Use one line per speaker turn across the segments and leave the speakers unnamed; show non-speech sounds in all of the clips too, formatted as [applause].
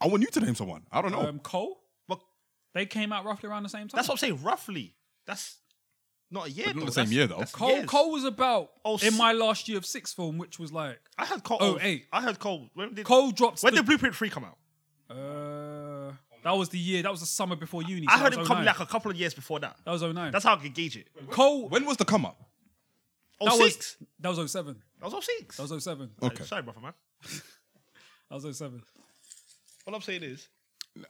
I want you to name someone. I don't know.
Um, Cole.
But
They came out roughly around the same time.
Oh. that's what I'm saying. Roughly, that's not a year.
But not
though.
the same
That's-
year, though.
that's
Cole.
years.
Cole was about
Oh,
in
s-
my last year of sixth form, which was like
I had Cole.
Oh, eight.
I had Cole. When did
Cole dropped.
when
the-
did Blueprint Three come out?
Uh, that was the year. That was the summer before uni.
I
so
heard
that
him
was
come
09.
like a couple of years before that.
that was 09.
That's how I could gauge it.
Cole.
When was the come up?
Oh
that
six.
was that was 07.
That was 06.
That was 07.
Okay.
Sorry, brother man.
That was 07.
All I'm saying is,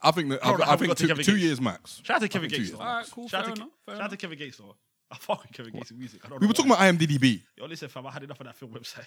I think that,
I don't know
I,
how
I
we
think
got
two,
together,
two
Gates.
years max.
shout out to Kevin
think two
Gates.
years.
though.
Alright, cool,
Shout out
fair
to,
enough, fair
shout out to
enough.
Kevin Gates though. [laughs] I fuck with Kevin Gates' music. I don't
We
know
were talking about IMDb.
why. Yo, listen, fam. I had enough of that film website.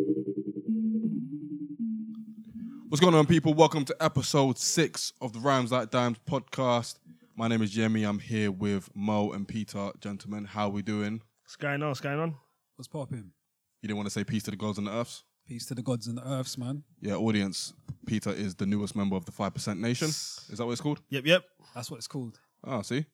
What's going on, people? Welcome to episode six of the Rhymes Like Dimes podcast. My name is Jemmy. I'm here with Mo and Peter. Gentlemen, how we doing?
What's going on? What's going on?
What's popping?
You didn't want to say peace to the gods and the earths?
Peace to the gods and the earths, man.
Yeah, audience. Peter is the newest member of the Five Percent Nation. Is that what it's called?
Yep, yep.
That's what it's called.
Oh, see,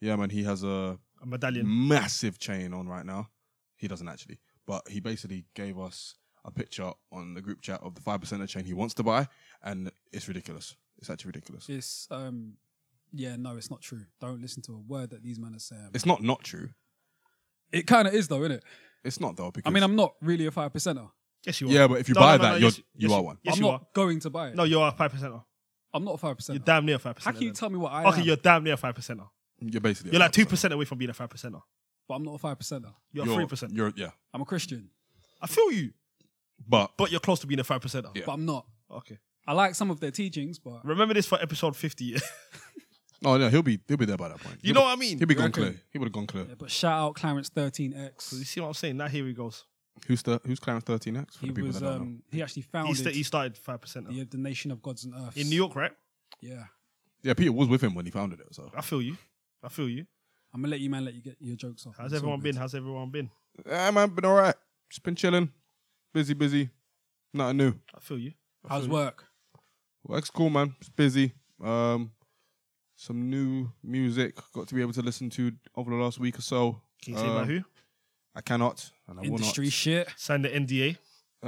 yeah, man. He has a Mm.
A medallion.
massive chain on right now. He doesn't actually, but he basically gave us a picture on the group chat of the five percent chain he wants to buy, and it's ridiculous. It's actually ridiculous.
It's um, yeah, no, it's not true. Don't listen to a word that these men are saying.
It's not not true.
It kind of is though, isn't it?
It's not though. Because
I mean, I'm not really a five percenter.
Yes, you are.
yeah, but if you
No,
buy
no, no,
that,
no,
you're,
yes,
you
yes,
are
you-
one.
yes.
I'm
you
not
are.
going to buy it.
No, you are a five percenter.
I'm not a five percenter.
You're damn near a five percenter.
How can you tell me what I
Okay,
am?
you're damn near a five percenter.
You're basically
You're
a
like two
5%.
percent away from being a five percenter.
But I'm not a five percenter.
You're
You're-
three percent.
You're yeah,
I'm a Christian,
I feel you,
but
but you're close to being a five percenter.
Yeah.
but I'm not.
Okay.
I like some of their teachings, but
Remember this for episode
[laughs]
fifty. [laughs] you
oh no, he'll be he'll be there by that point. He'll
know
be-
what I mean?
He'll be gone
reckon?
clear. He would have gone clear.
yeah, but shout out Clarence
You
13X.
see what I'm saying? Now here he goes.
Who's the, who's Clarence 13X? For
He
the people
was
that don't know.
um, he actually
He,
founded
sta- he started five percent
the, the nation of gods and earths
in New York, right?
Yeah,
Yeah, Peter was with him when he founded it. So
I feel you. I feel you.
I'm gonna let you man let you get your jokes off.
How's
It's all
everyone
good.
been? How's everyone been?
Yeah, man, been all right. Just been chilling. Busy, busy. Nothing new.
I feel you.
How's work?
Work's cool, man. It's busy. Um, some new music got to be able to listen to over the last week or so.
Can you say about
Um,
who?
I cannot. And I
Industry
will
shit.
Signed the NDA.
not.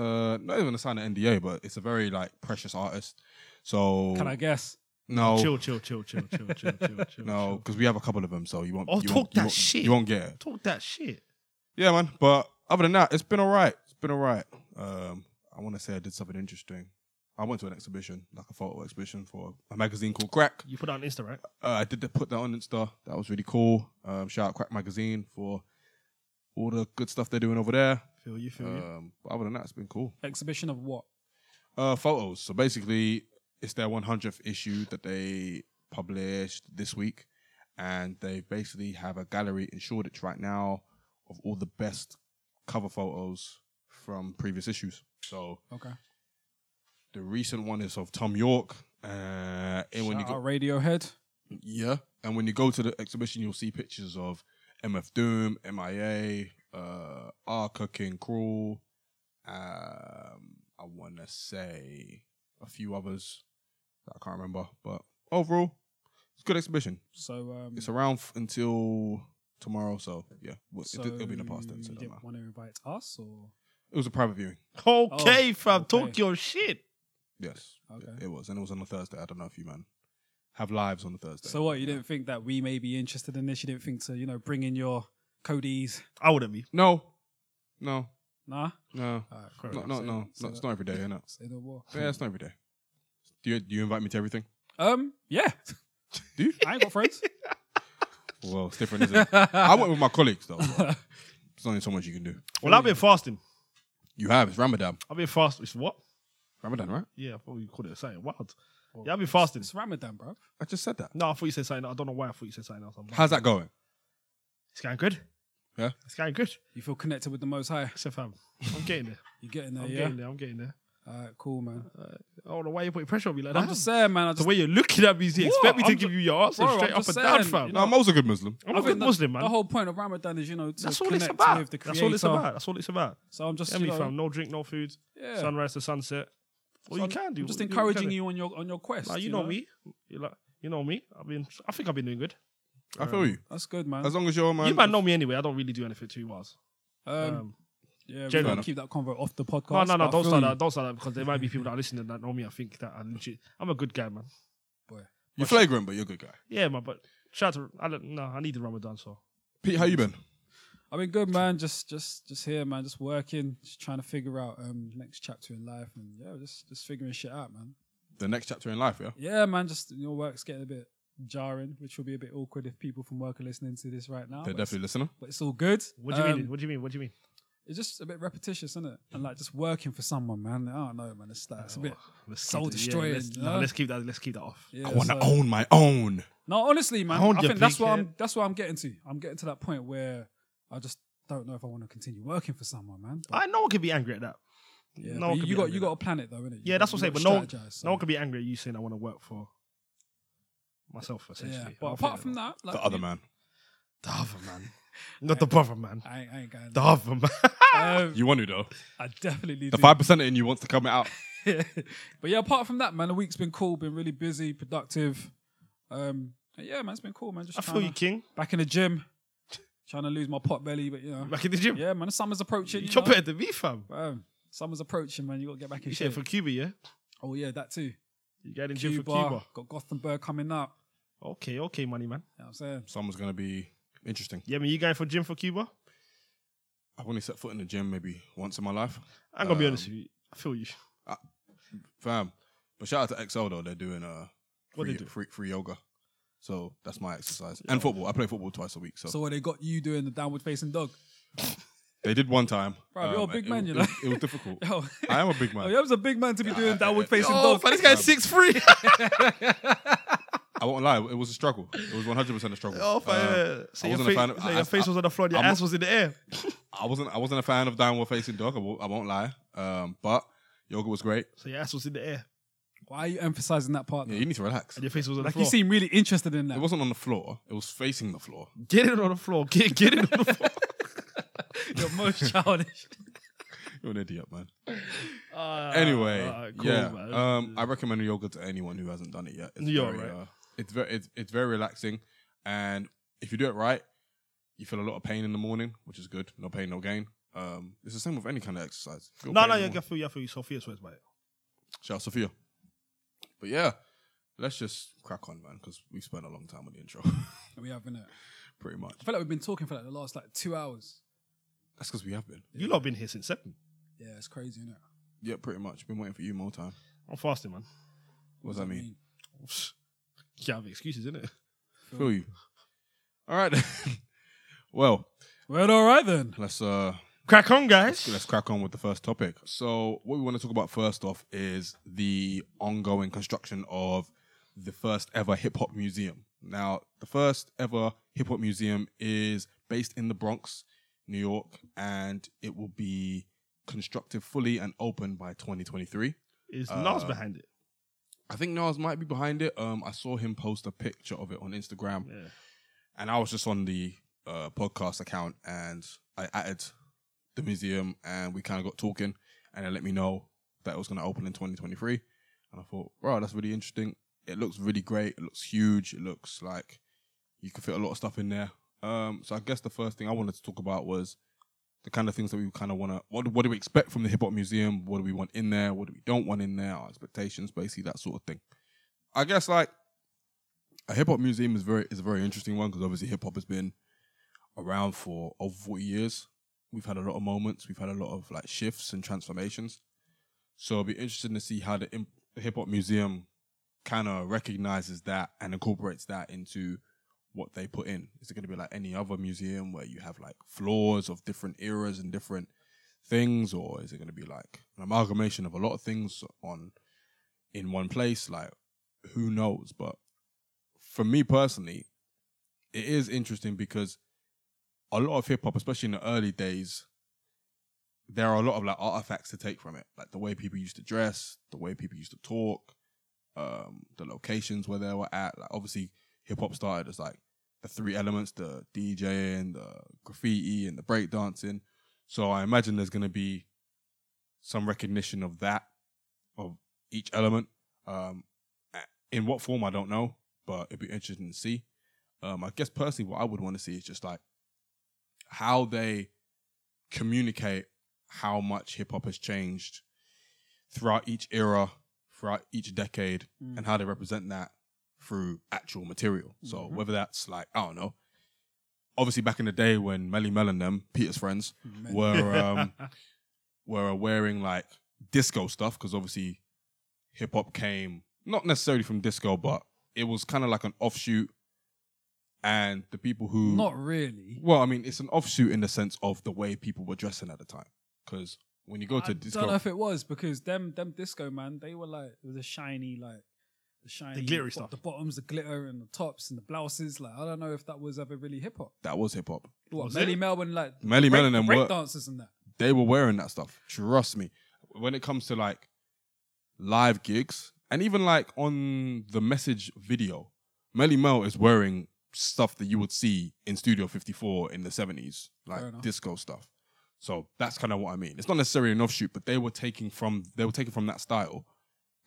Uh, not even a sign of NDA, but it's a very like precious artist. So
Can I guess?
no,
Chill, chill, chill, chill, chill, chill, chill,
oh. [laughs]
chill.
no, because we have a couple of them, so you won't.
Oh,
you
talk
won't, you
that
won't,
shit.
You won't get it.
Talk that shit.
Yeah, man. But other than that, it's been all right. It's been all right. Um, I want to say I did something interesting. I went to an exhibition, like a photo exhibition for a magazine called Crack.
You put that on Insta, right?
Uh, I did put that on Insta. That was really cool. Um, shout out Crack Magazine for all the good stuff they're doing over there.
Feel you, feel you.
Um, but other than that, it's been cool.
Exhibition of what?
Uh, photos. So basically, it's their 100th issue that they published this week, and they basically have a gallery in Shoreditch right now of all the best cover photos from previous issues. So
Okay.
the recent one is of Tom York, uh, and when you
Shout
go,
out Radiohead.
yeah, and when you go to the exhibition, you'll see pictures of MF Doom, MIA, uh, R Cooking Cruel. Um, I want to say a few others that I can't remember, but overall, it's a good exhibition.
So um,
It's around f- until tomorrow, so yeah, well,
so
it, will be in the past then. So
you
it, don't
didn't
matter.
want to invite us, or
it was a private viewing. Uh,
Okay, fam.
okay.
Talk your shit.
Yes,
Okay.
it, it was, and it was on a Thursday. I don't know if you man have lives on the Thursday.
so what? You didn't think that we may be interested in this? You didn't think to you know bring in your Cody's?
I wouldn't be.
No, no,
Nah.
no.
All right,
Correct.
No, no, no.
Say- say
no
that.
it's not every day, innit?
Say no more.
Yeah, it's not every day. Do you, do you invite me to everything?
Um. Yeah.
Do you?
[laughs] I ain't got friends.
Well, it's different, isn't it? I went with my colleagues, though. so There's only so much you can do.
Well, I've been fasting.
You have. It's Ramadan.
I've been fasting. It's what?
Ramadan, right?
Yeah, I thought you called it something wild. yeah, I've been fasting.
It's Ramadan, bro.
I just said that.
No, I thought you said something. I don't know why I thought you said something else. I'm like,
How's that going?
it's going good.
Yeah?
It's going good.
You feel connected with the Most High.
Listen, fam. I'm getting there.
[laughs] You getting there?
I'm
yeah.
getting there. Uh, I'm getting there.
All right, cool, man.
I don't know why you put pressure on me like that.
I'm just saying, man. I
the
just
way you're looking at me, is you expect me
What?
to
I'm
give you your answer
Bro,
straight
I'm
up
just
and down,
saying,
fam.
you
No, Mo's a good Muslim.
I'm
I
a
think
good
the-
Muslim, man.
The whole point of Ramadan is, you know, to
That's all
connect
it's about.
with the creator.
That's all it's about. That's all it's about.
So I'm just,
Get
you
me,
know,
fam. No drink, no food.
yeah.
Sunrise to sunset. Well,
So
you can do.
I'm just
what-
encouraging
can.
you on your on your quest.
Like, you, know, me. You like, you know me. I've been. I think I've been doing good.
I feel you.
That's good, man.
As long as you're man,
you might know me anyway. I don't really do anything too much.
um,
Um,
yeah, we
generally-
gotta keep that convo off the podcast.
no,
but
no, no.
I
Don't
feel
start
you.
that. Don't start that because there might be people that are listening that know me. I think that I'm legit. I'm a good guy, man.
you're flagrant, but you're a good guy.
Yeah, man. But shout out to. I don't, no, I need the Ramadan. So
Pete, how you been?
I've been good, man. Just, just, just here, man. Just working, just trying to figure out um next chapter in life, and yeah, just, just figuring shit out, man.
The next chapter in life, yeah.
Yeah, man. Just your work's getting a bit jarring, which will be a bit awkward if people from work are listening to this right now.
They're
but, it's,
definitely listening.
but it's all good.
what do you
Um,
mean? What do you mean? What do you mean?
It's just a bit repetitious, isn't it? And like just working for someul, man. I don't know, man. It's like it's a bit.
Let's keep
soul
that- yeah,
destroying,
let's-
huh?
No, let's keep that. Let's keep that off.
Yeah,
Oh, I want to
so-
own my own.
No, honestly, man,
Hold
I
your
think that's
big
what I'm.
head.
That's what I'm getting to. I'm getting to that point where I just don't know if I want to continue working for someone, man. But,
I no one can be angry at that.
yeah,
no
but
one
you,
can
you
be
got
angry
you
at
got a planet though, innit?
Yeah, that's what I'm saying. But no, no one can be angry at you saying I want to work for myself. Essentially,
Yeah,
I
but
don't
apart
think
from
that-
that, like,
The other
you-
man.
the other man, not the brother man,
I ain't, I ain't going.
the other man. [laughs]
Um,
You want to though.
I definitely
The
do.
five percent in you wants to come out.
[laughs] but yeah, apart from that, man, the week's been cool. Been really busy, productive. Um, and yeah, man, it's been cool, man. Just
I feel you,
trying to,
King.
back in the gym, trying to lose my pot belly, but you know,
Back in the gym.
yeah, man, the summer's approaching.
you
you
chop
know.
better than me, fam.
Bro, summer's approaching, man. You got to get back in
You said
shape.
for Cuba, yeah.
oh yeah, that too.
You got in gym
Cuba,
for Cuba.
got Gothenburg coming up.
Okay, okay, money man.
You know what I'm saying?
Someone's gonna be interesting.
Yeah, man, you going for gym for Cuba?
I've only set foot in the gym maybe once in my life,
I'm gonna be honest
Um,
with you. I feel you.
fam. But shout out to XL though. They're doing uh
What
free,
they do?
free free yoga. So that's my exercise and football. I play football twice a week. So,
So what they got you doing the downward facing dog? [laughs]
they did one time. Um,
Bro, you're a big
it
man,
was-
you
it
know.
was- It was difficult.
[laughs]
[laughs]
Yo,
I am a big
yo,
man.
that was a big man to be doing downward facing
Oh,
dog.
fam, this guy's six free.
I won't lie. It was a struggle. It was 100 percent a struggle.
oh, fam.
Uh,
yeah.
I
so your,
wasn't
face,
a fan of-
so
I-
your face
I-
was on the floor, and your
I'm
ass was in the air.
I wasn't. I wasn't a fan of downward facing dog. I won't, I won't lie. Um, but yoga was great.
So your ass was in the air,
Why are you emphasizing that part?
Yeah,
though?
you need to relax.
and your face was on the
like
floor.
you seem really interested in
It
that.
wasn't on the floor. It was facing the floor.
get it on the floor. Get get it on the [laughs] floor.
You're most [laughs] childish.
You're an idiot, man.
Uh,
[laughs] Anyway,
uh, cool,
yeah.
man.
Um, I recommend yoga to anyone who hasn't done it yet. It's
You're
very,
right.
uh, it's very, it's, it's very relaxing, and if you do it right, you feel a lot of pain in the morning, which is good. No pain, no gain. Um, it's the same with any kind of exercise. Feel
no,
pain
no,
in the
yeah, I
morning.
feel you. I feel you. Sophia swears by it.
Shout out Sophia. But yeah, let's just crack on, man, because we've spent a long time on the intro, [laughs]
we have, innit?
pretty much.
I feel like we've been talking for like the last like two hours.
That's because we have been.
You lot been here since seven.
Yeah, it's crazy, innit?
Yeah, pretty much. Been waiting for you more time.
I'm fasting, man. [laughs]
What does that mean?
You can't have excuses, innit?
Feel you. All right. [laughs] well,
Well, all right then.
let's uh
Crack on, guys.
let's, let's crack on with the first topic. So, what we want to talk about first off is the ongoing construction of the first ever hip hop museum. Now, the first ever hip hop museum is based in the Bronx, New York, and it will be constructed fully and open by 2023.
Is
Uh,
Nas behind it?
I think Nas might be behind it. Um, I saw him post a picture of it on Instagram.
Yeah.
and I was just on the uh, podcast account and I added the museum and we kind of got talking and it let me know that it was going to open in 2023 and I thought wow that's really interesting it looks really great it looks huge it looks like you could fit a lot of stuff in there um, so I guess the first thing I wanted to talk about was the kind of things that we kind of want to what, what do we expect from the hip hop museum what do we want in there what do we don't want in there our expectations basically that sort of thing I guess like a hip hop museum is very is a very interesting one because obviously hip hop has been around for over forty years. We've had a lot of moments. We've had a lot of like shifts and transformations. So it'll be interesting to see how the, imp- the hip hop museum kind of recognizes that and incorporates that into what they put in. Is it going to be like any other museum where you have like floors of different eras and different things, or is it going to be like an amalgamation of a lot of things on in one place? Like who knows? But for me personally, it is interesting because a lot of hip hop, especially in the early days, there are a lot of like artifacts to take from it, like the way people used to dress, the way people used to talk, um, the locations where they were at. Like obviously, hip hop started as like the three elements: the DJing, the graffiti, and the breakdancing. So I imagine there's going to be some recognition of that, of each element. Um, a- in what form, I don't know, but it'd be interesting to see. Um, I guess personally, what I would want to see is just like how they communicate how much hip hop has changed throughout each era, throughout each decade,
Mm.
and how they represent that through actual material. So
Mhm.
whether that's like I don't know, obviously back in the day when Melly Mel and them Peter's friends
Men. [laughs]
were
[laughs]
um, were wearing like disco stuff because obviously hip hop came not necessarily from disco, but it was kind of like an offshoot. And the people who
Not really.
well, I mean, it's an offshoot in the sense of the way people were dressing at the time. Because when you go to
I
disco,
don't know if it was because them them disco man they were like with the shiny like the shiny
glittery
bo-
stuff.
the bottoms, the glitter, and the tops and the blouses. Like I don't know if that was ever really hip hop.
that was hip hop.
What
Was
Melly
it?
Mel and like
Melly Mel
break,
and them
break
were
dancers and that.
they were wearing that stuff. Trust me. When it comes to like live gigs and even like on the message video, Melly Mel is wearing stuff that you would see in Studio 54 in the 70s,
Fair
like
enough.
disco stuff. So that's kind of what I mean. It's not necessarily an offshoot, but they were taking from they were taking from that style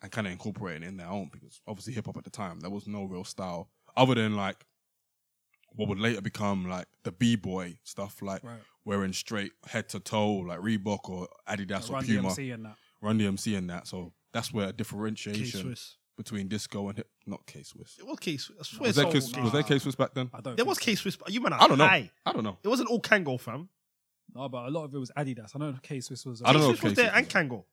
and kind of incorporating it in their own because obviously hip hop at the time there was no real style other than like what would later become like the b boy stuff, like
Right.
wearing straight head to toe like Reebok or Adidas
Like,
or
Run
Puma,
DMC and that.
Run DMC and that. So that's where a
K
differentiation
Swiss.
between disco and hip, not K Swiss.
It was K Swiss. I swear
Was that
so-
K was that K Swiss back then?
I don't.
There
think
was
so.
K Swiss, but you man are
I don't know.
high.
I don't know.
It wasn't all Kango, fam.
No, but a lot of it was Adidas. I know K Swiss was.
I don't know
K-Swiss
if
was
K-Swiss
there and
was
Kango.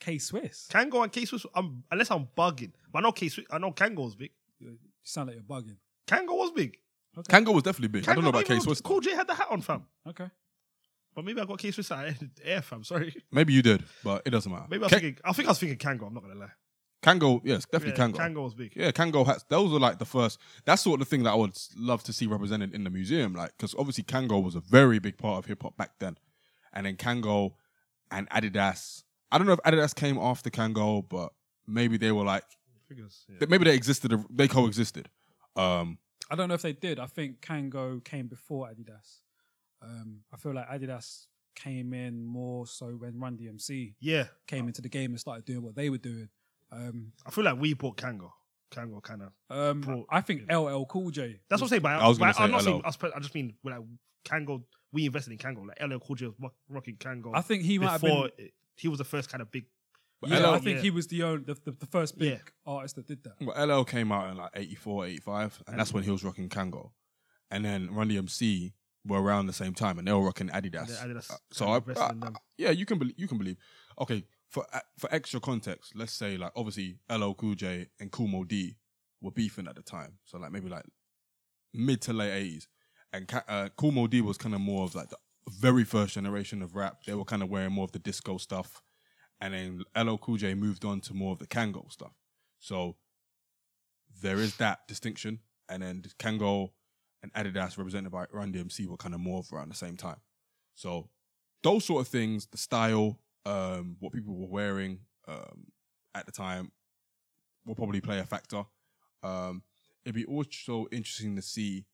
K Swiss.
Kango and K Swiss. I'm, unless I'm bugging, but I know K Swiss. I know Kango was big.
You sound like you're bugging.
Kango was big.
Kango was definitely big. I don't know about K
even-
Swiss.
Cool J had the hat on, fam.
Okay.
But maybe I got K Swiss out of the air, fam. Sorry.
Maybe you did, but it doesn't matter.
Maybe I was
K-
thinking. I think I was thinking Kango. I'm not gonna lie.
Kango, yes, definitely
yeah,
Kango.
Kango was big.
Yeah, Kango hats. Those are like the first. That's sort of the thing that I would love to see represented in the museum. Like, because obviously Kango was a very big part of hip hop back then, and then Kango and Adidas. I don't know if Adidas came after Kango, but maybe they were like
Figures, yeah.
that maybe they existed they coexisted um
I don't know if they did. I think Kango came before Adidas. Um, I feel like Adidas came in more so when Run DMC
Yeah.
came into the game and started doing what they were doing. Um,
I feel like we bought Kango. Kango kind of.
um,
Bro,
I think LL Cool J.
That's what I'm saying. But I
I was gonna
but I'm
say
not saying.
LL.
I spe- I just mean we're like Kango. We invested in Kango. Like LL Cool J was rock- rocking Kango.
I think he might have
before
been.
it, he was the first kind of big.
but
yeah,
LL,
I think
yeah.
he was the only the, the, the first big
Yeah.
artist that did that.
well, LL came out in like 84 85 and that's when he was rocking Kango and then Run DMC were around the same time and they were rocking Adidas,
Yeah, Adidas
Uh, so I,
invested in
I-
them.
yeah you can believe you can believe okay for uh, for extra context let's say like obviously LL Cool J and Cool Mo D were beefing at the time so like maybe like mid to late 80s and Ka- uh, Cool Mo D was kind of more of like the very first generation of rap they were kind of wearing more of the disco stuff and then LL Cool J moved on to more of the Kango stuff. So there is that distinction, and then Kango and Adidas, represented by Run DMC, were kind of more of around the same time. So those sort of things, the style, um, what people were wearing um, at the time, will probably play a factor. Um, it'd be also interesting to see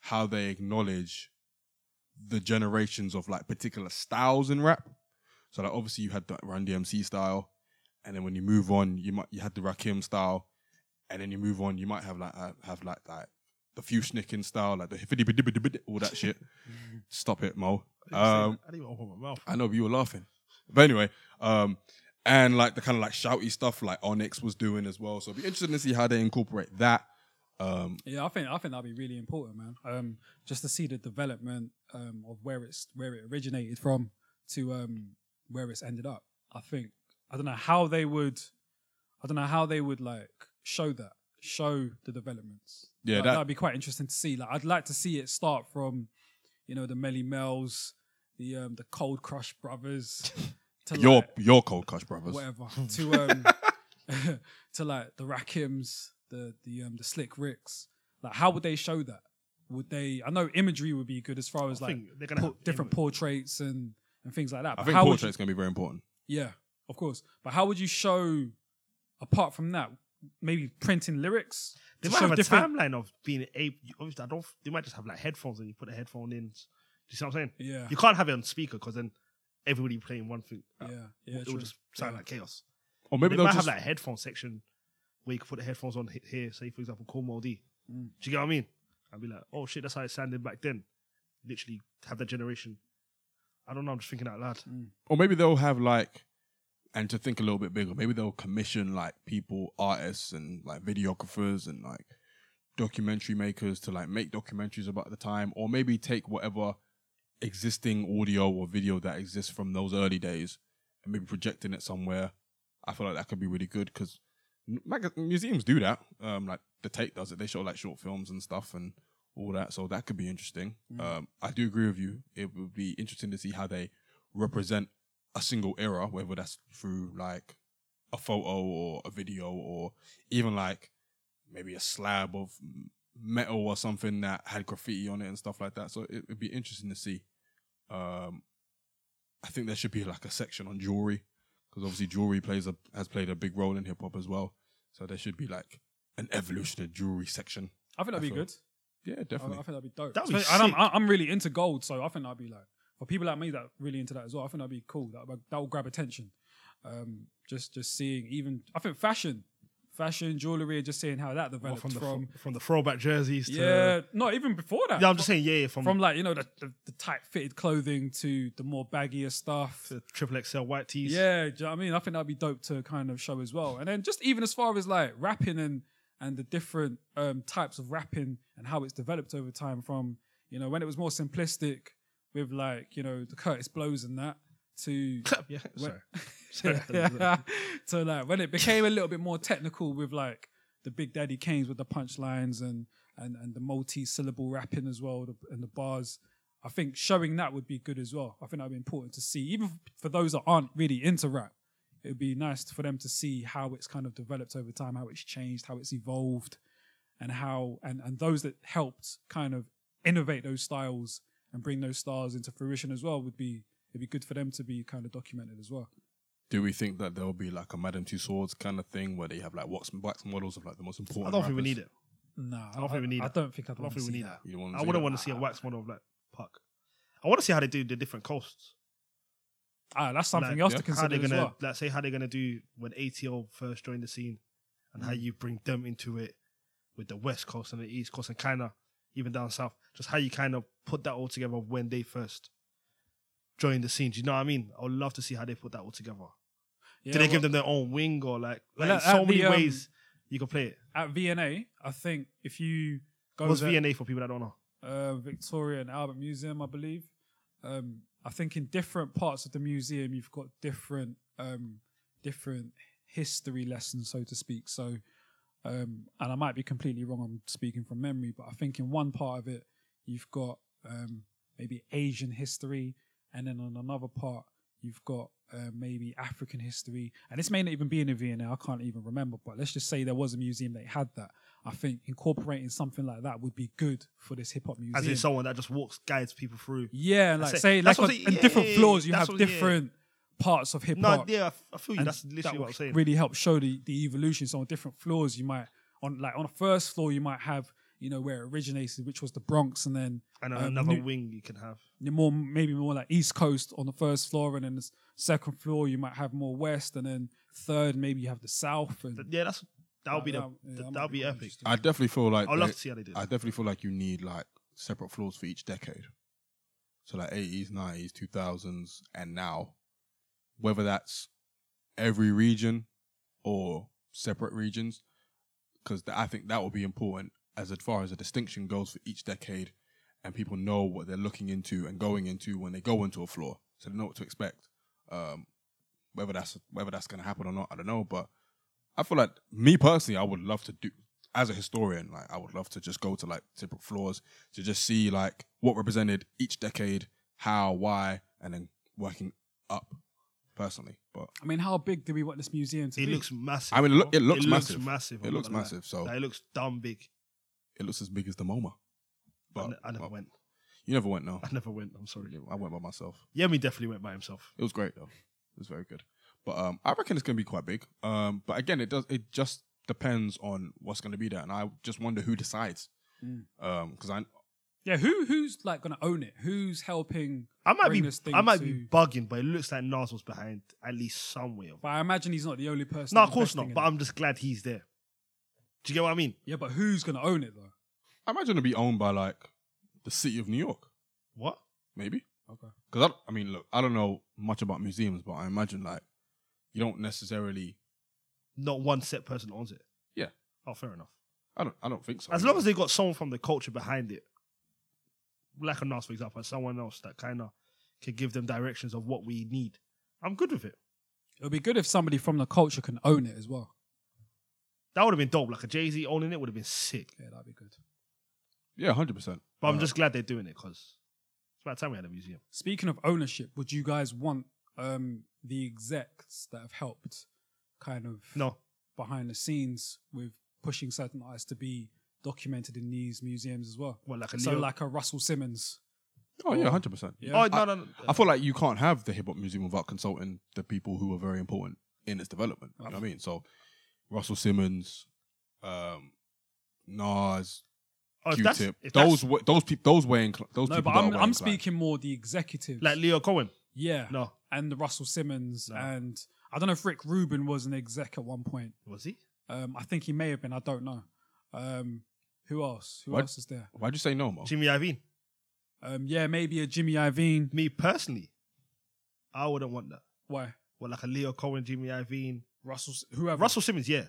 how they acknowledge the generations of like particular styles in rap. So like obviously you had the Run DMC style, and then when you move on, you might you had the Rakim style, and then you move on, you might have like uh, have like like the few snicking style, like the hippity bitty bitty bitty, all that shit. Stop it, Mo.
I
Um,
didn't even open my mouth.
I know but you were laughing, but anyway, um, and like the kind of like shouty stuff like Onyx was doing as well. So it'd be interesting to see how they incorporate that. Um,
Yeah, I think I think that'd be really important, man. Um, just to see the development um, of where it's where it originated from to um, where it's ended up. I think I don't know how they would, I don't know how they would like show that, show the developments.
Yeah,
like,
that-
would be quite interesting to see. Like, I'd like to see it start from, you know, the Melly Mel's, the um, the Cold Crush
[laughs]
Brothers, to
your
like,
your Cold Crush brothers.
whatever
[laughs]
to um [laughs] to like the Rakims, the the um the Slick Ricks. Like, how would they show that? Would they? I know imagery would be good as far as
I
like
think they're
[laughs]
gonna
por-
have
different
image.
portraits and and things like that.
I
But
think
how would you-
portrait's going to be very important.
yeah, of course. But how would you show, apart from that, maybe printing lyrics?
They
to
might
show
have a
different-
timeline of being able. Obviously, I don't. They might just have like headphones and you put the headphone in. Do you see what I'm saying?
Yeah,
You can't have it on speaker because then everybody playing one thing. [laughs]
yeah, yeah.
it
true.
will just sound
Yeah.
like chaos.
Or maybe
Maybe they
they'll
might
just
have like a headphone section where you can put the headphones on he- here. Say for example, Cornwall D.
Mm.
Do you get what I mean? I'd be like, oh shit, that's how it sounded back then. Literally have that generation. I don't know. I'm just thinking out loud.
or maybe they'll have like and to think a little bit bigger maybe they'll commission like people artists and like videographers and like documentary makers to like make documentaries about the time or maybe take whatever existing audio or video that exists from those early days and maybe projecting it somewhere i feel like that could be really good because mag- museums do that um like the tate does it they show like short films and stuff and all that so that could be interesting um i do agree with you it would be interesting to see how they represent a single era, whether that's through like a photo or a video or even like maybe a slab of m- metal or something that had graffiti on it and stuff like that. So it would be interesting to see. Um, I think there should be like a section on jewelry because obviously jewelry plays a has played a big role in hip hop as well. So there should be like an evolution of jewelry section.
I think that'd be
I feel-
good.
Yeah,
I, I
definitely.
think that'd be dope.
That'd be
Especially- and
sick.
I'm, I'm really into gold, so I think that'd be like for people like me that really into that as well. I think that'd be cool. That that will grab attention. Um, just just seeing even I think fashion, fashion jewelry, just seeing how that
Well,
developed
from the
from
from, the throwback jerseys.
yeah,
to...
no, even before that.
Yeah, I'm just saying. um, Yeah, yeah, from,
from like you know the, the, the tight fitted clothing to the more baggier stuff.
the triple XL white tees.
Yeah, do you know what I mean? I think that'd be dope to kind of show as well. And then just even as far as like rapping and and the different um, types of rapping and how it's developed over time from, you know, when it was more simplistic with like, you know, the Curtis blows and that to
yeah.
When- [laughs]
Sorry. Sorry.
so like when it became a little bit more technical with like the Big Daddy Canes with the punchlines and and and the multi-syllable rapping as well the, and the bars. I think showing that would be good as well. I think that'd be important to see, even for those that aren't really into rap. It'd be nice for them to see how it's kind of developed over time, how it's changed, how it's evolved, and how and and those that helped kind of innovate those styles and bring those styles into fruition as well would be it'd be good for them to be kind of documented as well.
Do we think that there'll be like a Madame Two Swords kind of thing where they have like wax, wax models of like the most important?
I don't think we
rappers?
need it.
No, I
don't think we need
I
that.
don't think I'd
I don't
want to
think we
see
need
that.
that.
You don't wanna
I
see
wouldn't
that?
want to see a wax model of like Puck. I want to see how they do the different coasts.
Ah, that's something
Like,
else
yeah,
to
how
consider
they're
as
gonna
well.
let's say how they're gonna do when ATL first joined the scene and
Mm.
how you bring them into it with the West Coast and the East Coast and kinda even down south, just how you kind of put that all together when they first joined the scene. Do you know what I mean? I would love to see how they put that all together.
Yeah,
do they give
well,
them their own wing or like,
Well,
like
at-
so
at
many
the, um,
ways you can play it?
at VNA? I think if you go
What's
there-
VNA for people that don't know?
uh, Victoria and Albert Museum, I believe. Um, I think in different parts of the museum, you've got different um, different history lessons, so to speak. So, um, and I might be completely wrong. I'm speaking from memory, but I think in one part of it, you've got um, maybe Asian history, and then on another part, you've got uh, maybe African history. And this may not even be in a Vienna. I can't even remember. But let's just say there was a museum that had that. I think incorporating something like that would be good for this hip hop museum.
As in someone that just walks guides people through.
Yeah, like
That's it.
say like
That's
on,
what I'm
on
saying.
different
Yeah,
floors, you
that's
have
what- yeah.
different parts of hip
No,
hop.
yeah, I f- I feel you.
and
That's literally
that
what
would
I'm saying.
Really help show the, the evolution. So on different floors, you might on like on the first floor, you might have you know where it originated, which was the Bronx, and then
and
um,
another
new-
wing you can have.
you're more maybe more like East Coast on the first floor, and then the s- second floor you might have more West, and then third maybe you have the South. And
Th- Yeah, that's that'll be the,
That- yeah, that might
that'll
be
be
quite
epic.
interesting.
I definitely feel like
I'd love
they-
to see how they do
I
it.
definitely feel like you need like separate floors for each decade. So like eighties, nineties, two thousands, and now. Whether that's every region or separate regions, because I think that will be important as far as a distinction goes for each decade, and people know what they're looking into and going into when they go into a floor, so they know what to expect. Um, whether that's whether that's going to happen or not, I don't know. But I feel like me personally, I would love to do as a historian. Like I would love to just go to like separate floors to just see like what represented each decade, how, why, and then working up personally. But
I mean, how big do we want this museum to
It
be?
looks massive.
I mean, it, look, it
bro.
looks massive.
massive.
It
I'm
looks
not gonna lie.
massive. So
Like, it looks dumb big.
it looks as big as the MoMA.
I
But
ne- I never
well,
went.
You never went, no.
I never went. I'm sorry.
I went by myself.
Yemi definitely went by himself.
It was great though. It was very good. But um, I reckon it's gonna be quite big. Um, but again, it does. It just depends on what's gonna be there, and I just wonder who decides.
Mm.
Um, because I
Yeah, who who's like gonna own it? Who's helping?
I might
Bring
be
this thing
I might be
to-
bugging, but it looks like Nas was behind at least somewhere.
But I imagine he's not the only person.
No, of course
investing
not.
in
But
it.
I'm just glad he's there. Do you get what I mean?
yeah, but who's gonna own it though?
I imagine it'll be owned by like the city of New York,
What?
maybe.
Okay.
Because I, I mean, look, I don't know much about museums, but I imagine like you don't necessarily.
Not one set person owns it.
Yeah.
Oh, fair enough.
I don't. I don't think so.
As long as they got someone from the culture behind it, like a Nas, for example, and someone else that kind of could give them directions of what we need, I'm good with it.
It would be good if somebody from the culture can own it as well.
That would have been dope. Like a Jay Z owning it would have been sick.
Yeah, that'd be good.
yeah, hundred percent. Uh,
But
Uh-huh.
I'm just glad they're doing it because it's about time we had a museum.
Speaking of ownership, would you guys want um, the execs that have helped kind of
No,
behind the scenes with pushing certain artists to be documented in these museums as well?
well, like a
So
Leo-
like uh, a Russell Simmons.
Oh yeah, hundred percent.
Yeah.
oh no, no, no.
I feel like you can't have the hip hop museum without consulting the people who are very important in its development. You know what I mean? So Russell Simmons, um, Nas,
Oh, if that's-
Q-Tip,
if that's-
those wa- those people those way incl- those
No,
people.
but
that are
I'm,
way
I'm
inclined.
speaking more the executives.
like Leo Cohen.
yeah.
No,
And the Russell Simmons.
No.
And I don't know if Rick Rubin was an exec at one point.
was he?
Um, I think he may have been. I don't know. Um, who else? Who
What?
else is there?
Why'd you say no, Mo?
Jimmy Iovine.
Um, yeah, maybe a Jimmy Iovine.
Me personally, I wouldn't want that.
Why?
Well, like a Leo Cohen, Jimmy Iovine,
Russell, S- whoever.
Russell Simmons. Yeah,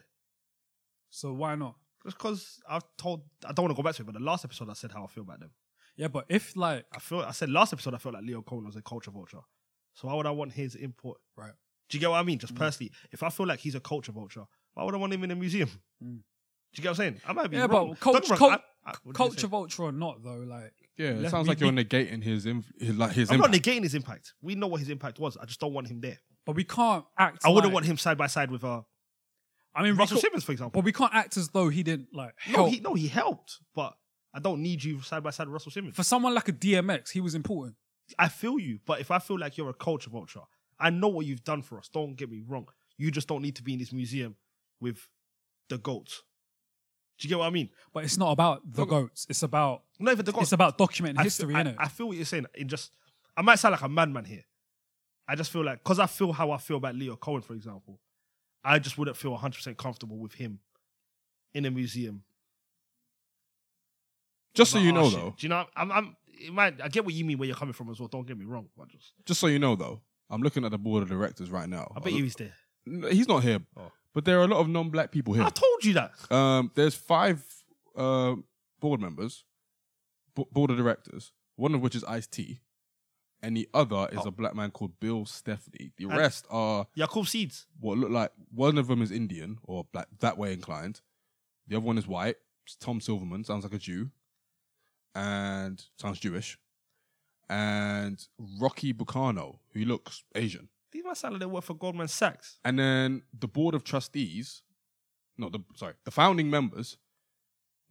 So why not?
just because I've told I don't want to go back to it, but the last episode I said how I feel about them.
Yeah, but if like
I feel I said last episode I felt like Leo Cohen was a culture vulture. So why would I want his input?
Right.
Do you get what I mean? Just
Mm.
personally, if I feel like he's a culture vulture, why would I want him in a museum?
Mm.
Do you get what I'm saying? I might be
Yeah,
wrong.
but cult-
Don't get me
cult-
wrong, I- I- what did you
culture
say?
vulture or not though, like
Yeah, it
Let
sounds
me
like you're negating his inf- his like his
I'm
impact.
not negating his impact. We know what his impact was. I just don't want him there.
but we can't act
I wouldn't
like-
want him side by side with uh,
I mean we
Russell
can't-
Simmons, for example.
But we can't act as though he didn't like
No,
help.
he no he helped, but I don't need you side by side with Russell Simmons.
For someone like a DMX, he was important.
I feel you, but if I feel like you're a culture vulture, I know what you've done for us. Don't get me wrong. You just don't need to be in this museum with the goats. Do you get what I mean?
But it's not about the goats. It's about
Not even the goats.
it's about documenting
I
history,
feel, I-
innit?
I, feel what you're saying. It just I might sound like a madman here. I just feel like because I feel how I feel about Leo Cohen, for example, I just wouldn't feel 100 percent comfortable with him in a museum.
Just so
about
you
our
know,
shit.
though.
Do you know? I'm, I'm it might, I get what you mean where you're coming from as well. Don't get me wrong. But just,
Just so you know, though. I'm looking at the board of directors right now.
I bet you he's there.
N- He's not here,
Oh.
but there are a lot of non-black people here.
I told you that.
Um, there's five uh, board members, bo- board of directors. One of which is Ice T, and the other is a black man called Bill Stephanie. The
Oh. And-
rest are
Yakub Seeds.
what look like one of them is Indian or black that way inclined. The other one is white. It's Tom Silverman sounds like a Jew, and sounds Jewish, and Rocky Bucano, who looks Asian.
These might sound like they work for Goldman Sachs.
And then the board of trustees, no, the sorry, the founding members.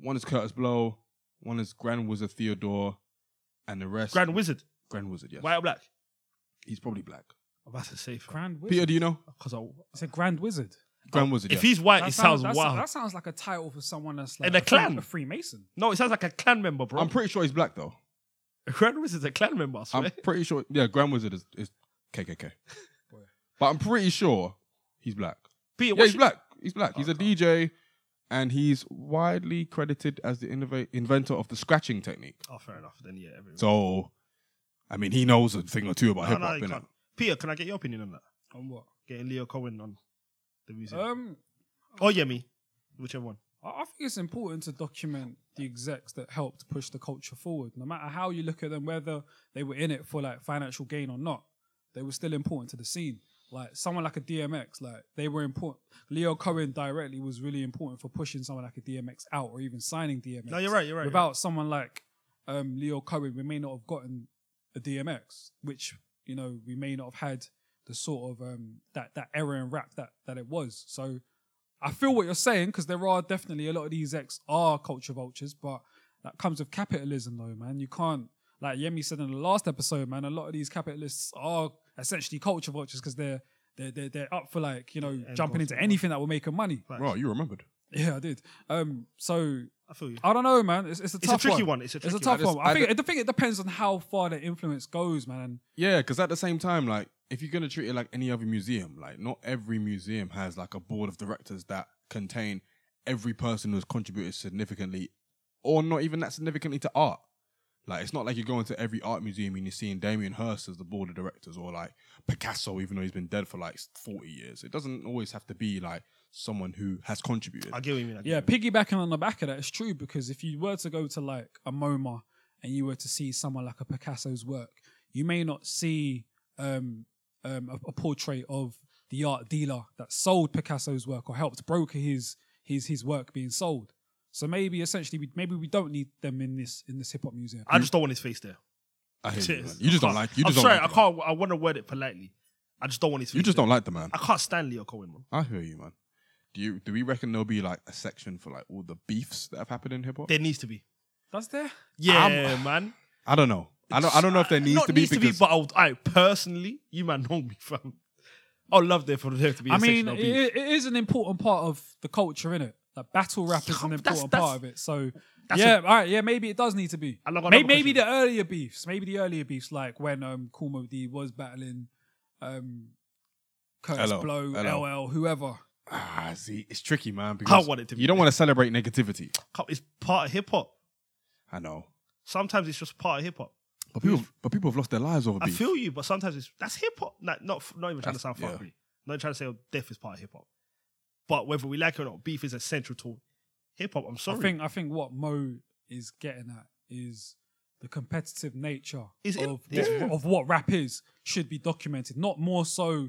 One is Curtis Blow, one is Grand Wizard Theodore, and the rest
Grand Wizard.
Grand Wizard. Yes,
White or black?
he's probably black.
I'm about to say
Grand Wizard.
Peter, do you know
because I.
It's a Grand Wizard.
Grand Wizard?
Oh, If
yeah.
he's white,
That
it sounds
that's-
wild.
That sounds like a title for someone that's like
And a
Free-
clan.
a Freemason.
no, it sounds like a clan member, bro.
I'm pretty sure he's black though.
[laughs] Grand Wizard's a clan member. I swear.
I'm pretty sure. Yeah, Grand Wizard is, is
[laughs]
KKK.
Boy.
but I'm pretty sure he's black.
Peter,
yeah,
what's Oh,
he's black. He's black. He's a DJ, and he's widely credited as the innova- inventor of the scratching technique.
your- Oh, fair enough. Then yeah, everyone.
So, I mean, he knows a thing or two about
no,
hip
no, you
hop,
can't. Peter, can I get your opinion on that?
On what?
Getting Leo Cohen on the museum.
Uh,
Um,
oh yeah, me. Whichever one.
I I think it's important to document the execs that helped push the culture forward. No matter how you look at them, whether they were in it for like financial gain or not, they were still important to the scene. Like someone like a DMX, like they were important. Leo Cohen directly was really important for pushing someone like a DMX out or even signing DMX.
No, you're right. You're right.
Without someone like um, Leo Cohen, we may not have gotten a DMX, which you know we may not have had the sort of um, that that era in rap that that it was. So I feel what you're saying because there are definitely a lot of these ex are culture vultures, but that comes with capitalism, though, man. You can't Like Yemi said in the last episode, man, a lot of these capitalists are essentially culture vultures because they're they're, they're they're up for like you know
End
jumping
goals.
into anything that will make them money.
Facts.
Right, you remembered.
Yeah, I did. Um, so
I feel you.
I don't know, man. It's, it's a
It's
tough
a tricky one. It's a
It's
tricky
a tough
I just-
one. I,
I
think I think it depends on how far their influence goes, man. And
Yeah, because at the same time, like if you're gonna treat it like any other museum, like not every museum has like a board of directors that contain every person who's contributed significantly, or not even that significantly to art. Like it's not like you're going to every art museum and you're seeing Damien Hirst as the board of directors, or like Picasso, even though he's been dead for like 40 years. It doesn't always have to be like someone who has contributed.
I get what you mean. I get
yeah,
what you
piggybacking on the back of that is true because if you were to go to like a MoMA and you were to see someone like a Picasso's work, you may not see um, um, a, a portrait of the art dealer that sold Picasso's work or helped broker his his his work being sold. So maybe essentially, we, maybe we don't need them in this in this hip hop museum.
mean. I just don't want his face there.
I hate you,
Cheers.
man. You just
I
don't
can't-
like. You
I'm
just
sorry,
don't. like
I
the man.
can't. I want to word it politely. I just don't want his face.
You just
there.
don't like the man.
I can't stand Leo Cohen, man.
I hear you, man. Do you do we reckon there'll be like a section for like all the beefs that have happened in hip hop?
There needs to be.
Does there?
Yeah, man.
I don't know. I don't. I don't know if there needs
Not
to be
needs
because
but I, would, I personally, you man know me from. I would love there for there to be. I
I mean, it, it is an important part of the culture, innit? Like battle rap is an
That's-
important
that's-
part of it. So
that's
yeah, all right, yeah, maybe it does need to be.
I like- I
Maybe,
like what
maybe
you-
the earlier beefs, maybe the earlier beefs, like when um Cool Moe D was battling um Curtis
LL.
Blow,
LL.
LL, whoever.
ah, see, it's tricky, man. Because
want it to be.
you don't want to celebrate negativity.
it's part of hip hop.
I know,
Sometimes it's just part of hip hop.
but people, but people have lost their lives over
I
beef.
feel you, but sometimes it's that's hip hop. Not, not not even trying to sound
That's- yeah.
fuckery. Not trying to say oh, death is part of hip hop. But whether we like it or not, beef is essential to hip hop. I'm sorry.
I think I think what Mo is getting at is the competitive nature
Is it-
of, this-
Yeah.
of what rap is should be documented, not more so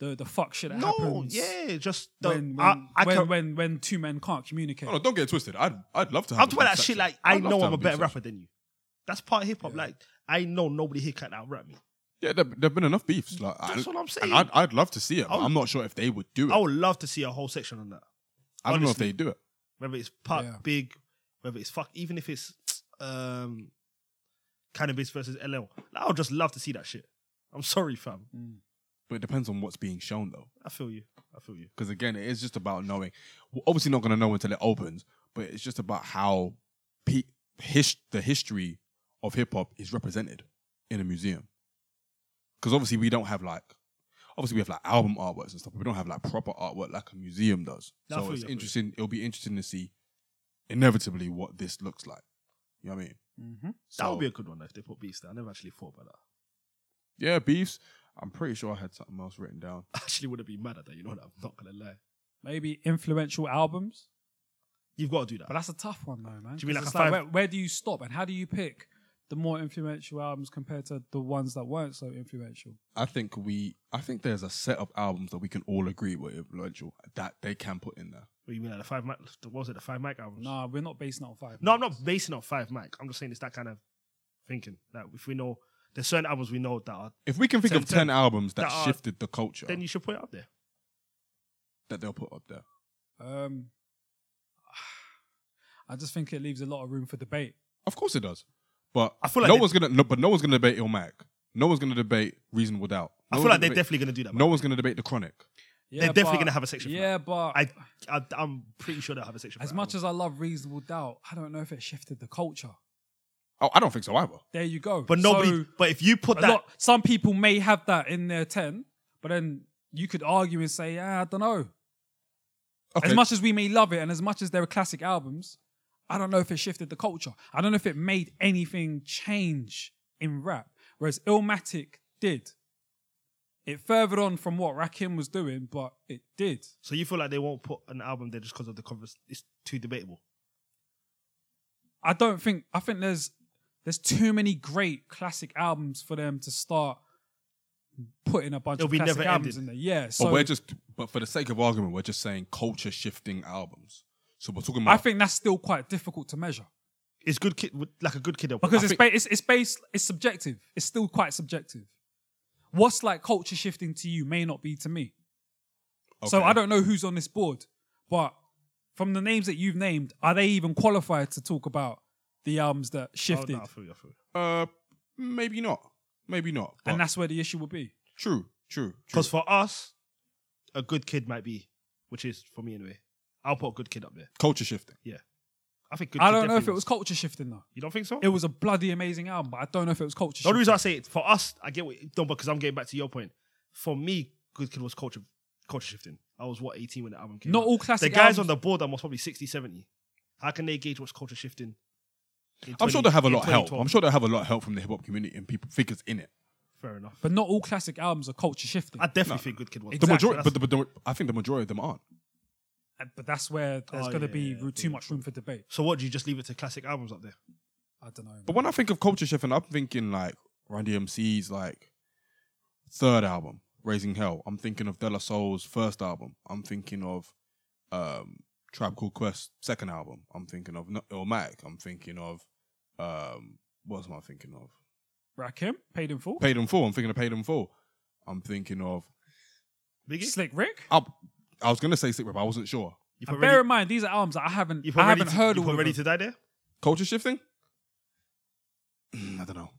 the the fuck shit that
no,
happens.
yeah, just the,
when when,
I, I
when,
can,
when when two men can't communicate.
Oh, no, don't get it twisted. I'd, I'd love to. Have
I'm
a
talking about
beef
that shit.
section.
Like
I'd
I
love
know
to
I'm
have
a better
beef
rapper
section.
than you. That's part of hip hop.
Yeah.
Like I know nobody here can outrap me.
Yeah, there, there've been enough beefs. Like,
That's
I,
what I'm saying. Oh.
and I'd, I'd love to see it. But
I'll-
I'm not sure if they would do it.
I would love to see a whole section on that.
I don't know if
honestly.
they do it.
Whether it's Puck,
Yeah.
Big, whether it's fuck, even if it's um, Cannabis versus LL. I would just love to see that shit. I'm sorry, fam.
Mm.
But it depends on what's being shown, though.
I feel you. I feel you.
because again, it is just about knowing. We're obviously not going to know until it opens, but it's just about how pe- his- the history of hip hop is represented in a museum. Because obviously, we don't have like, obviously we have like album artworks and stuff, but we don't have like proper artwork like a museum does.
I feel
so it's
you, I feel you.
interesting. It'll be interesting to see, inevitably, what this looks like. You know what I mean?
Mm-hmm.
That
So-
would be a good one though, if they put beefs there. I never actually thought about that. [laughs]
yeah, beefs. I'm pretty sure I had something else written down.
I actually would have been mad at that. You know what? I'm not gonna lie.
Maybe influential albums,
You've got to do
but
that.
that's a tough one though, man.
Do you mean
'Cause it's
like a
where,
five-
where do you stop and how do you pick the more influential albums compared to the ones that weren't so influential?
I think we, I think there's a set of albums that we can all agree were influential that they can put in there.
What you mean like the five mic? the- What was it? The five mic albums?
Nah, we're not basing it on five.
No, I'm not basing it on five mic. I'm just saying it's that kind of thinking. Like if we know there's certain albums we know that are,
If we can think
Ten-
of 10
ten
albums that,
that are-
shifted the culture
then you should put it up there.
that they'll put up there.
Um, [sighs] I just think it leaves a lot of room for debate.
Of course it does. But
I feel like
no
they-
one's gonna no, but no one's gonna debate Illmatic. No one's gonna debate Reasonable Doubt.
I
No one's
feel like they're
gonna debate-
definitely gonna do that.
No one's gonna debate the Chronic.
Yeah,
They're definitely
but-
gonna have a section for
Yeah, but
I, I, I'm pretty sure they'll have a section. for
as
that
much
album.
as I love Reasonable Doubt, I don't know if it shifted the culture.
Oh, I don't think so either.
There you go.
but nobody.
So-
but if you put
a
that,
lot- some people may have that in their 10, but then you could argue and say, yeah, I don't know.
Okay.
As much as we may love it and as much as there are classic albums, I don't know if it shifted the culture. I don't know if it made anything change in rap. Whereas Illmatic did. It furthered on from what Rakim was doing, but it did.
so you feel like they won't put an album there just because of the covers. It's too debatable.
I don't think I think there's there's too many great classic albums for them to start putting a bunch
It'll
of
be
classic
never
albums in
ending.
there. Yeah,
but
so
we're just but for the sake of argument, we're just saying culture shifting albums. So we're talking about
I think that's still quite difficult to measure.
It's good kid, like a good kid. album.
because
I
it's,
think-
ba- it's it's based it's subjective. It's still quite subjective. What's like culture shifting to you may not be to me. So
Okay.
I don't know who's on this board, but from the names that you've named, are they even qualified to talk about the albums that
Oh,
shifted?
no, I feel you, I feel you.
uh Maybe not. Maybe not. But
and that's where the issue would be.
true. True. True.
Because for us, a good kid might be, which is for me anyway. I'll put a good kid up there.
Culture shifting.
I think. Good
I
Kid
don't know if
definitely
it was culture shifting though.
You don't think so?
It was a bloody amazing album, but I don't know if it was culture
the only
shifting.
reason I say it for us, I get what no, because I'm getting back to your point. For me, Good Kid was culture culture shifting. I was what 18 when the album came.
Not
out.
all
the
classic
guys
albums-
on the board are most probably 60, 70. How can they gauge what's culture shifting? in
I'm sure
20
they have a
in
lot of help.
2012?
I'm sure they have a lot of help from the hip hop community and people figures in it.
Fair enough.
But not all classic albums are culture shifting.
I definitely think Good Kid was.
The
Exactly,
majority,
that's-
but, the, but the, I think the majority of them aren't.
Uh, but that's where there's
Oh,
going to
yeah,
be
yeah,
ru- too much room for debate.
So what do you just leave it to classic albums up there?
I don't know.
But when I think of culture shifting, I'm thinking like Run DMC's like third album, Raising Hell. I'm thinking of De La Soul's first album. I'm thinking of um, Tribe Called Quest second album. I'm thinking of No- Illmatic. I'm thinking of um, what else am I thinking of?
Rakim, Paid in Full,
Paid in Full. I'm thinking of Paid in Full. I'm thinking of
Biggie,
Slick Rick.
I, I was gonna say Sick Rip. I wasn't sure.
you put
And
ready,
bear in mind, these are albums that I haven't,
you put
I
ready,
haven't
to,
heard
you
all
put
of
ready
them.
to die there.
Culture shifting. Mm, I don't know.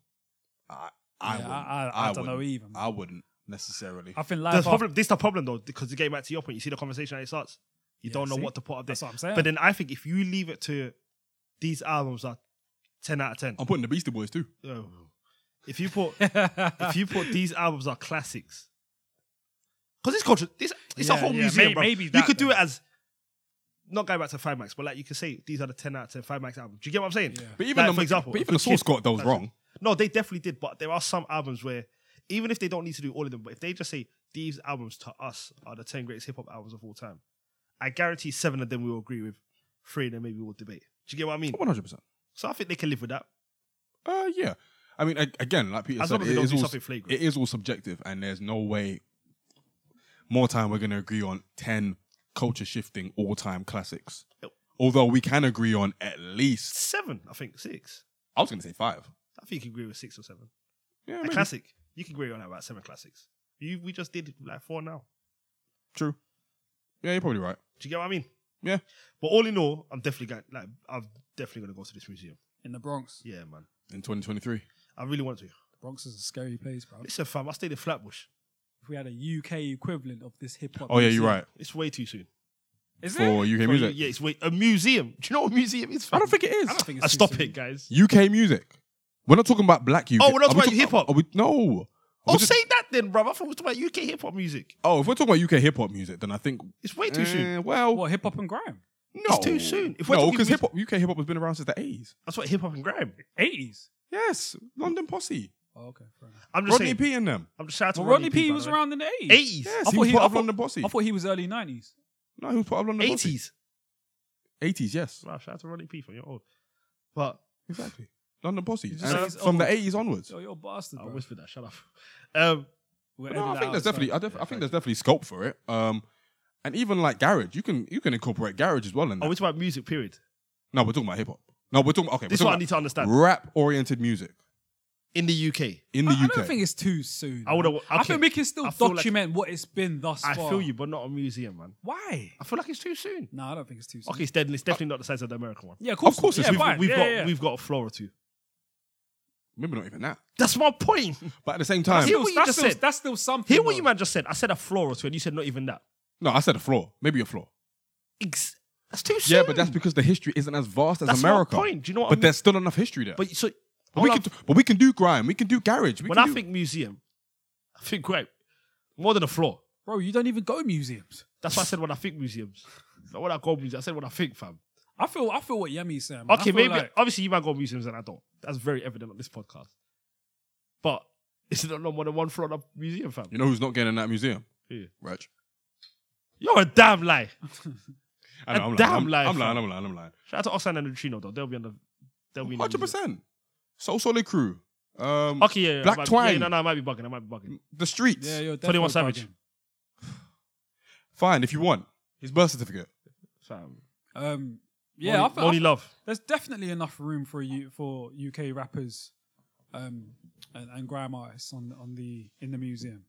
I I
Yeah,
wouldn't.
I, I, I don't know
wouldn't.
even. I,
I wouldn't necessarily.
think
The
live after,
problem, this is the problem though, because to get back to your point, you see the conversation how it starts. You
Yeah,
don't know
see?
what to put up there.
that's what I'm saying.
[laughs] But then I think if you leave it to these albums are ten out of ten.
Um,
I'm putting the Beastie Boys too.
Oh. If
[laughs]
you put if
if
you put these albums are classics, because it's culture, this it's a
Yeah,
whole
yeah,
museum,
may-
bro.
maybe
you
that
could do
then.
it as not going back to Five Max, but like you could say these are the ten out of ten Five Max albums. Do you get what I'm saying?
Yeah.
But even
Like,
the,
for example,
but even
Good
the source
Kid-
got those
that's
wrong.
No, they definitely did, but there are some albums where even if they don't need to do all of them, but if they just say these albums to us are the ten greatest hip hop albums of all time, I guarantee seven of them we will agree with, three of them maybe we'll debate. Do you get what I mean?
One hundred percent.
So I think they can live with that.
Uh, yeah. I mean, a- again, like Peter
As
said,
long as they
it
don't
is,
do
all,
something flagrant.
it is all subjective, and there's no way. More time, we're going to agree on ten culture shifting all time classics.
Nope.
Although we can agree on at least,
Seven, I think six.
I was going to say five.
I think you can agree with six or seven.
Yeah,
A
maybe.
classic. You can agree on that about seven classics. You, we just did like four now.
True. Yeah, you're probably right.
Do you get what I mean?
Yeah.
But all in all, I'm definitely going. Like, I'm definitely going to go to this museum.
in the Bronx,
Yeah, man.
In 2023,
I really want to.
Bronx is a scary place, bro.
Listen, fam. I stayed in Flatbush.
If we had a UK equivalent of this hip hop,
Oh, yeah, you're right.
It's way too soon.
Is it?
for UK
For
music,
you- Yeah, it's way a museum. Do you know what a museum is?
I don't think it is.
I don't think
I
it's too
stop
soon.
it, guys.
UK music. We're not talking about black UK.
Oh, we're not
Are we
talking about hip-hop.
Are we, no. Are
Oh,
we just-
say that then, bro. I thought we were talking about UK hip hop music.
Oh, if we're talking about UK hip hop music, then I think
It's way too soon.
Eh, Well,
What hip hop and grime?
no,
too soon. If we're
no,
talking
because
mus-
hip hop UK hip hop has been around since the eighties.
That's what hip hop and grime.
Eighties.
Yes, London Posse,
Oh, okay. Fair enough.
I'm just
Rodney
saying.
P and them.
I'm just shouting.
Well,
to
Rodney P
by
was
the way.
around in the eighties.
80s.
Yes,
I
he
thought
was
he-
part
I
of
thought-
London Posse.
I thought he was early nineties.
no, he was part of London Posse.
80s.
Eighties, yes,
Wow, shout out to Ronnie P for your old. But
exactly. London Posse
You just
And
say-
from
oh.
the eighties onwards.
Yo, you're a bastard,
I
bro.
whispered that. Shut up. uh, Um,
We'll
But no,
edit
I
that
think there's
out,
definitely, I,
sorry.
def- I think there's definitely scope for it. Um, and even like garage, you can you can incorporate garage as well in that.
oh, it's about music. Period.
no, we're talking about hip hop. No, we're talking okay.
This is
we're
what I
talking
need to
about
understand.
rap oriented music
In the UK,
in the
I, I
UK.
don't think it's too soon.
I would've-
man. I
okay.
think we can still
I feel like-
document what it's been thus
I
far.
feel you, but not a museum, man.
Why?
I feel like it's too soon.
No, I don't think it's too soon.
Okay, it's, dead, it's definitely not the size of the American one.
Yeah, of course.
course
yeah,
it's-
we've,
fine.
we've
yeah,
got
yeah.
we've got a floor or two.
Maybe not even that.
That's my point.
But at the same time,
Hear what you
that's
just
still,
said.
That's still something.
Hear what you
though.
man just said. I said a floor or two, and you said not even that.
no, I said a floor, maybe a floor.
Ex- that's too soon.
Yeah, but that's because the history isn't as vast as
That's my
America.
point. Do you know what I
but
mean?
there's still enough history there. But,
But so
we
when I-
can, but we can do grime. We can do garage. We
when
can
I
do-
think museum, I think great more than a floor.
bro. You don't even go museums.
That's why I said when I think museums. Not when I go museums. I said when I think, fam.
I feel. I feel what Yemi's saying. man. I
Okay,
feel
maybe
like-
obviously you might go museums and I don't. That's very evident on this podcast. But [laughs] is it not more than one floor of museum, fam?
you know who's not getting in that museum?
Who?
Reg.
You're a damn lie.
I know, I'm,
damn
lying. I'm-
lie,
I'm, lying.
fam.
I'm lying. I'm lying.
Shout out to Osan and Neutrino though. They'll be on the. They'll be in the
Hundred
museum.
percent. Soul Solid Crew. Um,
Okay, yeah, yeah, I
Black
might be-
Twine.
Yeah, no, no, I might be bugging. I might be bugging.
The streets.
yeah, you're
21
definitely
Savage.
bugging.
Fine if you want. His birth certificate.
Fam.
Um, yeah, I
Money,
feel, I
Money
feel-
love.
there's definitely enough room for you for UK rappers, um, and, and grime artists on on the in the museum.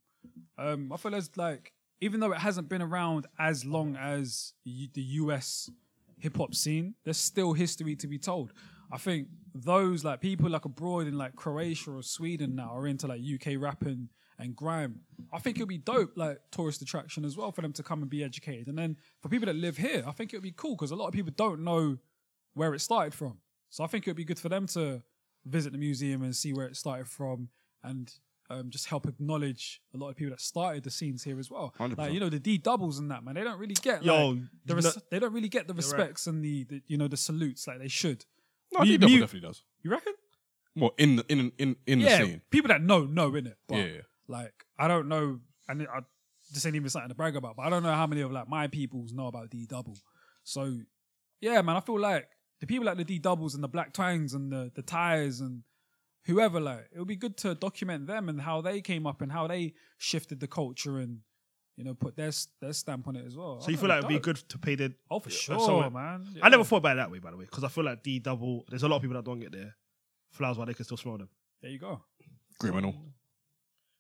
Um, I feel there's like even though it hasn't been around as long as U- the US hip hop scene, there's still history to be told. I think those like people like abroad in like Croatia or Sweden now are into like UK rapping and grime. I think it'll be dope, like tourist attraction as well for them to come and be educated. And then for people that live here, I think it'll be cool because a lot of people don't know where it started from. So I think it'll be good for them to visit the museum and see where it started from and um, just help acknowledge a lot of people that started the scenes here as well.
100%.
Like you know the D doubles and that man, they don't really get
Yo,
like, the
you
res-
know-
they don't really get the
You're right.
respects and the, the you know the salutes like they should.
No, I
Mu-
think double
mu-
definitely does.
You reckon?
Well, in the in in in the
yeah,
scene.
people that know know in it. But
Yeah, yeah.
like I don't know, and I this ain't even something to brag about. But I don't know how many of like my peoples know about D double. So yeah, man, I feel like the people like the D doubles and the black twangs and the the tires and whoever like it would be good to document them and how they came up and how they shifted the culture and you know put their s- their stamp on it as well.
So
I
you
think
feel like it'd be
dope.
good to pay the.
Oh, for
Yeah,
sure,
somewhere.
man.
I never
Yeah.
thought about it that way, by the way, because I feel like D double. There's a lot of people that don't get their flowers while they can still smell them.
There you go.
Criminal.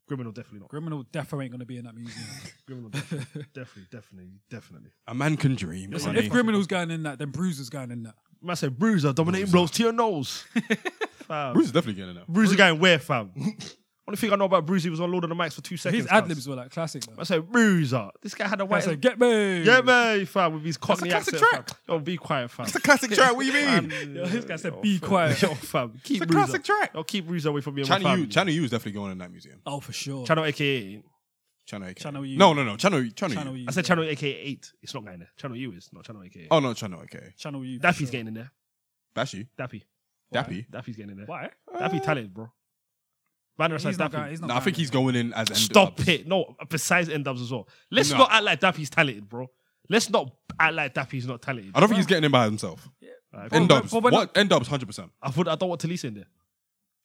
Criminal, definitely not.
Criminal defo ain't gonna be in that
[laughs]
museum.
[laughs]
Criminal, definitely, definitely, definitely, definitely.
A man can dream.
Listen,
honey.
if criminals going in that, then bruisers going in that.
Man said bruiser dominating blows to your nose. fam.
Bruce is definitely getting it.
Bruiser going
[laughs]
where, fam? Only thing I know about Bruiser was on Lord of the Mics for two seconds.
His ad libs were like classic. Though.
I said Bruiser. This guy had a
I
white.
said, get me.
yeah, man, fam, with his cockney
classic
accent.
track.
Fam. Yo, be quiet, fam.
It's a classic track. What do you mean?
Fam,
Yo, this guy said,
yo,
"Be
fam.
quiet."
Yo, fam, keep
It's a
Bruiser.
classic track.
Yo, keep Bruiser away from me and my
Channel U,
family.
Channel U is definitely going in that museum.
Oh, for sure.
Channel AKA.
Channel AK.
Channel U.
No, no, no. Channel U. Channel,
Channel
U.
U.
I said
yeah.
Channel AKA eight. It's not going there. Channel U is not Channel AKA.
Oh no, Channel AK.
Channel U. for
Daffy's
sure.
getting in there.
Bashi.
Daffy.
Why?
Dappy.
Daffy's getting in there.
Why? Uh,
Daffy talented, bro. Banner says
He's not,
Daffy.
going, he's not
No, I
going
think he's
there.
going in as. end
Stop
dubs.
it. No, besides end dubs as well. Let's
No.
not act like Daffy's talented, bro. Let's not act like Daffy's not talented.
I don't think he's getting in by himself.
Alright,
End
but-
dubs.
but we're
What? End dubs. Hundred percent.
I thought I don't want Talisa in there.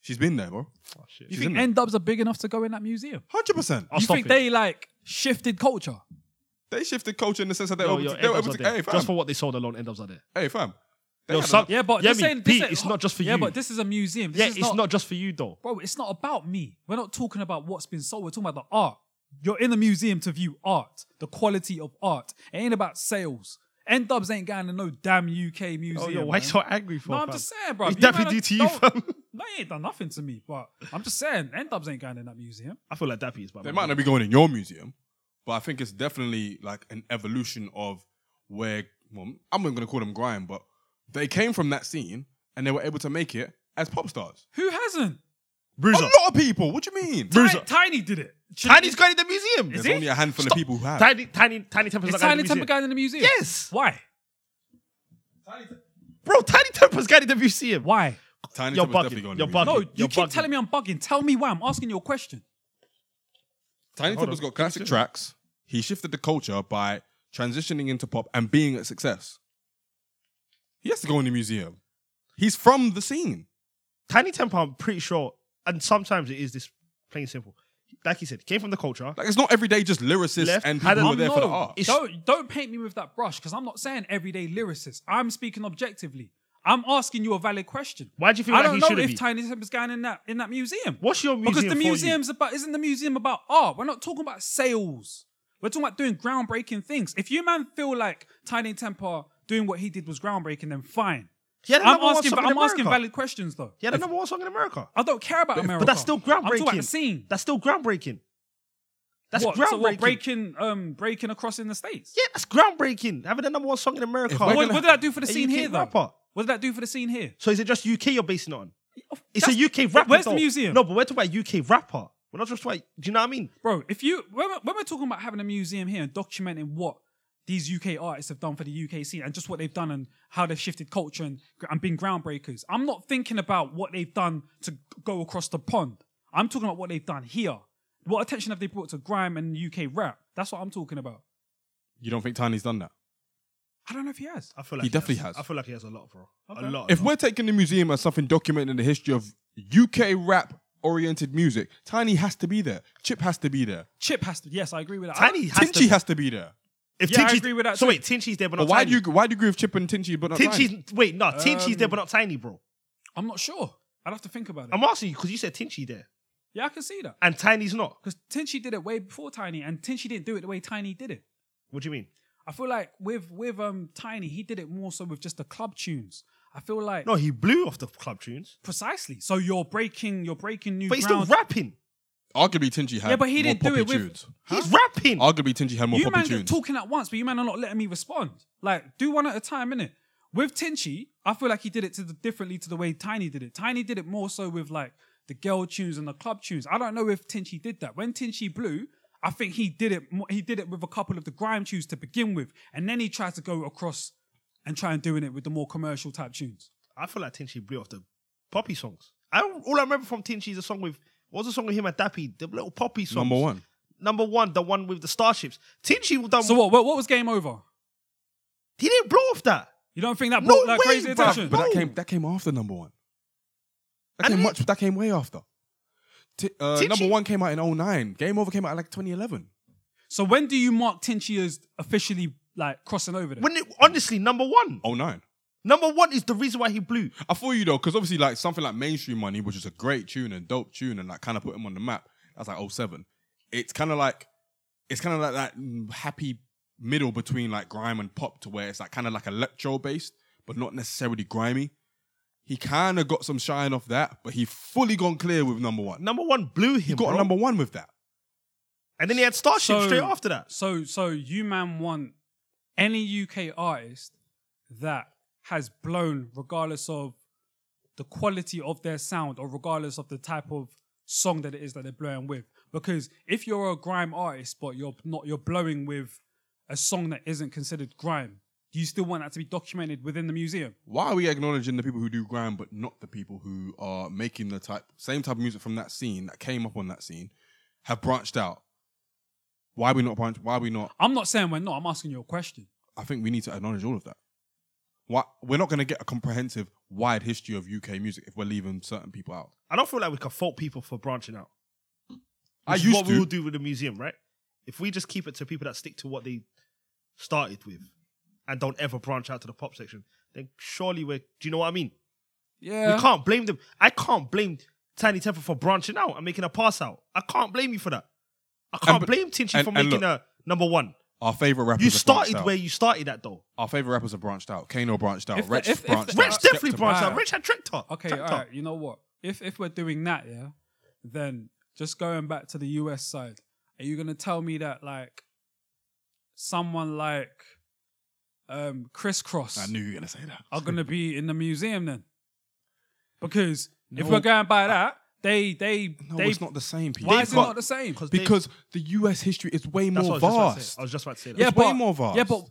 She's been there, bro.
Oh, shit.
You
She's in
think
there.
N dubs are big enough to go in that museum?
Hundred percent.
I'll
you
stop
think
it.
they like shifted culture?
They shifted culture in the sense that they
Yo,
were
Oh, yo,
able to.
end
They were
dubs
able
are
to
there.
hey,
Just for
fam.
what they sold alone, end dubs are there.
Hey, fam. They
Yo,
had
some-
enough-
Yeah, but
yeah,
this
me,
ain't, this
Pete,
ain't-
it's not just for
yeah,
you.
but this is a museum. This
yeah,
is
it's not, just for you though.
bro. It's not about me. We're not talking about what's been sold. We're talking about the art. You're in the museum to view art, the quality of art. It ain't about sales. N dubs ain't going to no damn UK museum.
Oh, yo, why
man.
you so angry for?
No, I'm
fam?
just saying, bro.
It's
You man
Daffy
are-
D to you,
don't-
fam.
[laughs] No, he ain't done nothing to me, but I'm just saying, N Dubs ain't going in that museum.
I feel like Daffy is. by
They
the
might
way.
not be going in your museum, but I think it's definitely like an evolution of where well, I'm not going to call them grime, but they came from that scene and they were able to make it as pop stars.
Who hasn't?
A
Bruiser.
lot of people. What do you mean?
Ti-
There's
Tiny, did it. Should-
Tiny's going in the museum.
Is he?
only a handful
Stop.
of people who have.
Tiny, tiny, tiny Temper's
Is
not going
Tiny
in the
Temper
museum.
going in the museum?
Yes,
Why?
bro. Tiny Temper's going in the museum.
Why?
Tiny
You're
Tim was
bugging.
definitely going
You're
in the
bugging.
museum.
No, you
You're
keep
bugging.
telling me I'm bugging. Tell me why. I'm asking you a question.
Tiny Tim has got classic tracks. He shifted the culture by transitioning into pop and being a success. He has to go in the museum. He's from the scene.
Tiny Temper, I'm pretty sure, and sometimes it is this plain simple. Like he said, came from the culture.
Like it's not every day just lyricists
Left.
and
I
people who are
don't
there for the
No,
art.
It's-
Don't, don't paint me with that brush because I'm not saying everyday lyricist. I'm speaking objectively. I'm asking you a valid question.
Why do you feel
I
like
don't
he
know
shouldn't
if
be?
Tiny Temper's going in that in that museum?
What's your museum
because the
for you?
museum's about isn't the museum about art? We're not talking about sales. We're talking about doing groundbreaking things. If you man feel like Tiny Temper doing what he did was groundbreaking, then fine.
He had a
I'm
number one
asking,
song
but
in
I'm asking
America.
valid questions though.
He had a number one song in America.
I don't care about America,
But that's still groundbreaking.
I'm talking about the scene.
That's still groundbreaking. That's
what,
groundbreaking.
So what, breaking, um, breaking across in the states.
Yeah, that's groundbreaking. Having the number one song in America.
we're
What,
gonna-
what did that do for the
A
scene
UK
here though?
rapper.
What did that do for the scene here?
So is it just UK you're basing it on? It's
That's-
a UK rapper.
Where's
though.
the museum?
No, but we're talking about UK rapper. We're not just talking. Do you know what I mean?
bro. If you when we're, when we're talking about having a museum here and documenting what these UK artists have done for the UK scene and just what they've done and how they've shifted culture and, and been groundbreakers, I'm not thinking about what they've done to go across the pond. I'm talking about what they've done here. What attention have they brought to grime and UK rap? That's what I'm talking about.
You don't think Tiny's done that?
I don't know if he has. Uh,
I feel
He definitely has.
I feel like he has a lot, bro.
Okay.
A lot.
If
bro.
we're taking the museum as something documenting the history of UK rap oriented music, Tiny has to be there. Chip has to be there.
Chip has to. Yes, I agree with that.
Tiny has
Tinchy
to.
has to be there.
If
Yeah, I
Tinchy's-
agree with that
So
too.
wait, Tinchy's there, but not
But why
tiny.
do you why do you agree with Chip and Tinchy but not
Tinchy's
Tiny?
wait, no, Tinchy's there, but not tiny, bro.
I'm not sure. I'd have to think about it.
I'm asking you because you said Tinchy there
yeah, I can see that.
and Tiny's not.
Because Tinchy did it way before Tiny, and Tinchy didn't do it the way Tiny did it.
What do you mean?
I feel like with with um Tiny, he did it more so with just the club tunes. I feel like
No, he blew off the club tunes,
precisely. So you're breaking, you're breaking new
but he's
ground.
still rapping.
Arguably, Tingy had
Yeah, but he
more
didn't do
poppy
it with-
tunes.
He's rapping.
Arguably, Tingy had more
you man
poppy
just
tunes.
talking at once, but you man are not letting me respond. Like, do one at a time, innit? With Tinchy, I feel like he did it to the, differently to the way Tiny did it. Tiny did it more so with like the girl tunes and the club tunes. I don't know if Tinchy did that. When Tinchy blew, I think he did it. mo- He did it with a couple of the grime tunes to begin with, and then he tried to go across and try and doing it with the more commercial type tunes.
I feel like Tinchy blew off the poppy songs. I don't, all I remember from Tinchy is a song with what was the song with him and Dappy? The little poppy song.
Number one.
Number one, the one with the starships. Tinchy done.
So what? What, what was game over?
He didn't blow off that.
You don't think that
No
brought like
way,
crazy
bruv.
attention?
But that
No.
came that came after number one. That
And
came
it-
much. That came way after. T- uh,
Did
number
she-
one came out in 09. Game Over came out in like 2011.
So when do you mark Tinchy as officially like crossing over? Then?
When it, honestly, number one.
09.
Number one is the reason why he blew.
I feel you though, because obviously like something like Mainstream Money, which is a great tune and dope tune, and like kind of put him on the map. That's like 07. It's kind of like it's kind of like that mm, happy middle between like grime and pop, to where it's like kind of like electro based, but not necessarily grimy. He kind of got some shine off that, but he fully gone clear with number one.
Number one blew him.
He got
bro.
a number one with that.
and then he had starships
So-
straight after that.
So so you man want any UK artist that has blown regardless of the quality of their sound or regardless of the type of song that it is that they're blowing with. Because if you're a grime artist but you're not you're blowing with a song that isn't considered grime, do you still want that to be documented within the museum?
why are we acknowledging the people who do grime but not the people who are making the type same type of music from that scene that came up on that scene have branched out why are we not branch why are we not
I'm not saying we're not, I'm asking you a question.
i think we need to acknowledge all of that why we're not going to get a comprehensive wide history of uk music if we're leaving certain people out
I don't feel like we can fault people for branching out.
i
Which is
used
what
to
we will do with the museum, right? If we just keep it to people that stick to what they started with and don't ever branch out to the pop section, then surely we're. Do you know what I mean?
Yeah.
We can't blame them. I can't blame Tiny Temper for branching out and making a pass out. I can't blame you for that. I can't
but-
blame Tinchy
and-
for
and
making a number one.
our favorite rappers
You
have
started
branched out.
where you started at though.
our favorite rappers have branched out kano branched out
If the-
Rex
if- if
branched
the-
out
Rich definitely
Skepta
branched
Wow.
out. Rich had Trector.
Okay,
Trector.
all right. You know what? If if we're doing that, yeah, then just going back to the US side, are you gonna tell me that like someone like um
i
crisscross
knew you were going to say that
are gonna be in the museum then? Because if
No.
we're going by that, they they
no
they
it's not the same people
why is it
got-
not the same?
Because they-
because the us history is way
that's
more
what I was just about to say.
vast
I was just about to say that.
Yeah, it's way more vast.
Yeah, but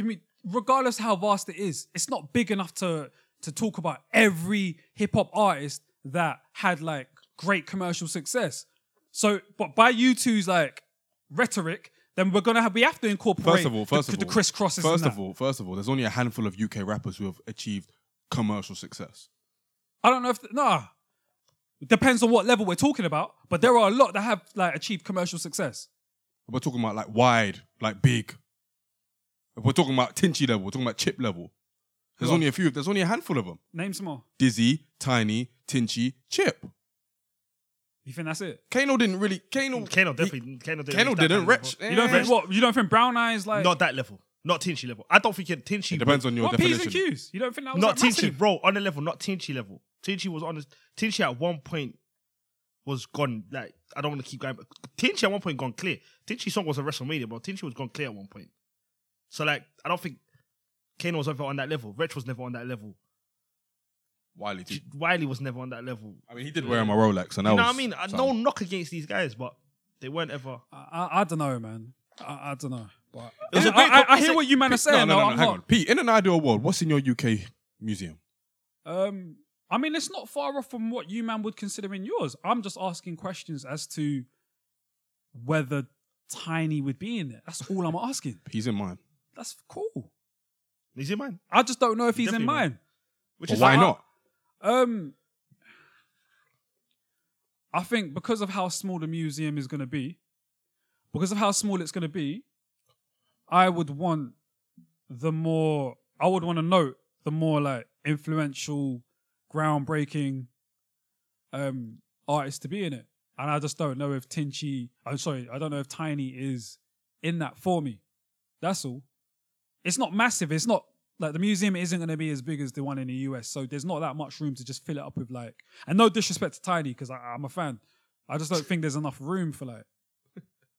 I mean, regardless how vast it is, it's not big enough to to talk about every hip hop artist that had like great commercial success. So, but by you two's like rhetoric, then we're gonna have we have to incorporate
First of all, first
the,
of
the
all,
crisscrosses. and
First
that.
of all, first of all, there's only a handful of UK rappers who have achieved commercial success.
I don't know if nah. Depends on what level we're talking about, but there are a lot that have like achieved commercial success.
We're talking about like wide, like big. We're talking about Tinchy level. We're talking about Chip level. There's only a few. There's only a handful of them.
Name some more.
Dizzy, Tiny, Tinchy, Chip.
You think that's it?
Kano didn't really. Kano.
Mm, Kano definitely. Kano
He,
didn't.
Kano
reach that
didn't.
kind of
Rich.
level.
You don't
eh,
think what? You don't think Brown Eyes like
Not that level. Not Tinchy level. I don't think it Tinchy.
It depends on your
what P's and
definition.
Q's? You don't think that was
Not
like, massive?
Tinchy, bro. On the level, not Tinchy level. Tinchy was on. the- Tinchy at one point was gone. Like I don't want to keep going. But Tinchy at one point gone clear. Tinchy's song was a WrestleMania, but Tinchy was gone clear at one point. So like, I don't think Kano was ever on that level. Rich was never on that level.
Wiley too.
Wiley was never on that level.
I mean, he did wear him a Rolex, and that
You
was
know what I mean? I, no
something.
knock against these guys, but they weren't ever.
I, I, I don't know, man. I, I don't know. But
It was
I,
a great
I, I
co-
hear what you man are
No, no,
saying.
no,
though.
no,
I'm
hang
not-
on, Pete. In an ideal world, what's in your UK museum?
Um, I mean, it's not far off from what you man would consider in yours. I'm just asking questions as to whether Tiny would be in it. That's all I'm asking.
He's in mine.
That's cool.
Is it mine?
I just don't know if he's in
Definitely,
mine.
Which
But
is
why
like-
not?
Um, I think because of how small the museum is going to be, because of how small it's going to be, I would want the more. I would want to note the more like influential, groundbreaking, um, artists to be in it. And I just don't know if Tinchy. I'm sorry, I don't know if Tiny is in that for me. That's all. It's not massive. It's not like the museum isn't going to be as big as the one in the US, so there's not that much room to just fill it up with like. And no disrespect to Tiny, because I'm a fan. I just don't think there's enough room for like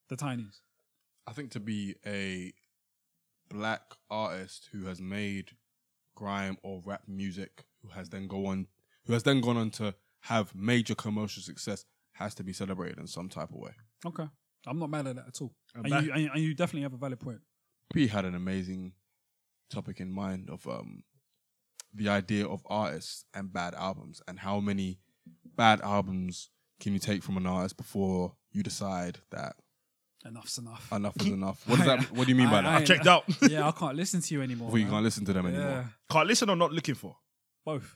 the tinies.
I think to be a black artist who has made grime or rap music, who has then go on, who has then gone on to have major commercial success, has to be celebrated in some type of way.
Okay, I'm not mad at that at all. And,
back-
you, and, and you definitely have a valid point.
P had an amazing topic in mind of um, the idea of artists and bad albums and how many bad albums can you take from an artist before you decide that
Enough's enough.
enough is enough. What does that? What do you mean by that?
I- I-
Checked out.
yeah, I can't listen to you anymore.
Before you
man.
can't listen to them anymore.
yeah,
Can't listen or not looking for.
both.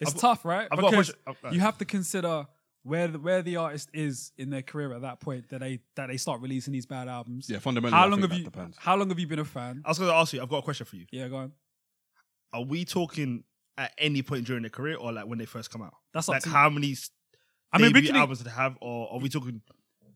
It's
I've-
tough, right?
I've got a
Because
question- Oh, I've-
you have to consider where the, where the artist is in their career at that point that they that they start releasing these bad albums.
Yeah, fundamentally.
How
I
long
think
have you
that Depends.
How long have you been a fan?
I was going to ask you. I've got a question for you.
Yeah, go on.
Are we talking at any point during their career or like when they first come out?
That's up
like
to-
how many s-
I mean, we
debut
can
albums did they have, or are we talking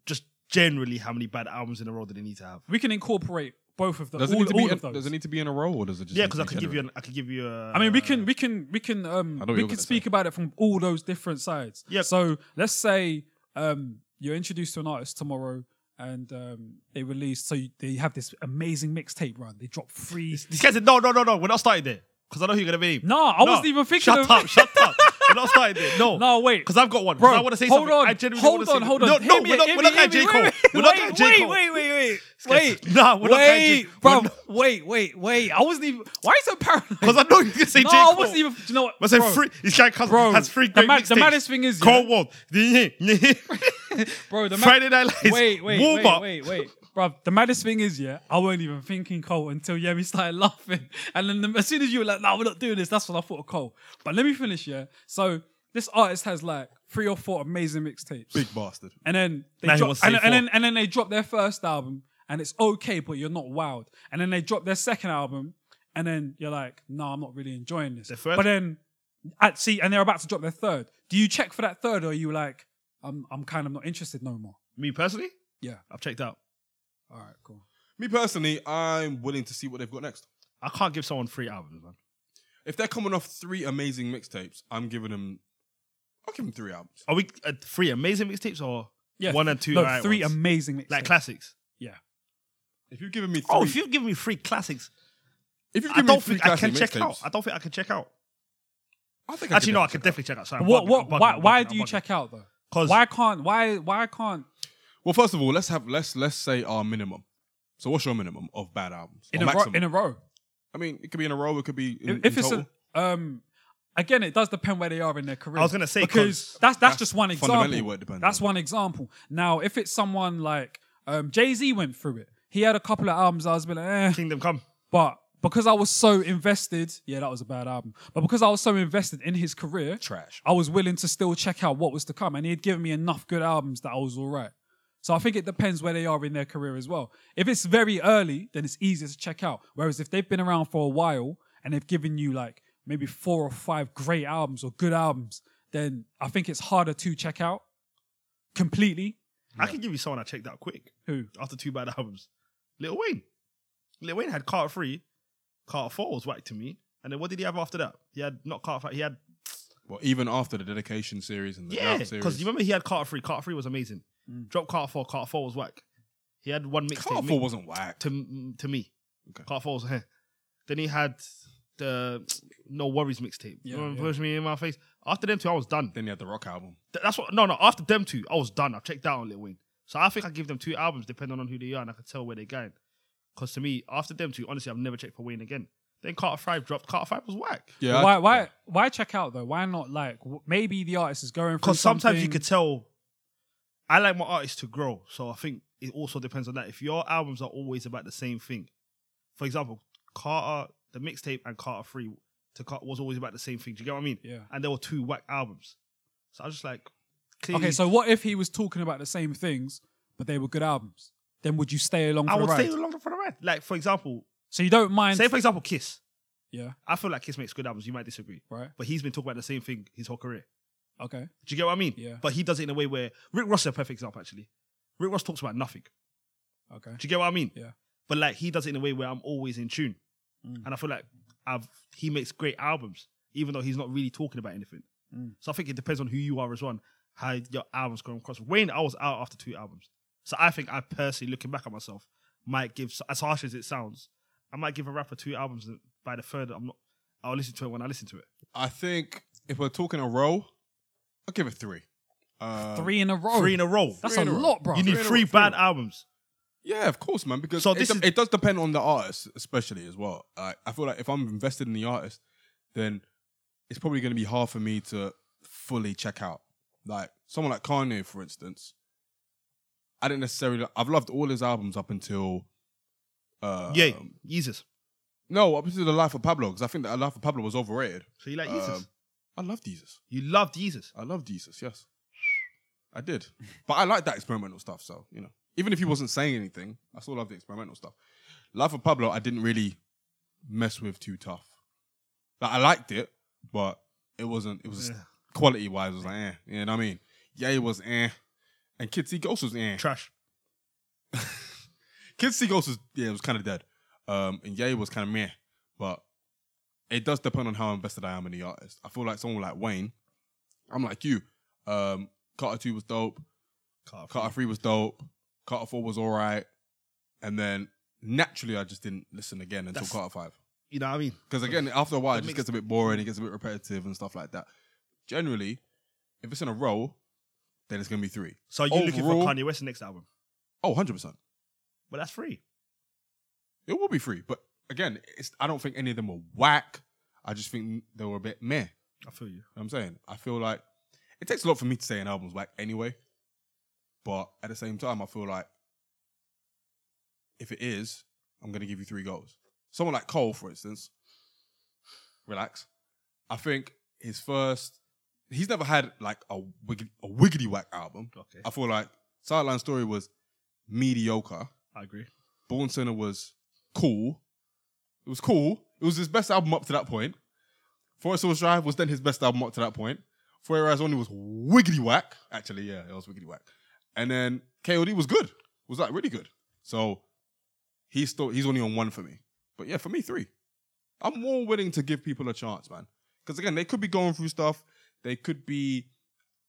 just generally how many bad albums in a row do they need to have?
we can incorporate both of those.
Does it,
All,
need to
all
be in,
of those.
does it need to be in a row or does it just?
Yeah,
need to
because I
be
could give you
general?
an, I could give you. A,
I mean, we can we can we can um
I know what
we
you're
can
gonna
speak
say.
about it from all those different sides.
Yep.
So let's say um you're introduced to an artist tomorrow. And um, they release, so you, they have this amazing mixtape run. They drop three.
This guy said, no, no, no, no. We're not starting there because I know who you're gonna be.
No, I wasn't even thinking
Shut
of- [laughs]
up, shut up. We're not starting there. No,
No, wait.
Because I've got one. 'cause
Bro,
I want to say
hold
something.
on,
I genuinely
hold
wanna
on,
say-
hold on.
No, no,
Hear me,
we're not,
hear
we're
me,
not at
hear
J
me,
Cole.
wait,
We're not
wait,
at J Cole.
Wait, wait, wait,
Wait,
wait.
nah, we're not at J.
wait,
Cole.
bro. Wait, wait, wait. I wasn't even. Why are you so paranoid?
Because I know you're gonna say
no,
J Cole.
I wasn't even. You know what?
I said
bro,
free. This guy has,
Bro,
has three
the
great
ma- the
mixtapes.
maddest thing is, yeah.
Cold War. [laughs] bro,
Bro, the ma-
Friday Night Lights.
Wait, wait,
Warm
wait,
Up.
wait, wait, bro. The maddest thing is, yeah, I wasn't even thinking Cole until Yemi started laughing, [laughs] and then the, as soon as you were like, "No, we're not doing this," that's when I thought of Cole. But let me finish, yeah. So this artist has like three or four amazing mixtapes.
big bastard?
and then they
Now he
drop,
wants to
and,
say
and
four.
then and then they drop their first album and it's okay, but you're not wild. And then they drop their second album, and then you're like, no, I'm not really enjoying this.
Their third?
But then, at see, and they're about to drop their third. Do you check for that third, or are you like, I'm I'm kind of not interested no more?
Me personally,
Yeah.
I've checked out.
All right, cool.
Me personally, I'm willing to see what they've got next.
I can't give someone three albums, man.
If they're coming off three amazing mixtapes, I'm giving them. I'll give them three albums.
Are we uh, three amazing mixtapes or
Yeah,
one and two?
No,
alright
three
ones?
amazing mixtapes.
like classics.
Yeah.
If you've given me three,
Oh, if you've given me three classics,
if you've
I
given me
don't
three
think I can
classic
check
mixtapes,
out. I don't think I can check out.
I think I
Actually,
could
no, I
definitely
can
check out.
definitely check out. Sorry, I'm
What
bugging,
what
I'm bugging,
why
I'm
why
bugging,
do you
I'm bugging.
check out though?
'Cause-
Why can't why why can't
Well, first of all, let's have let's let's say our minimum. So, what's your minimum of bad albums?
in
Or
a row,
maximum?
in a row?
I mean, it could be in a row. It could be in,
if, if
in
it's
total.
a, um again it does depend where they are in their career
I was gonna say, 'cause
because that's, that's
that's
just one example
fundamentally what it depends
that's
on.
one example now if it's someone like um jay-z went through it he had a couple of albums i was a bit like eh.
Kingdom Come.
but because i was so invested yeah that was a bad album but because i was so invested in his career
trash.
i was willing to still check out what was to come and he had given me enough good albums that i was all right so I think it depends where they are in their career as well. If it's very early, then it's easier to check out. Whereas if they've been around for a while and they've given you like maybe four or five great albums or good albums, then I think it's harder to check out completely.
I can give you someone I checked out quick
Who?
after two bad [laughs] albums. Lil Wayne. Lil Wayne had Carter Three, Carter Four was whack to me, and then what did he have after that? He had not Carter Five. He had
Well, even after the dedication series and the
yeah,
Doubt series,
because you remember he had Carter Three. Carter Three was amazing.
Mm.
Drop Carter Four. Carter Four was whack. He had one mixtape.
Carter
mi-
Four wasn't whack.
to to me.
Okay.
Carter Four was [laughs] heh. Then he had the No Worries mixtape.
Yeah,
you know,
yeah.
push me in my face. After them two, I was done.
Then he had the rock album.
Th- That's what. No, no. After them two, I was done. I checked out on Lil Wayne. So I think I give them two albums depending on who they are, and I can tell where they're going. Because to me, after them two, honestly, I've never checked for Wayne again. Then Carter Five dropped. Carter Five was whack.
Yeah, I-
why? Why? Why check out though? Why not? Like w- maybe the artist is going through
Because sometimes you
something.
could tell. I like my artists to grow, so I think it also depends on that. If your albums are always about the same thing, for example, Carter the mixtape and Carter Three to Carter was always about the same thing. Do you get what I mean?
Yeah.
And there were two whack albums, so I was just like, clearly,
Okay, so what if he was talking about the same things, but they were good albums? Then would you stay along for
I
the
would
ride?
stay along for the ride. Like for example,
so you don't mind?
Say for example, Kiss.
yeah.
I feel like Kiss makes good albums. You might disagree,
Right.
but he's been talking about the same thing his whole career.
Okay.
Do you get what I mean?
Yeah.
But he does it in a way where Rick Ross is a perfect example. Actually, Rick Ross talks about nothing.
Okay.
Do you get what I mean?
Yeah.
But like he does it in a way where I'm always in tune.
Mm.
And I feel like I've he makes great albums, even though he's not really talking about anything.
Mm.
So I think it depends on who you are as well, and how your albums come across. Wayne, I was out after two albums, so I think I personally, looking back at myself, might give as harsh as it sounds, I might give a rapper two albums and by the third. I'm not. I'll listen to it when I listen to it.
I think if we're talking a row, I'll give it three. Uh,
three in a row.
Three in a row.
That's
three
a
in a row.
lot, bro.
you need
three in a
three
row, three
bad
in a
albums.
Yeah, of course, man. Because
So
it,
this
do-
is-
it does depend on the artist, especially as well. I, I feel like if I'm invested in the artist, then it's probably going to be hard for me to fully check out. Like someone like Kanye, for instance, I didn't necessarily. I've loved all his albums up until. Uh,
Yeah, Yeezus.
No, up until the Life of Pablo, because I think that Life of Pablo was overrated.
So you like Yeezus?
Um, I loved Jesus.
you loved Yeezus.
I loved Jesus. Yes, I did. But I like that experimental stuff. So you know, even if he wasn't saying anything, I still love the experimental stuff. Life of Pablo, I didn't really mess with too tough. Like I liked it, but it wasn't. It was
Yeah.
quality wise. It was like, eh, you know what I mean? Yeah, it was eh, and Kid See Ghost was eh.
Trash.
Kid See Ghost was yeah, it was kind of dead. Um, and Ye was kind of meh, but it does depend on how invested I am in the artist. I feel like someone like Wayne, I'm like you. Um, Carter Two was dope.
Carter.
Carter Three was dope. Carter Four was all right, and then naturally I just didn't listen again until
That's-
Carter Five.
You know what I mean?
Because again, after a while, it
That
just
makes-
gets a bit boring. It gets a bit repetitive and stuff like that. Generally, if it's in a row, then it's gonna be three.
So you're looking for
Overall-
Kanye West's next album.
Oh, 100 percent.
But that's free.
It will be free, but again, it's, I don't think any of them were whack. I just think they were a bit meh. You know
I feel you.
what I'm saying I feel like it takes a lot for me to say an album's whack anyway, but at the same time, I feel like if it is, I'm gonna give you three goals. Someone like Cole, for instance, relax. I think his first, he's never had like a wiggly, a wiggly whack album.
Okay.
I feel like Sideline Story was mediocre.
I agree.
Born Sinner was cool. It was cool. It was his best album up to that point. Forest Hills Drive was then his best album up to that point. For Your Eyes Only was wiggly whack. Actually, yeah, it was wiggly whack. And then KOD was good. Was like really good. So he's still he's only on one for me. But yeah, for me, three. I'm more willing to give people a chance, man. Because again, they could be going through stuff. They could be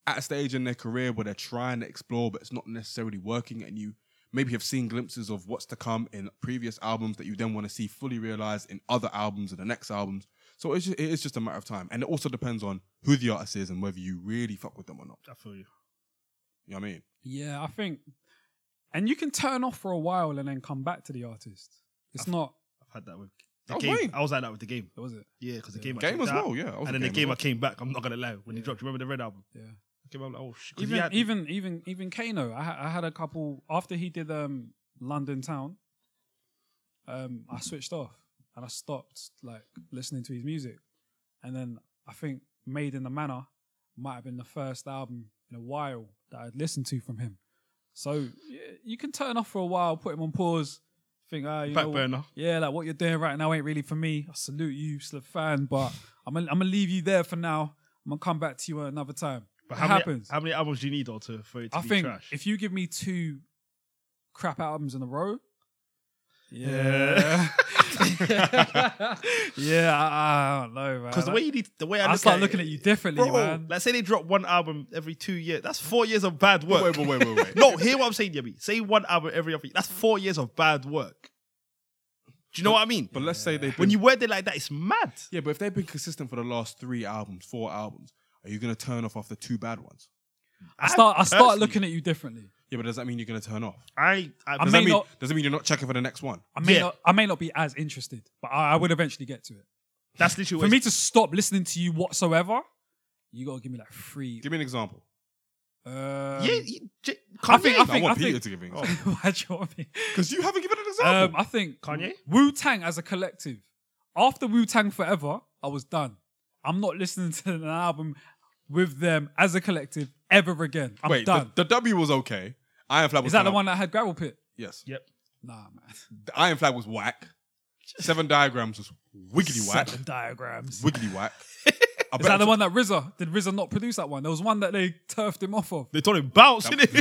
at a stage in their career where they're trying to explore, but it's not necessarily working. And you maybe have seen glimpses of what's to come in previous albums that you then want to see fully realized in other albums and the next albums. So it's just, it is just a matter of time. And it also depends on who the artist is and whether you really fuck with them or not.
I feel you.
You know what I mean?
Yeah, I think, and you can turn off for a while and then come back to the artist. It's not.
I've had that with the
That was
game.
Wayne.
I was like that with the game.
Was it?
Yeah, because the
Yeah.
game. I
Game
checked
as
out,
well, yeah. I was
And
a
then the game
as
I came back. I'm not gonna lie. When he
Yeah.
dropped, remember the red album?
Yeah.
I came out like, oh shit. 'Cause he
Even
had-
even even even Kano. I, ha- I had a couple after he did um London Town. Um, I switched off and I stopped like listening to his music, and then I think Made in the Manor might have been the first album in a while that I'd listened to from him. So yeah, you can turn off for a while, put him on pause, think, ah, you
back
know, what?
burner.
yeah, like what you're doing right now ain't really for me. I salute you, Slip fan, but [laughs] I'm gonna, I'm gonna leave you there for now. I'm gonna come back to you another time.
But
It
how many,
happens.
How many albums do you need though to for it to
I
be
think
trash?
if you give me two crap albums in a row, yeah,
Yeah.
yeah, [laughs] I, I don't know, man.
Because the way you need, the way I,
I
look
start
at
looking
it,
at you differently,
bro,
man.
Let's say they drop one album every two years. That's four years of bad work.
[laughs] Wait,
[laughs]
wait, wait, wait, wait.
no, hear what I'm saying, Yabby. Say one album every other year. That's four years of bad work. Do you know what I mean?
But let's say they've been,
when you word it like that, it's mad.
yeah, but if they've been consistent for the last three albums, four albums, are you gonna turn off after two bad ones?
I start, I start
personally-
looking at you differently.
Yeah, but does that mean you're gonna turn off?
I, I,
I
Does
may
that mean
not-
does it mean you're not checking for the next one?
I may,
Yeah.
not, I may not be as interested, but I, I would eventually get to it.
that's literally
For
what
me
it's-
to stop listening to you whatsoever, you gotta give me like three.
Give me an example.
um,
yeah, you- j-
I think-
Kanye?
I
I want
think-
Peter to give me an example.
[laughs] Why do you want me?
Because you haven't given an example.
Um, I think
Kanye?
Wu Tang as a collective. After Wu Tang Forever, I was done. I'm not listening to an album with them as a collective ever again. I'm
Wait, the,
done.
the W was okay. Iron Flag was
Is that the
kinda-
one that had gravel pit?
Yes.
Yep.
Nah, man.
The Iron Flag was whack. Seven Diagrams was
[laughs]
wiggly whack.
Seven diagrams.
Wiggly
[laughs]
whack. I
Is that the one that RZA did? RZA not produce that one? There was one that they turfed him off of.
They [laughs] told him bounce, innit?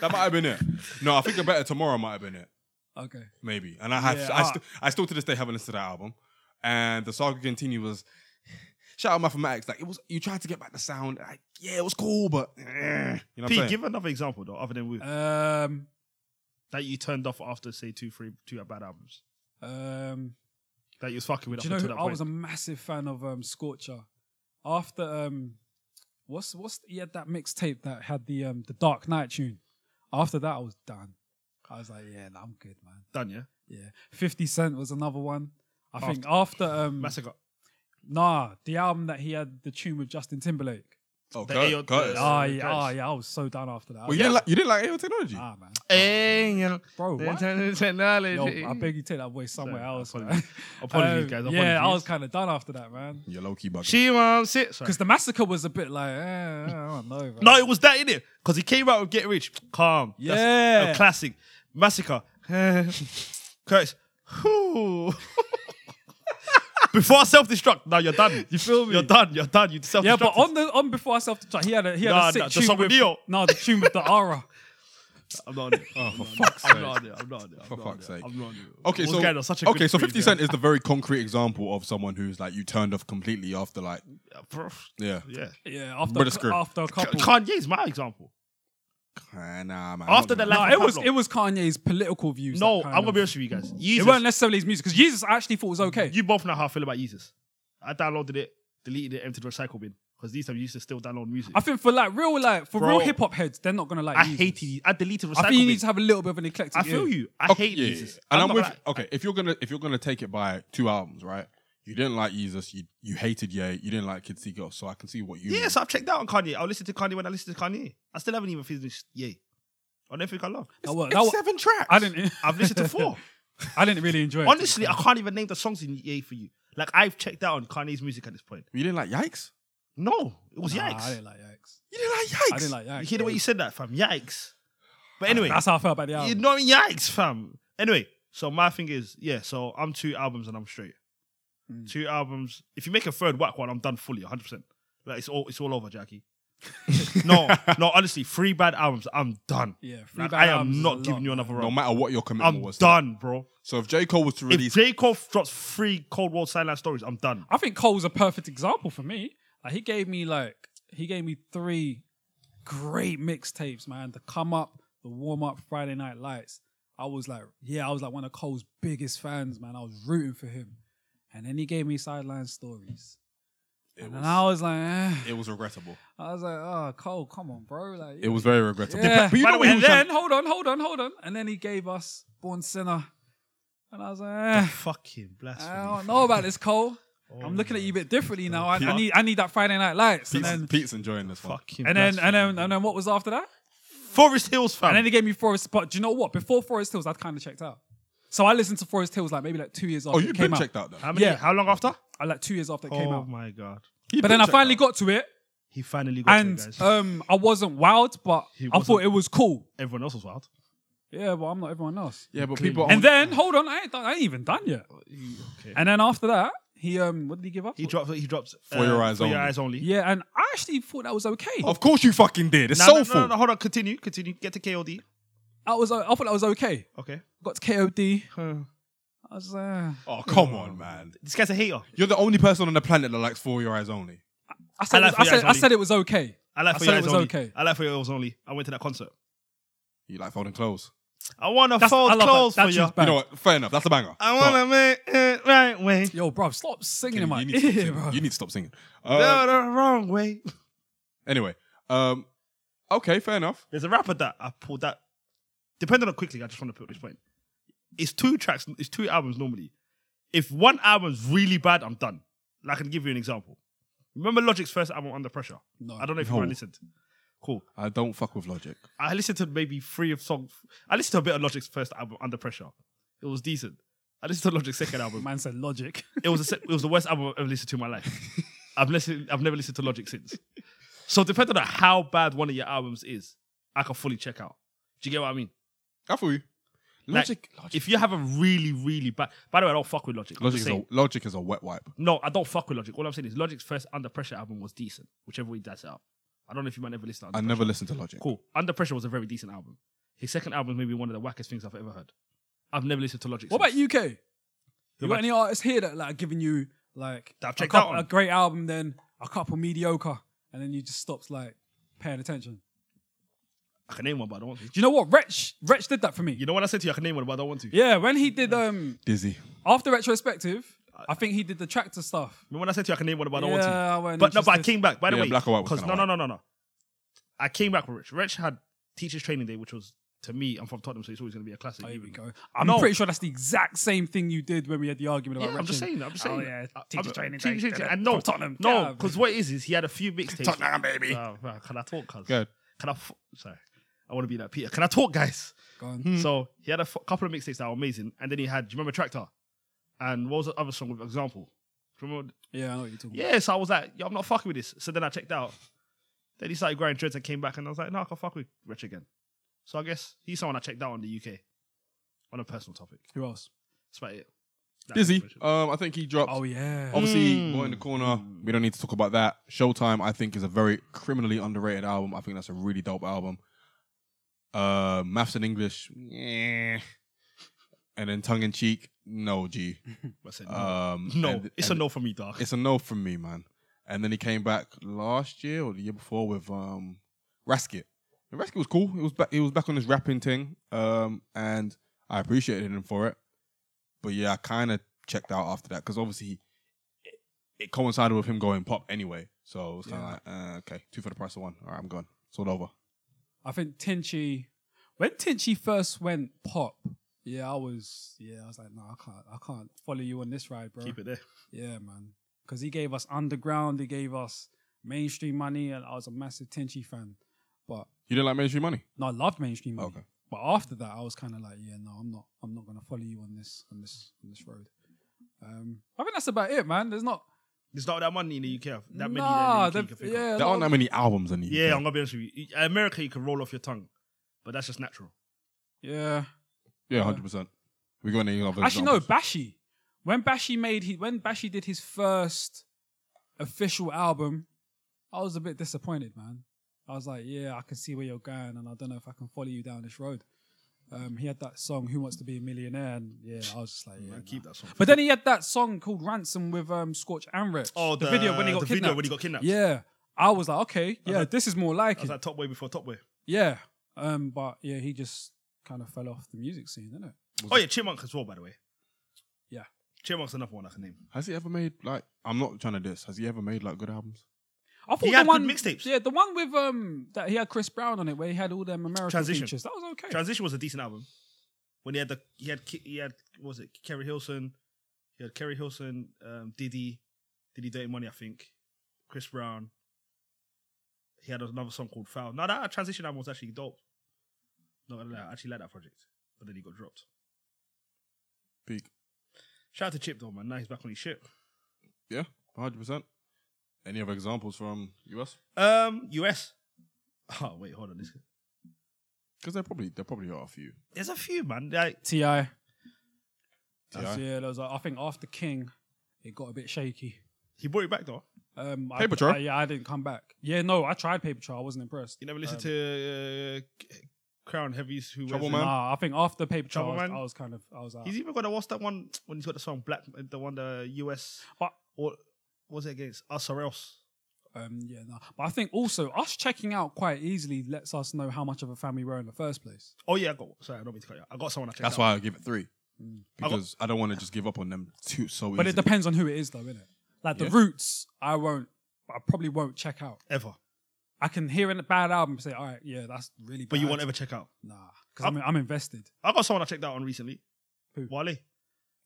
That might have been it. No, I think a better tomorrow might have been it.
Okay.
maybe. And I have,
Yeah,
uh,
I,
ah.
st- I still to this day haven't listened to that album. And the saga continues. Was shout out mathematics. Like it was, you tried to get back the sound. Like yeah, it was cool, but eh, you know what I'm
Pete,
saying?
give another example though, other than Wu,
Um.
that you turned off after say two, three, two bad albums
Um.
that you was fucking with
Do you
up
know? Who,
until that
I was a
point.
massive fan of um, Scorcher. After um, what's what's he had that mixtape that had the um the Dark Knight tune. After that, I was done. I was like, yeah, nah, I'm good, man.
Done, yeah.
Yeah. Fifty Cent was another one. I think after um,
Massacre.
nah, the album that he had the tune with Justin Timberlake.
oh,
the
Cur-
AO
Curtis.
uh,
Ah,
Yes.
yeah, ah, yeah, I was so down after that.
well, you didn't like you didn't like AO technology.
Ah, man.
Hey, you know,
Bro, what? Yo,
technology.
I beg you take that voice somewhere
Sorry,
else.
apologies.
man.
Apologies,
Um,
guys.
Yeah, I was
apologies.
kind of done after that, man.
You're low key bugging.
She wants it. Sorry.
Because the massacre was a bit like, eh, I don't know. man.
No, it was that in it because he came out with Get Rich. Calm. That's
Yeah.
a classic. Massacre. [laughs] Curtis. [laughs] Whew. Before self destruct. Now you're done. You feel me? You're done. You're done. You self destruct.
yeah, but on the on before I self destruct, he had a he had
Nah,
a sick
nah, the
tune
song with
with
Neo.
no the tune
[laughs]
with the aura.
[laughs]
I'm not on it.
Oh, for
I'm
fuck's
not
sake.
on it. I'm not on it. I'm
For
not on
fuck's
it.
sake.
I'm not on it.
Okay,
Those
so
guys are such a
okay,
good
so
breed,
Fifty
yeah.
Cent is the very concrete example of someone who's like you turned off completely after like
Bro,
yeah.
Yeah.
Yeah,
Brother
after
Screw.
after a couple.
Kanye's my example.
Ah, Nah, man.
After
not
the
gonna-
last-
no, it was
Pablo.
it was Kanye's political views. that
No,
kind
I'm gonna
of-
be honest with you guys.
It
Jesus,
weren't necessarily his music because Jesus I actually thought was okay.
you both know how I feel about Jesus. I downloaded it, deleted it, emptied the recycle bin because these times you used to still download music.
I think for like real like for
Bro.
real hip hop heads, they're not gonna like.
I
Jesus.
hated. these- I deleted recycle
I think you
bin.
need to have a little bit of an eclectic.
I feel
ear.
you. I
Okay,
hate
yeah,
Jesus.
And I'm,
not
with
gonna lie.
okay. If you're gonna if you're gonna take it by two albums, right? You didn't like Jesus. You you hated Ye. You didn't like Kid See Girl. So I can see what you.
Yes, I've checked out on Kanye. I'll listen to Kanye when I listen to Kanye. I still haven't even finished Yay. On everything I love.
That wa- that wa-
seven tracks.
I didn't. [laughs]
I've listened to [laughs] four.
I didn't really enjoy it.
Honestly, I can't even name the songs in Yay for you. Like I've checked out on Kanye's music at this point.
You didn't like Yikes.
No, it was
Nah, I
yikes.
didn't like Yikes.
You didn't like Yikes.
I didn't like Yikes.
You hear the way you said that, fam? Yikes. But anyway,
That's how I felt about the album.
you know what I mean? Yikes, fam. Anyway, so my thing is, yeah. So I'm two albums and I'm straight.
Mm.
Two albums. If you make a third whack one, I'm done fully, 100. percent Like it's all, it's all over,
[laughs]
Jackie. no, no. Honestly, three bad albums, I'm done.
yeah, Free
Like,
Bad
I
Albums
am
is a
not giving
lot.
you another
No
round.
matter what your commitment
I'm
was.
done, bro.
So if J Cole was to
If
release,
J Cole drops three Cold War Silent Stories, I'm done.
I think Cole's a perfect example for me. Like he gave me like he gave me three great mixtapes, man. The come up, the warm up, Friday Night Lights. I was like, yeah, I was like one of Cole's biggest fans, man. I was rooting for him, and then he gave me sideline stories,
it,
and
was,
then I was like, eh.
it was regrettable.
I was like, oh, Cole, come on, bro. Like,
It was very regrettable.
yeah.
But you know what he
and
was trying-
then hold on, hold on, hold on, and then he gave us Born Sinner, and I was like, eh.
Fucking blasphemy.
I don't know about this,
[laughs]
Cole.
Oh
I'm looking at
my
you a bit differently now. I, I
Fuck.
need I need that Friday Night Lights, and
Pete's,
then
Pete's enjoying this one.
Fucking
and then and
blasphemy.
then and then what was after that?
Forest Hills fam.
And then he gave me Forest. But do you know what? Before Forest Hills, I'd kind of checked out. So I listened to Forest Hills like maybe like two years after
Oh,
it
you've
came
been
out.
checked out though.
how many?
yeah.
How long after?
I like two years after it
oh
came out.
my god.
But then I finally got to it,
He finally got
and
to it, guys.
um, I wasn't wild, but
He
I
wasn't.
thought it was cool.
Everyone else was wild.
Yeah, but I'm not everyone else.
Yeah, but
Clean.
people.
And
aren't-
then hold on, I ain't, done, I ain't even done yet.
Okay.
And then after that, he um, what did he give up?
Oh, He drops. He drops. uh,
For Your Eyes
for Your
Only.
eyes only.
yeah, and I actually thought that was okay.
Oh.
of course you fucking did. It's
Nah, no,
soulful.
No, no, no, hold on. Continue. Continue. Get to KOD.
I was I thought that was okay.
Okay.
Got to KOD. I was uh,
Oh come on, man.
This guy's a hater.
You're the only person on the planet that likes For Your Eyes Only.
I said,
I
I,
like
was, I,
for
said
you,
I
Anthony.
said it was okay.
I like for
said
your
it
eyes
was
only.
okay.
I like for your eyes only. I went to that concert.
You like folding clothes.
I wanna
That's- I
fold
love that-
clothes
that
for you.
tune's bad.
You know what? Fair enough. That's a banger.
I wanna make it right way.
Yo, bro, stop
But-
singing in my
you, need to stop
ear,
singing.
bro.
you need to stop singing.
No,
Uh,
the wrong way.
Anyway, um, okay, fair enough.
There's a rapper that I pulled that. Depending on quickly, I just want to put this point. It's two tracks. It's two albums normally. If one album's really bad, I'm done. Like I can give you an example. Remember Logic's first album, Under Pressure.
No.
I don't know if
No.
you listened. Cool.
I don't fuck with logic.
I listened to maybe three of songs. I listened to a bit of Logic's first album, Under Pressure. It was decent. I listened to Logic's second
[laughs]
album.
Man said logic.
It was the se- it was the worst album I've ever listened to in my life. I've listened. I've never listened to Logic since. So depending on how bad one of your albums is, I can fully check out. Do you get what I mean?
I feel you.
Like,
Logic, logic,
If you have a really, really bad, by the way, I don't fuck with Logic. I'm
logic,
just
is a,
saying-
logic is a wet wipe.
no, I don't fuck with Logic. All I'm saying is Logic's first Under Pressure album was decent, whichever way that's out. I don't know if you might never listen. To Under
I
Pressure.
never listened to logic.
Cool. Under Pressure was a very decent album. His second album is maybe one of the wackest things I've ever heard. I've never listened to Logic.
What about
since.
UK? You
about-
got any artists here that like giving you like
That I've
a,
checked
couple,
out on?
a great album, then a couple mediocre, and then you just stopped like paying attention?
I can name one, but I don't want to.
Do you know what? Wretch, Wretch did that for me.
You know what I said to you? I can name one, but I don't want to.
Yeah, when he did um
Dizzy.
after retrospective, I think he did the tractor stuff.
Remember when I said to you I can name one, but I don't
yeah, I
want
wasn't
to. But no, but I
interested.
came back. By the
Yeah,
way,
Black or White was
'cause
kinda
no, no,
white.
no, no, no. I came back with Rich. Rich had Teachers Training Day, which was to me, I'm from Tottenham, so it's always going to be a classic.
Oh, here we
even.
go. I'm
No.
pretty sure that's the exact same thing you did when we had the argument
Yeah,
about.
I'm just
Wretched.
saying. I'm just saying.
Oh yeah,
I- I'm-
teachers training.
Teachers
day,
Training Day. And no,
Tottenham.
no,
yeah.
because what it is is he had a few mixtapes.
Tottenham, baby.
Uh, uh, can I talk, cuz?
Good.
Can I? F- Sorry, I want to be that Peter. Can I talk, guys?
Go on.
So he had a f- couple of mixtapes that were amazing, and then he had. Do you remember Tractor? And what was the other song with Example? Do you remember
Yeah, I know what you're talking.
yeah, so I was like, yo, I'm not fucking with this. So then I checked out. Then he started growing dreads and came back, and I was like, no, I can fuck with Rich again. So I guess he's someone I checked out on the UK on a personal topic.
about. Who else?
That's about it. That
Dizzy.
information.
Um, I think he dropped.
Oh yeah.
Obviously,
Mm.
Boy in the Corner, we don't need to talk about that. Showtime, I think, is a very criminally underrated album. I think that's a really dope album. Uh, Maths and English, yeah. And then Tongue in Cheek, no, G.
I
Uh,
said, [laughs] no,
Um,
no
and-
it's
and
a no for me, dog.
It's a no from me, man. And then he came back last year or the year before with um, Rasket. And Rasket was cool. He was back. He was back on his rapping thing, um, and I appreciated him for it. But yeah, I kind of checked out after that because obviously it, it coincided with him going pop anyway. So it was kind of like, uh, okay, two for the price of one. All right, I'm gone. It's all over.
I think Tinchy. When Tinchy first went pop, yeah, I was yeah, I was like, no, I can't, I can't follow you on this ride, bro.
Keep it there.
Yeah, man, because he gave us underground, he gave us mainstream money, and I was a massive Tinchy fan. But
You didn't like mainstream money?
no, I loved mainstream money.
Okay.
But after that, I was kind of like, yeah, no, I'm not, I'm not gonna follow you on this, on this, on this road. Um, I think that's about it, man. There's not
There's not that money in the UK. That many.
Nah,
that many you
the-
can pick up.
yeah,
There aren't
lot
that
of-
many albums in the UK.
Yeah, I'm going to be honest with you. In America, you can roll off your tongue, but that's just natural.
yeah.
yeah, hundred percent. We got any other?
Actually, no,
examples?
Bashy. When Bashy made he when Bashy did his first official album, I was a bit disappointed, man. I was like, yeah, I can see where you're going, and I don't know if I can follow you down this road. Um, he had that song "Who Wants to Be a Millionaire," and yeah, I was just like, yeah.
Man,
nah.
Keep that song.
But then he had that song called "Ransom" with um, Scorch and Rich.
oh, the,
video when he got
the
kidnapped.
video when he got kidnapped.
yeah, I was like, okay,
was
yeah,
like-
this is more
I
like it.
was like Top Way before Top Way.
yeah, um, but yeah, he just kind of fell off the music scene, didn't it?
Oh, yeah, Chipmunk as well, by the way.
Yeah.
Chipmunk's another one I can name.
Has he ever made like? I'm not trying to diss. Has he ever made like good albums?
I thought
He
the
had good
one
mixtapes.
Yeah, the one with um that he had Chris Brown on it, where he had all them American
Transition.
features. That was okay.
Transition was a decent album. When he had the he had Ki- he had what was it Kerry Hilson, he had Kerry Hilson, um, Diddy, Diddy Dirty Money, I think, Chris Brown. He had another song called Foul. Now that transition album was actually dope. Not gonna lie, I actually like that project, but then he got dropped.
Peak.
Shout out to Chip though, man. Now he's back on his shit.
Yeah, hundred percent. Any other examples from US?
Um, US. [laughs] Oh wait, hold on. This
Because there probably there probably are a few.
there's a few man. Like
Ti. That's-
T.I..
Yeah, there was. Like, I think after King, it got a bit shaky.
he brought it back though.
Um, I-
Paper Trail?
I, yeah, I didn't come back. Yeah, no, I tried Paper Trail. I wasn't impressed.
You never listened to uh, K- Crown Heavies who
Um, Trouble
wears
Man?
Nah, I think after Paper Trail, I was,
Trouble Man?
I was kind of, I was like,
He's even got a what's that one when he's got the song Black, the one the US
But-
or was it against Us or Else?
um, yeah, no. But I think also us checking out quite easily lets us know how much of a family we're in the first place.
Oh yeah, I got sorry, I don't mean to cut you. I got someone I checked
That's
out.
why I give it three.
Mm.
Because I don't want to just give up on them too so
But it
easily.
depends on who it is, though, innit? Like the
Yeah.
Roots, I won't, I probably won't check out.
ever,
I can hear a bad album and say, all right, yeah, that's really bad.
but you Oh. won't ever check out.
Nah, because I'm, I'm invested.
I got someone I checked out on recently.
Who?
Wale.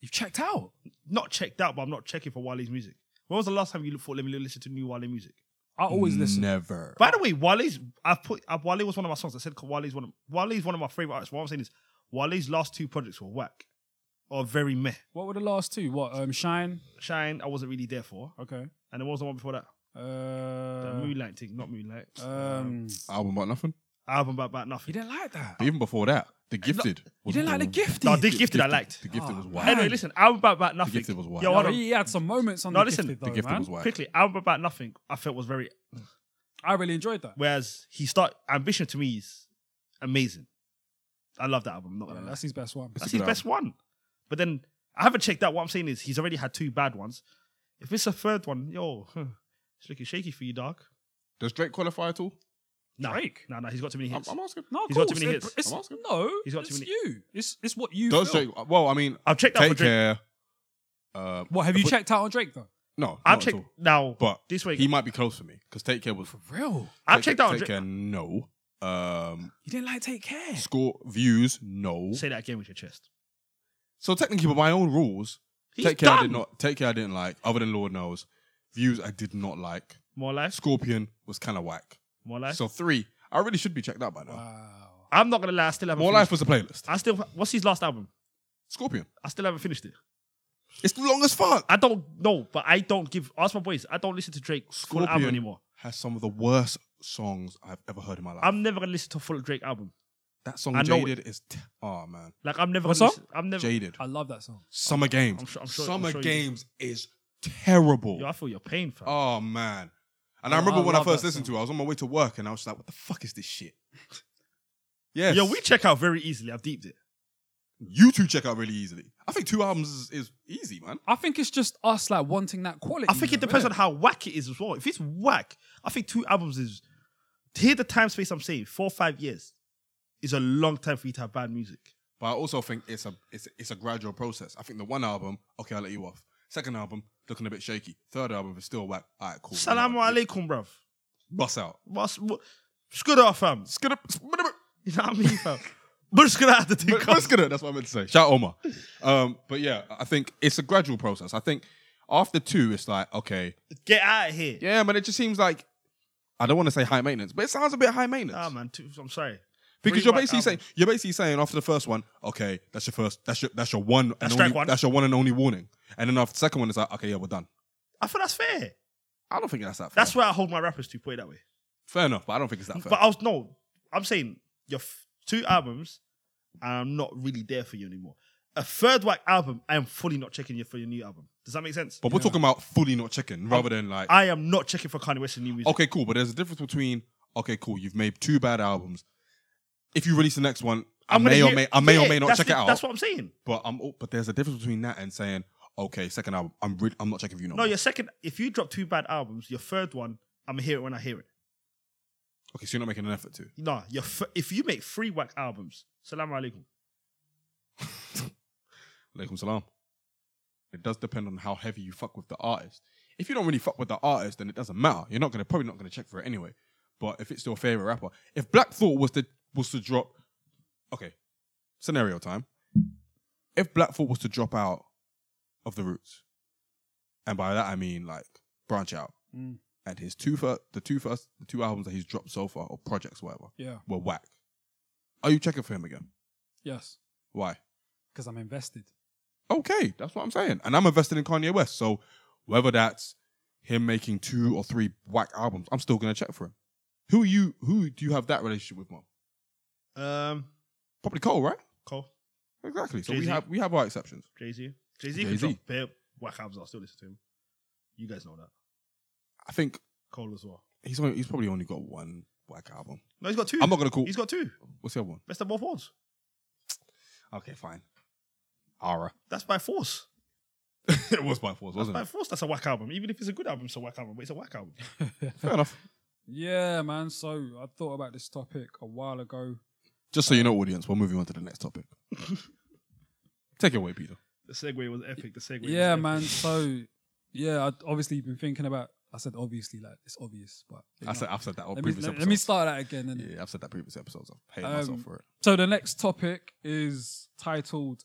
You've checked out.
Not checked out, but I'm not checking for Wale's music. When was the last time you thought let me listen to new Wale music?
I always
Mm,
listen.
Never.
By the way, Wale's I put uh, Wale was one of my songs. I said Wale's one of Wale's one of my favorite artists. What I'm saying is Wale's last two projects were whack or very meh.
What were the last two? What? Um, Shine.
Shine, I wasn't really there for,
Okay.
and there was the one before that, the
Uh,
Moonlight thing, not Moonlight.
um,
Album about nothing.
album about, about nothing.
you didn't like that.
But even before that, The Gifted.
You
was
didn't like the
all-
gifted.
No, the gifted I liked.
The Gifted
Oh,
was
man.
wild.
Anyway, listen, album about, about nothing.
Gifted was wild.
Yo,
Yo,
hold on.
he had some moments on
No,
the
listen,
gifted, though,
the Gifted
man.
was wild.
Quickly, album about nothing. I felt was very.
I really enjoyed that.
Whereas he start ambition to me is amazing. I love that album. I'm not gonna lie.
that's his best one.
It's
That's
a
his
good
best one. But then I haven't checked out. What I'm saying is he's already had two bad ones. If it's a third one, yo, huh, it's looking shaky for you, dog.
Does Drake qualify at all?
No,
Drake?
no, no. He's got too many
I'm,
hits. i
I'm asking.
No, of
He's got too
course,
many
it-
hits.
It's,
I'm asking.
no,
He's got too
it's
many-
you. It's it's what you.
Does
feel.
Drake? Well, I mean,
have checked out for
take
Drake.
care. Uh,
What have you checked out on Drake though?
no,
I've
not at
checked
all.
now.
But
this week,
he might be close for me because Take Care was.
Real.
I've
Take-
checked out. on
Take Care.
Drake.
No. Um,
You didn't like Take Care.
score views. No.
Say that again with your chest.
So technically, by my own rules,
He's
Take Care I
done.
did not. Take Care I didn't like. Other than Lord knows, views I did not like.
More life.
Scorpion was kind of whack.
More life.
So three. I really should be checked out by now.
Wow.
I'm not gonna lie. I still haven't.
More
finished-
life was the playlist.
I still. What's his last album?
Scorpion.
I still haven't finished it.
It's long as fuck.
I don't know, but I don't give. Ask my boys. I don't listen to Drake full album
Scorpion.
anymore.
Has some of the worst songs I've ever heard in my life.
I'm never gonna listen to a full Drake album.
that song
I know
Jaded is. T- oh man,
Like I'm never.
What
gonna
song?
Listen, I'm never.
Jaded.
I love that song.
Summer Games.
I'm sure- I'm sure- I'm
Summer
sure you do.
Games is terrible.
Yo, I feel your pain, fam.
Oh man. And
Oh,
I remember
I
when I
love
first
that
listened
song.
to it, I was on my way to work and I was just like, what the fuck is this shit? yes.
Yo, we check out very easily. I've deeped it.
you two check out really easily. I think two albums is, is easy, man.
I think it's just us like wanting that quality.
I think it
though,
depends
innit?
on how whack it is as well. If it's whack, I think two albums is to hear the time space I'm saying, four or five years is a long time for you to have bad music.
But I also think it's a it's it's a gradual process. I think the one album, okay, I'll let you off. Second album, looking a bit shaky. Third album is still whack. All right, cool.
Salaam alaikum, bruv.
Bust out.
What's what Skudder, fam. [laughs]
Skidda, skidda,
You know what I
[laughs]
mean, fam? But Skudder had to
but-
think
but skidda, That's what I meant to say. Shout Omar. Um, but yeah, I think it's a gradual process. I think after two, it's like, okay,
Get out of here.
Yeah, man, it just seems like I don't want to say high maintenance, but it sounds a bit high maintenance.
Nah, man. Two, I'm sorry.
because
three
you're
whack
basically saying you're basically saying after the first one, okay, that's your first, that's your that's your one and
That's
only,
strike one.
that's your one and only warning. And then after the second one, it's like, okay, yeah, we're done.
I feel that's fair.
I don't think that's that fair.
That's where I hold my rappers to, put it that way.
fair enough, but I don't think it's that fair.
But I was no, I'm saying your f- two albums, I'm not really there for you anymore. A third whack album, I am fully not checking you for your new album. Does that make sense?
but we're talking about fully not chicken rather than like
I am not checking for Kanye West's new music.
okay, cool. But there's a difference between okay, cool. You've made two bad albums. If you release the next one, I
I'm gonna
may or
hear-
may I may or
Yeah,
may not
that's
check
the-
it out.
That's what I'm saying.
but I'm but there's a difference between that and saying okay, second album, I'm re- I'm not checking for you no.
No,
more.
your second, if you drop two bad albums, your third one, I'm gonna hear it when I hear it.
Okay, so you're not making an effort to.
No, your f- if you make three whack albums, salam alaikum.
Alaikum salam. It does depend on how heavy you fuck with the artist. If you don't really fuck with the artist, then it doesn't matter. You're not gonna probably not gonna check for it anyway. But if it's your favorite rapper, if Black Thought was to was to drop, okay, scenario time. If Black Thought was to drop out of the roots, and by that I mean like branch out,
Mm.
and his two first, the two first, the two albums that he's dropped so far or projects, whatever,
Yeah.
were whack. Are you checking for him again?
Yes.
Why?
Because I'm invested. [laughs]
okay, that's what I'm saying. And I'm invested in Kanye West. So whether that's him making two or three whack albums, I'm still gonna check for him. Who are you who do you have that relationship with, Mom?
Um,
Probably Cole, right?
Cole,
Exactly. So we
Jay-Z.
have we have our exceptions.
Jay Z, Jay Z can
Jay-Z.
drop bare whack albums. I'll still listen to him. You guys know that.
I think
Cole as well.
he's only, he's probably only got one whack album.
No, he's got two.
I'm not gonna call
He's got two.
what's the other one?
Best of both worlds.
Okay, fine. Aura.
That's by force.
[laughs] it was by force, wasn't
By [laughs]
it?
force, that's a whack album. Even if it's a good album, it's a whack album. But it's a whack album.
Fair enough.
Yeah, man. So I thought about this topic a while ago.
Just so you know, audience, we're moving on to the next topic. Take it away, Peter.
The segue was epic. The segue.
yeah,
was epic.
man. So yeah, I obviously been thinking about. I said obviously, like it's obvious, but
I said I've said that on
let me,
previous
let,
episodes.
let me start that again. Then.
Yeah, I've said that previous episodes. I've hated
Um,
myself for it.
So the next topic is titled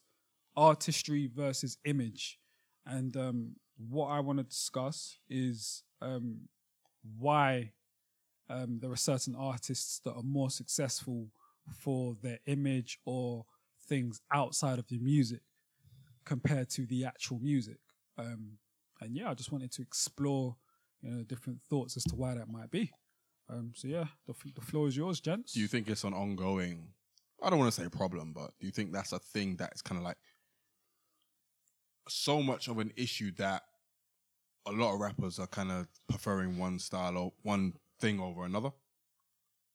"Artistry versus Image," and um, what I want to discuss is um, why um, there are certain artists that are more successful for their image or things outside of the music compared to the actual music. Um, and yeah, I just wanted to explore you know different thoughts as to why that might be. Um, so yeah, the, f- the floor is yours, gents.
Do you think it's an ongoing? I don't want to say problem, but do you think that's a thing that's kind of like so much of an issue that a lot of rappers are kind of preferring one style or one thing over another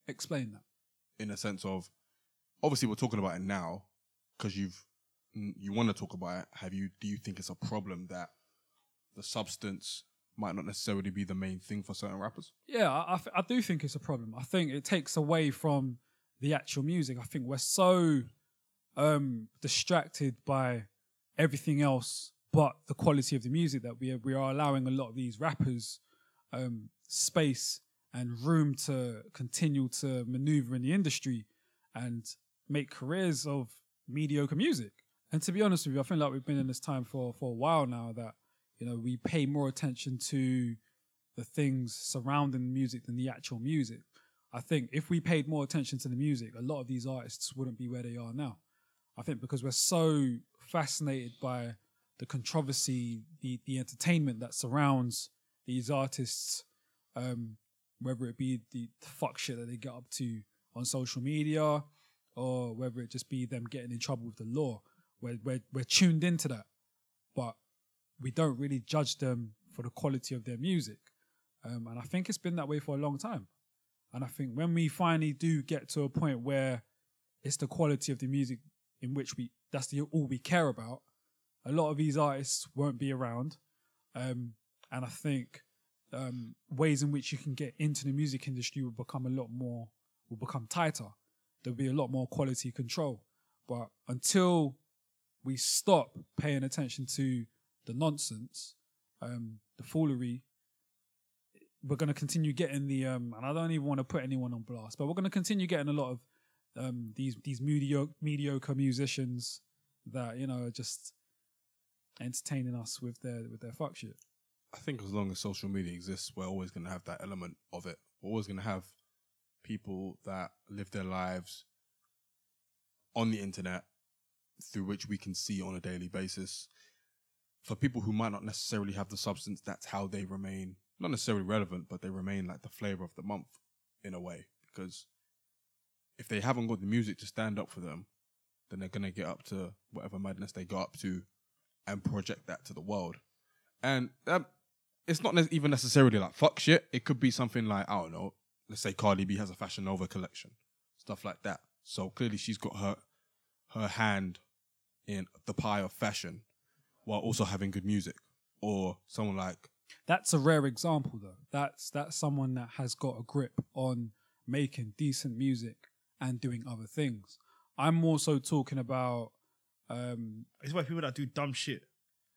explain that?
in a sense of obviously we're talking about it now because you've n- you want to talk about it. Have you? Do you think it's a problem that the substance might not necessarily be the main thing for certain rappers?
Yeah, I, I, th- I do think it's a problem. I think it takes away from the actual music. I think we're so um, distracted by everything else but the quality of the music that we are, we are allowing a lot of these rappers um, space and room to continue to maneuver in the industry and make careers of mediocre music. And to be honest with you, I feel like we've been in this time for for a while now that you know we pay more attention to the things surrounding music than the actual music. I think if we paid more attention to the music, a lot of these artists wouldn't be where they are now. I think because we're so fascinated by the controversy, the the entertainment that surrounds these artists, um, whether it be the, the fuck shit that they get up to on social media, or whether it just be them getting in trouble with the law. We're we're, we're tuned into that, but we don't really judge them for the quality of their music. Um, and I think it's been that way for a long time. And I think when we finally do get to a point where it's the quality of the music in which we that's the all we care about, a lot of these artists won't be around. Um, and I think um, ways in which you can get into the music industry will become a lot more will become tighter. There'll be a lot more quality control. But until we stop paying attention to the nonsense, um, the foolery, we're going to continue getting the um, and I don't even want to put anyone on blast, but we're going to continue getting a lot of um, these these mediocre mediocre musicians that you know are just entertaining us with their with their fuck shit.
I think as long as social media exists, we're always going to have that element of it. We're always going to have people that live their lives on the internet through which we can see on a daily basis. For people who might not necessarily have the substance, that's how they remain not necessarily relevant, but they remain like the flavor of the month in a way. Because if they haven't got the music to stand up for them, then they're going to get up to whatever madness they got up to and project that to the world. And um, it's not ne- even necessarily like fuck shit. It could be something like, I don't know, let's say Cardi B has a Fashion Nova collection, stuff like that. So clearly she's got her her hand in the pie of fashion while also having good music. Or someone like
That's a rare example though. That's that's someone that has got a grip on making decent music and doing other things. I'm also talking about um,
It's why people that do dumb shit.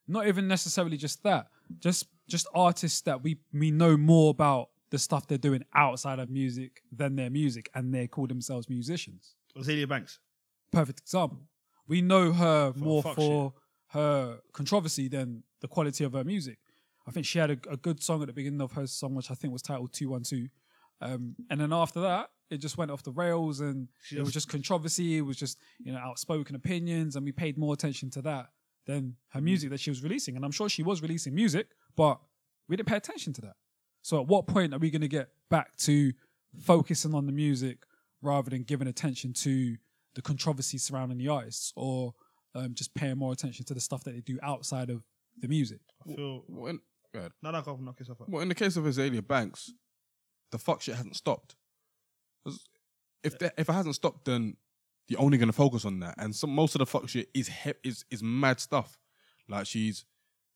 not even necessarily just that just just artists that we we know more about the stuff they're doing outside of music than their music and they call themselves musicians
Azalea Banks.
perfect example we know her more
fuck
for her controversy than the quality of her music i think she had a, a good song at the beginning of her song which i think was titled 212 um, and then after that it just went off the rails and
She
it was just
just-
controversy it was just you know outspoken opinions and we paid more attention to that than
Mm.
her music that she was releasing. And I'm sure she was releasing music, but we didn't pay attention to that. So at what point are we going to get back to focusing on the music rather than giving attention to the controversy surrounding the artists or um, just paying more attention to the stuff that they do outside of the music?
I feel
well, in, go ahead.
now that I can knock yourself out.
well, in the case of Azalea Banks, the fuck shit hasn't stopped. 'Cause If the- if it hasn't stopped, then you're only gonna focus on that. And some most of the fuck shit is he- is is mad stuff. Like she's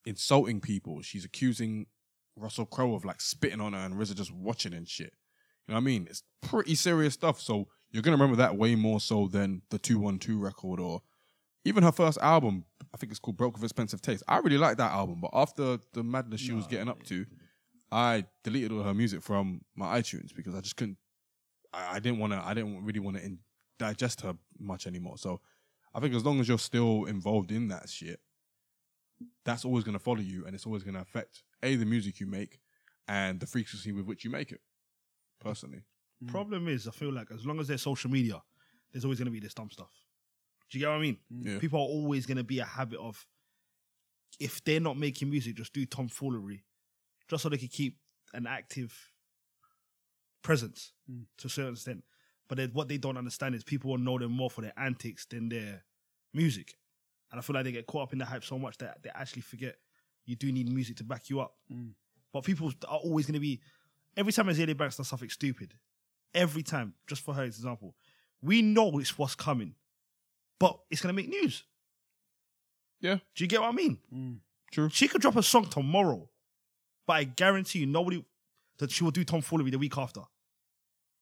insulting people. She's accusing Russell Crowe of like spitting on her and RZA just watching and shit. You know what I mean? It's pretty serious stuff. So you're gonna remember that way more so than the two one two record or even her first album. I think it's called Broke with Expensive Taste. I really like that album, but after the madness she was getting up to, I deleted all her music from my iTunes because I just couldn't. I, I didn't want to. I didn't really want to digest her much anymore. So I think as long as you're still involved in that shit, that's always going to follow you, and it's always going to affect a the music you make and the frequency with which you make it. Personally,
Problem is, I feel like as long as there's social media, there's always going to be this dumb stuff. Do you get what I mean?
yeah,
People are always going to be a habit of, if they're not making music, just do tomfoolery, just so they can keep an active presence
Mm.
to a certain extent. But then what they don't understand is people will know them more for their antics than their music. And I feel like they get caught up in the hype so much that they actually forget you do need music to back you up.
Mm.
But people are always going to be, every time Azalea Banks does something stupid, every time, just for her example, we know it's what's coming, but it's gonna make news.
Yeah.
Do you get what I mean?
Mm.
True.
She could drop a song tomorrow, but I guarantee you nobody that she will do tomfoolery the week after.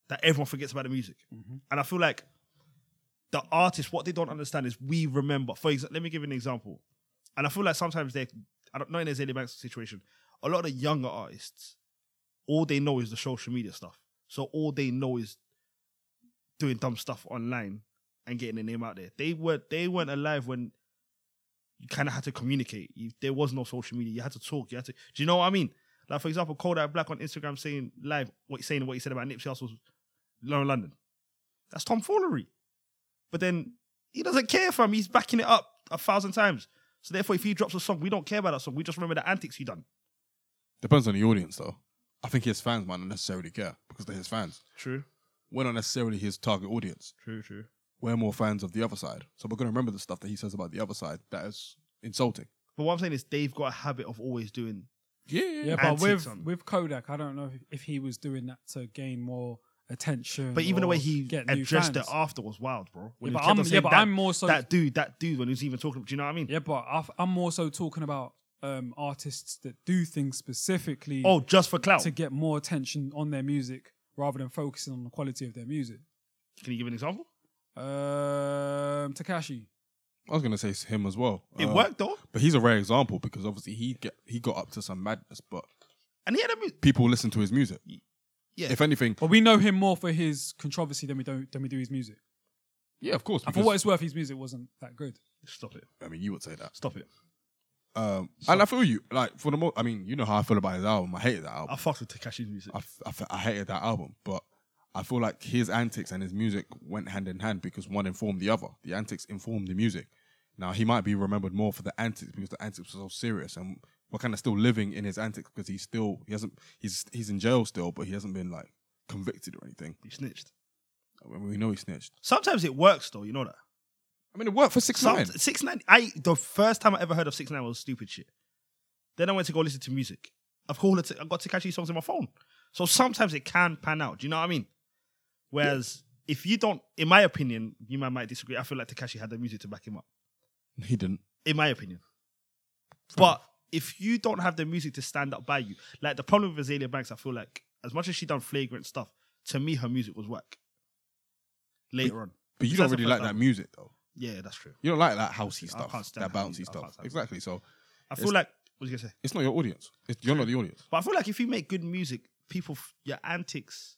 That everyone forgets about the music. And I feel like the artists, what they don't understand is we remember. For example, let me give you an example. And I feel like sometimes they, I don't know in Azalea Banks' situation, a lot of the younger artists, all they know is the social media stuff. So all they know is doing dumb stuff online and getting their name out there. They were they weren't alive when you kind of had to communicate. You, there was no social media. You had to talk. You had to. Do you know what I mean? Like for example, Kodak Black on Instagram saying live what saying what he said about Nipsey Hussle's Lower London. That's tomfoolery. But then he doesn't care, fam. He's backing it up a thousand times. So therefore, if he drops a song, we don't care about that song. We just remember the antics he done.
Depends on the audience, though. I think his fans might not necessarily care because they're his fans.
True,
We're not necessarily his target audience.
true, true.
We're more fans of the other side. So we're going to remember the stuff that he says about the other side that is insulting.
But what I'm saying is they've got a habit of always doing.
Yeah.
Yeah, but
Antics
with
on-
with Kodak, I don't know if, if he was doing that to gain more attention.
But even the
or
way he
get new
addressed it
fans.
after was wild, bro. When
Yeah, but
he kept on
I'm- yeah,
saying
but
that-
I'm more so-
that dude, that dude when he was even talking. Do you know what I mean?
Yeah, but I, I'm more so talking about um, artists that do things specifically
Oh, just for clout.
to get more attention on their music rather than focusing on the quality of their music.
Can you give an example?
Um, Takashi.
I was going to say it's him as well.
It
Uh,
worked though,
But he's a rare example because obviously he get, he got up to some madness, but
and he had a mu-
people listen to his music.
Yeah.
If anything,
But we know him more for his controversy than we don't than we do his music.
yeah, of course.
And for what
Because,
it's worth, his music wasn't that good.
Stop it!
I mean, you would say that.
Stop it!
Um, and I feel you. Like for the most, I mean, you know how I feel about his album. I hated that album.
I fucked with Takashi's music.
I, f- I, f- I hated that album, but I feel like his antics and his music went hand in hand because one informed the other. The antics informed the music. Now he might be remembered more for the antics because the antics were so serious, and we're kind of still living in his antics because he's still he hasn't he's he's in jail still, but he hasn't been like convicted or anything.
He snitched.
I mean, we know he snitched.
Sometimes it works though. You know that.
I mean, it worked for six
Some,
nine.
Six nine. I the first time I ever heard of six nine was stupid shit. Then I went to go listen to music. I've called it. I got Takashi songs in my phone. So sometimes it can pan out. Do you know what I mean? Whereas if you don't, in my opinion, you might might disagree. I feel like Takashi had the music to back him up.
He didn't.
in my opinion. But if you don't have the music to stand up by you, like the problem with Azalea Banks, I feel like as much as she done flagrant stuff, to me her music was whack. Later on,
But you
Because
don't
that's the
really
first
like that
album.
music though.
yeah, that's true.
You don't like that housey
I
stuff,
can't stand
that
that
bouncy
music. I
stuff.
can't stand it.
Exactly. So
I feel
It's-
like what was you gonna say?
it's not your audience. It's, you're not the audience.
But I feel like if you make good music, people f- your antics,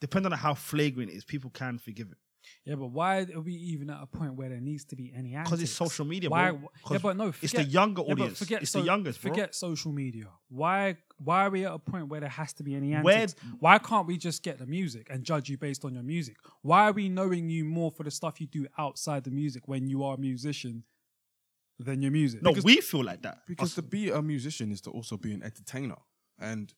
depending on how flagrant it is, people can forgive it.
Yeah, but why are we even at a point where there needs to be any
Because it's
antics?
social media,
Why?
bro.
Yeah,
'Cause
but no,
it's
forget,
the younger
yeah, but
audience.
forget
it's
so-
the youngest, bro.
Forget social media. Why? Why are we at a point where there has to be any
Where-
antics? Why can't we just get the music and judge you based on your music? Why are we knowing you more for the stuff you do outside the music when you are a musician than your music?
no,
because-
we feel like that.
Because
Us-
to be a musician is to also be an entertainer. And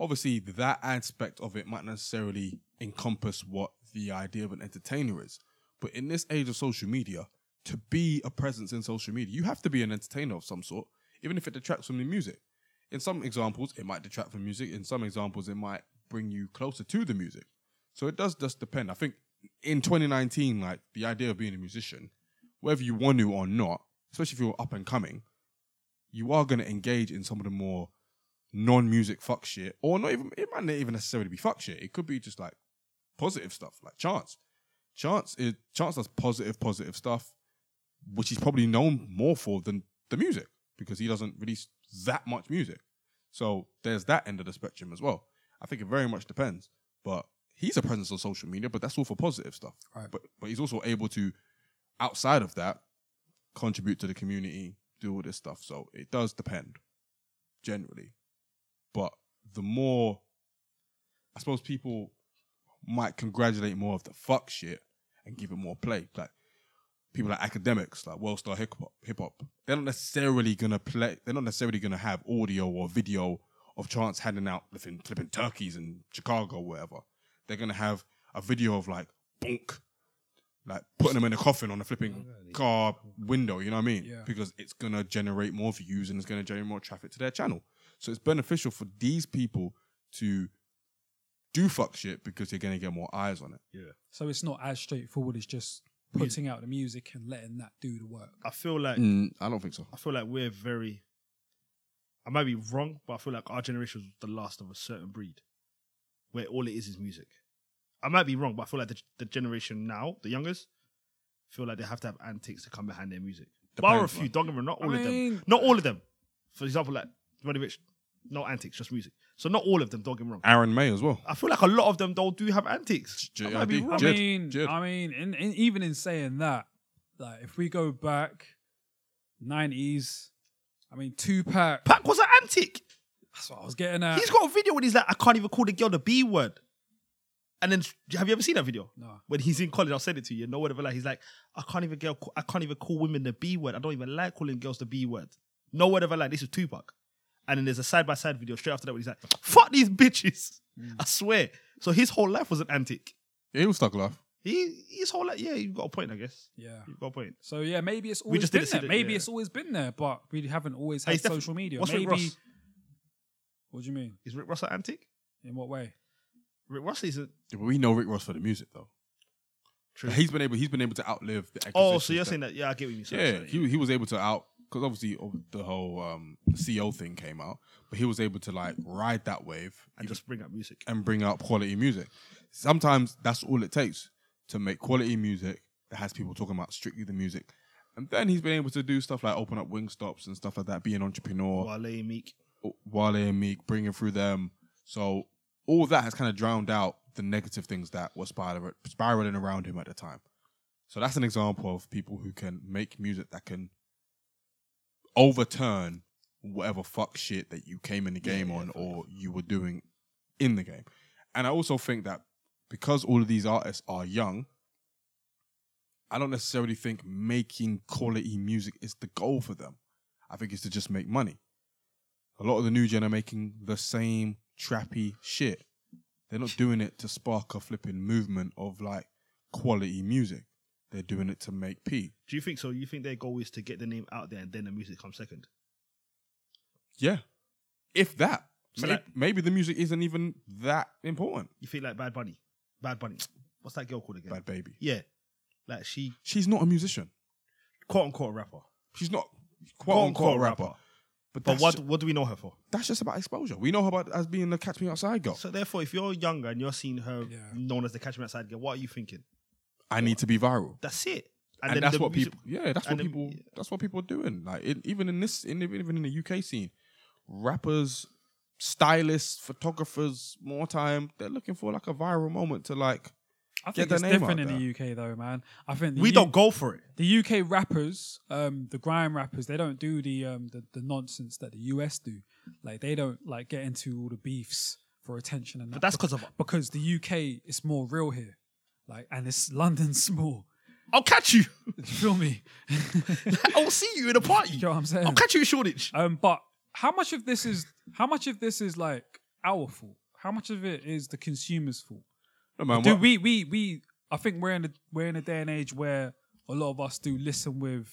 obviously, that aspect of it might not necessarily encompass what the idea of an entertainer is. But in this age of social media, to be a presence in social media, you have to be an entertainer of some sort, even if it detracts from the music. In some examples, it might detract from music. In some examples, it might bring you closer to the music. So it does just depend. I think in 2019, like the idea of being a musician, whether you want to or not, especially if you're up and coming, you are going to engage in some of the more non-music fuck shit, or not even it might not even necessarily be fuck shit. It could be just like positive stuff, like Chance. Chance is Chance does positive, positive stuff, which he's probably known more for than the music because he doesn't release that much music. So there's that end of the spectrum as well. I think it very much depends, but he's a presence on social media, but that's all for positive stuff.
Right.
But but he's also able to outside of that contribute to the community, do all this stuff. So it does depend generally. But the more, I suppose people might congratulate more of the fuck shit and give it more play. Like people like academics, like world star hip hop, hip hop. They're not necessarily gonna play. They're not necessarily gonna have audio or video of Chance handing out flipping, flipping turkeys in Chicago or whatever. They're gonna have a video of like bonk, like putting them in a coffin on a flipping car window. You know what I mean?
Yeah.
Because it's gonna generate more views and it's gonna generate more traffic to their channel. So it's beneficial for these people to do fuck shit because they're gonna get more eyes on it.
So it's not as straightforward as just putting out the music and letting that do the work.
I feel like
Mm, I don't think so.
I feel like we're very. I might be wrong, but I feel like our generation was the last of a certain breed, where all it is is music. I might be wrong, but I feel like the, the generation now, the youngest, feel like they have to have antics to come behind their music. Bar a
Depends,
few,
man.
don't get me wrong, not all
I
of them.
mean-
Not all of them. For example, like Roddy Rich, no antics, just music. So not all of them. Don't get me wrong.
Aaron May as well.
I feel like a lot of them though do have antics. I might be
JID.
wrong.
I
Jid,
mean,
Jid.
I mean, in, in, even in saying that, like if we go back nineties, I mean, Tupac.
Pac was an antic.
That's what I was getting at.
He's got a video when he's like, I can't even call the girl the B word. And then, have you ever seen that video?
No.
When he's in college, I'll send it to you. No whatever. Like he's like, I can't even girl, I can't even call women the B word. I don't even like calling girls the B word. No whatever. Like this is Tupac. And then there's a side by side video straight after that where he's like, fuck these bitches.
Mm.
I swear. So his whole life was an antic.
He was stuck life.
He his whole life. Yeah, you've got a point. I guess
Yeah.
you've got a point.
So yeah, maybe it's always
just
been
didn't see
there.
the-
maybe
yeah.
it's always been there, but we haven't always
Hey,
had
it's defi-
social media.
What's
maybe.
Rick Ross?
What do you mean?
Is Rick Ross an antic?
In what way?
Rick Ross is a
Yeah, but we know Rick Ross for the music though.
true.
He's been able he's been able to outlive the.
oh,
accusations
so you're
that-
saying that? Yeah, I get what you
yeah,
said.
he he was able to out because obviously of the whole um, CO thing came out, but he was able to like ride that wave
and just bring up music.
and bring out quality music. Sometimes that's all it takes to make quality music that has people talking about strictly the music. And then he's been able to do stuff like open up wing stops and stuff like that, be an entrepreneur,
Wale, Meek.
Wale and Meek, bringing through them. So all that has kind of drowned out the negative things that were spirali- spiraling around him at the time. So that's an example of people who can make music that can overturn whatever fuck shit that you came in the game on or you were doing in the game. And I also think that because all of these artists are young, I don't necessarily think making quality music is the goal for them. I think it's to just make money. A lot of the new gen are making the same trappy shit. They're not doing it to spark a flipping movement of like quality music. They're doing it to make P.
Do you think so? You think their goal is to get the name out there and then the music comes second?
Yeah. If that.
So
May-
like-
maybe the music isn't even that important.
You think like Bad Bunny? Bad Bunny. What's that girl called again?
Bad baby.
Yeah. Like she
She's not a musician.
quote unquote rapper.
She's not quote unquote a rapper. But,
But
that's
what
ju-
what do we know her for?
that's just about exposure. We know her about as being the catch me outside girl.
So therefore, if you're younger and you're seeing her
Yeah.
known as the Catch Me Outside girl, what are you thinking?
I need to be viral.
That's it.
And, that's
the
what
music-
people Yeah, that's what
and the-
people that's what people are doing. Like in, even in this in, even in the UK scene, rappers, stylists, photographers, more time, they're looking for like a viral moment to like
I
Get
think
their
it's
name out
different in
there.
the UK though, man. I think the
We
U-
don't go for it.
the UK rappers, um, the grime rappers, they don't do the um the, the nonsense that the US do. Like they don't like get into all the beefs for attention and that.
But that's because of
because the UK is more real here. Like and it's London [laughs] small.
I'll catch you. [laughs]
You feel me? you
I'll see you in a party.
know what I'm saying?
I'll catch you in Shoreditch.
Um, but how much of this is how much of this is like our fault? How much of it is the consumer's fault?
no man,
do
what-
we we we? I think we're in a we're in a day and age where a lot of us do listen with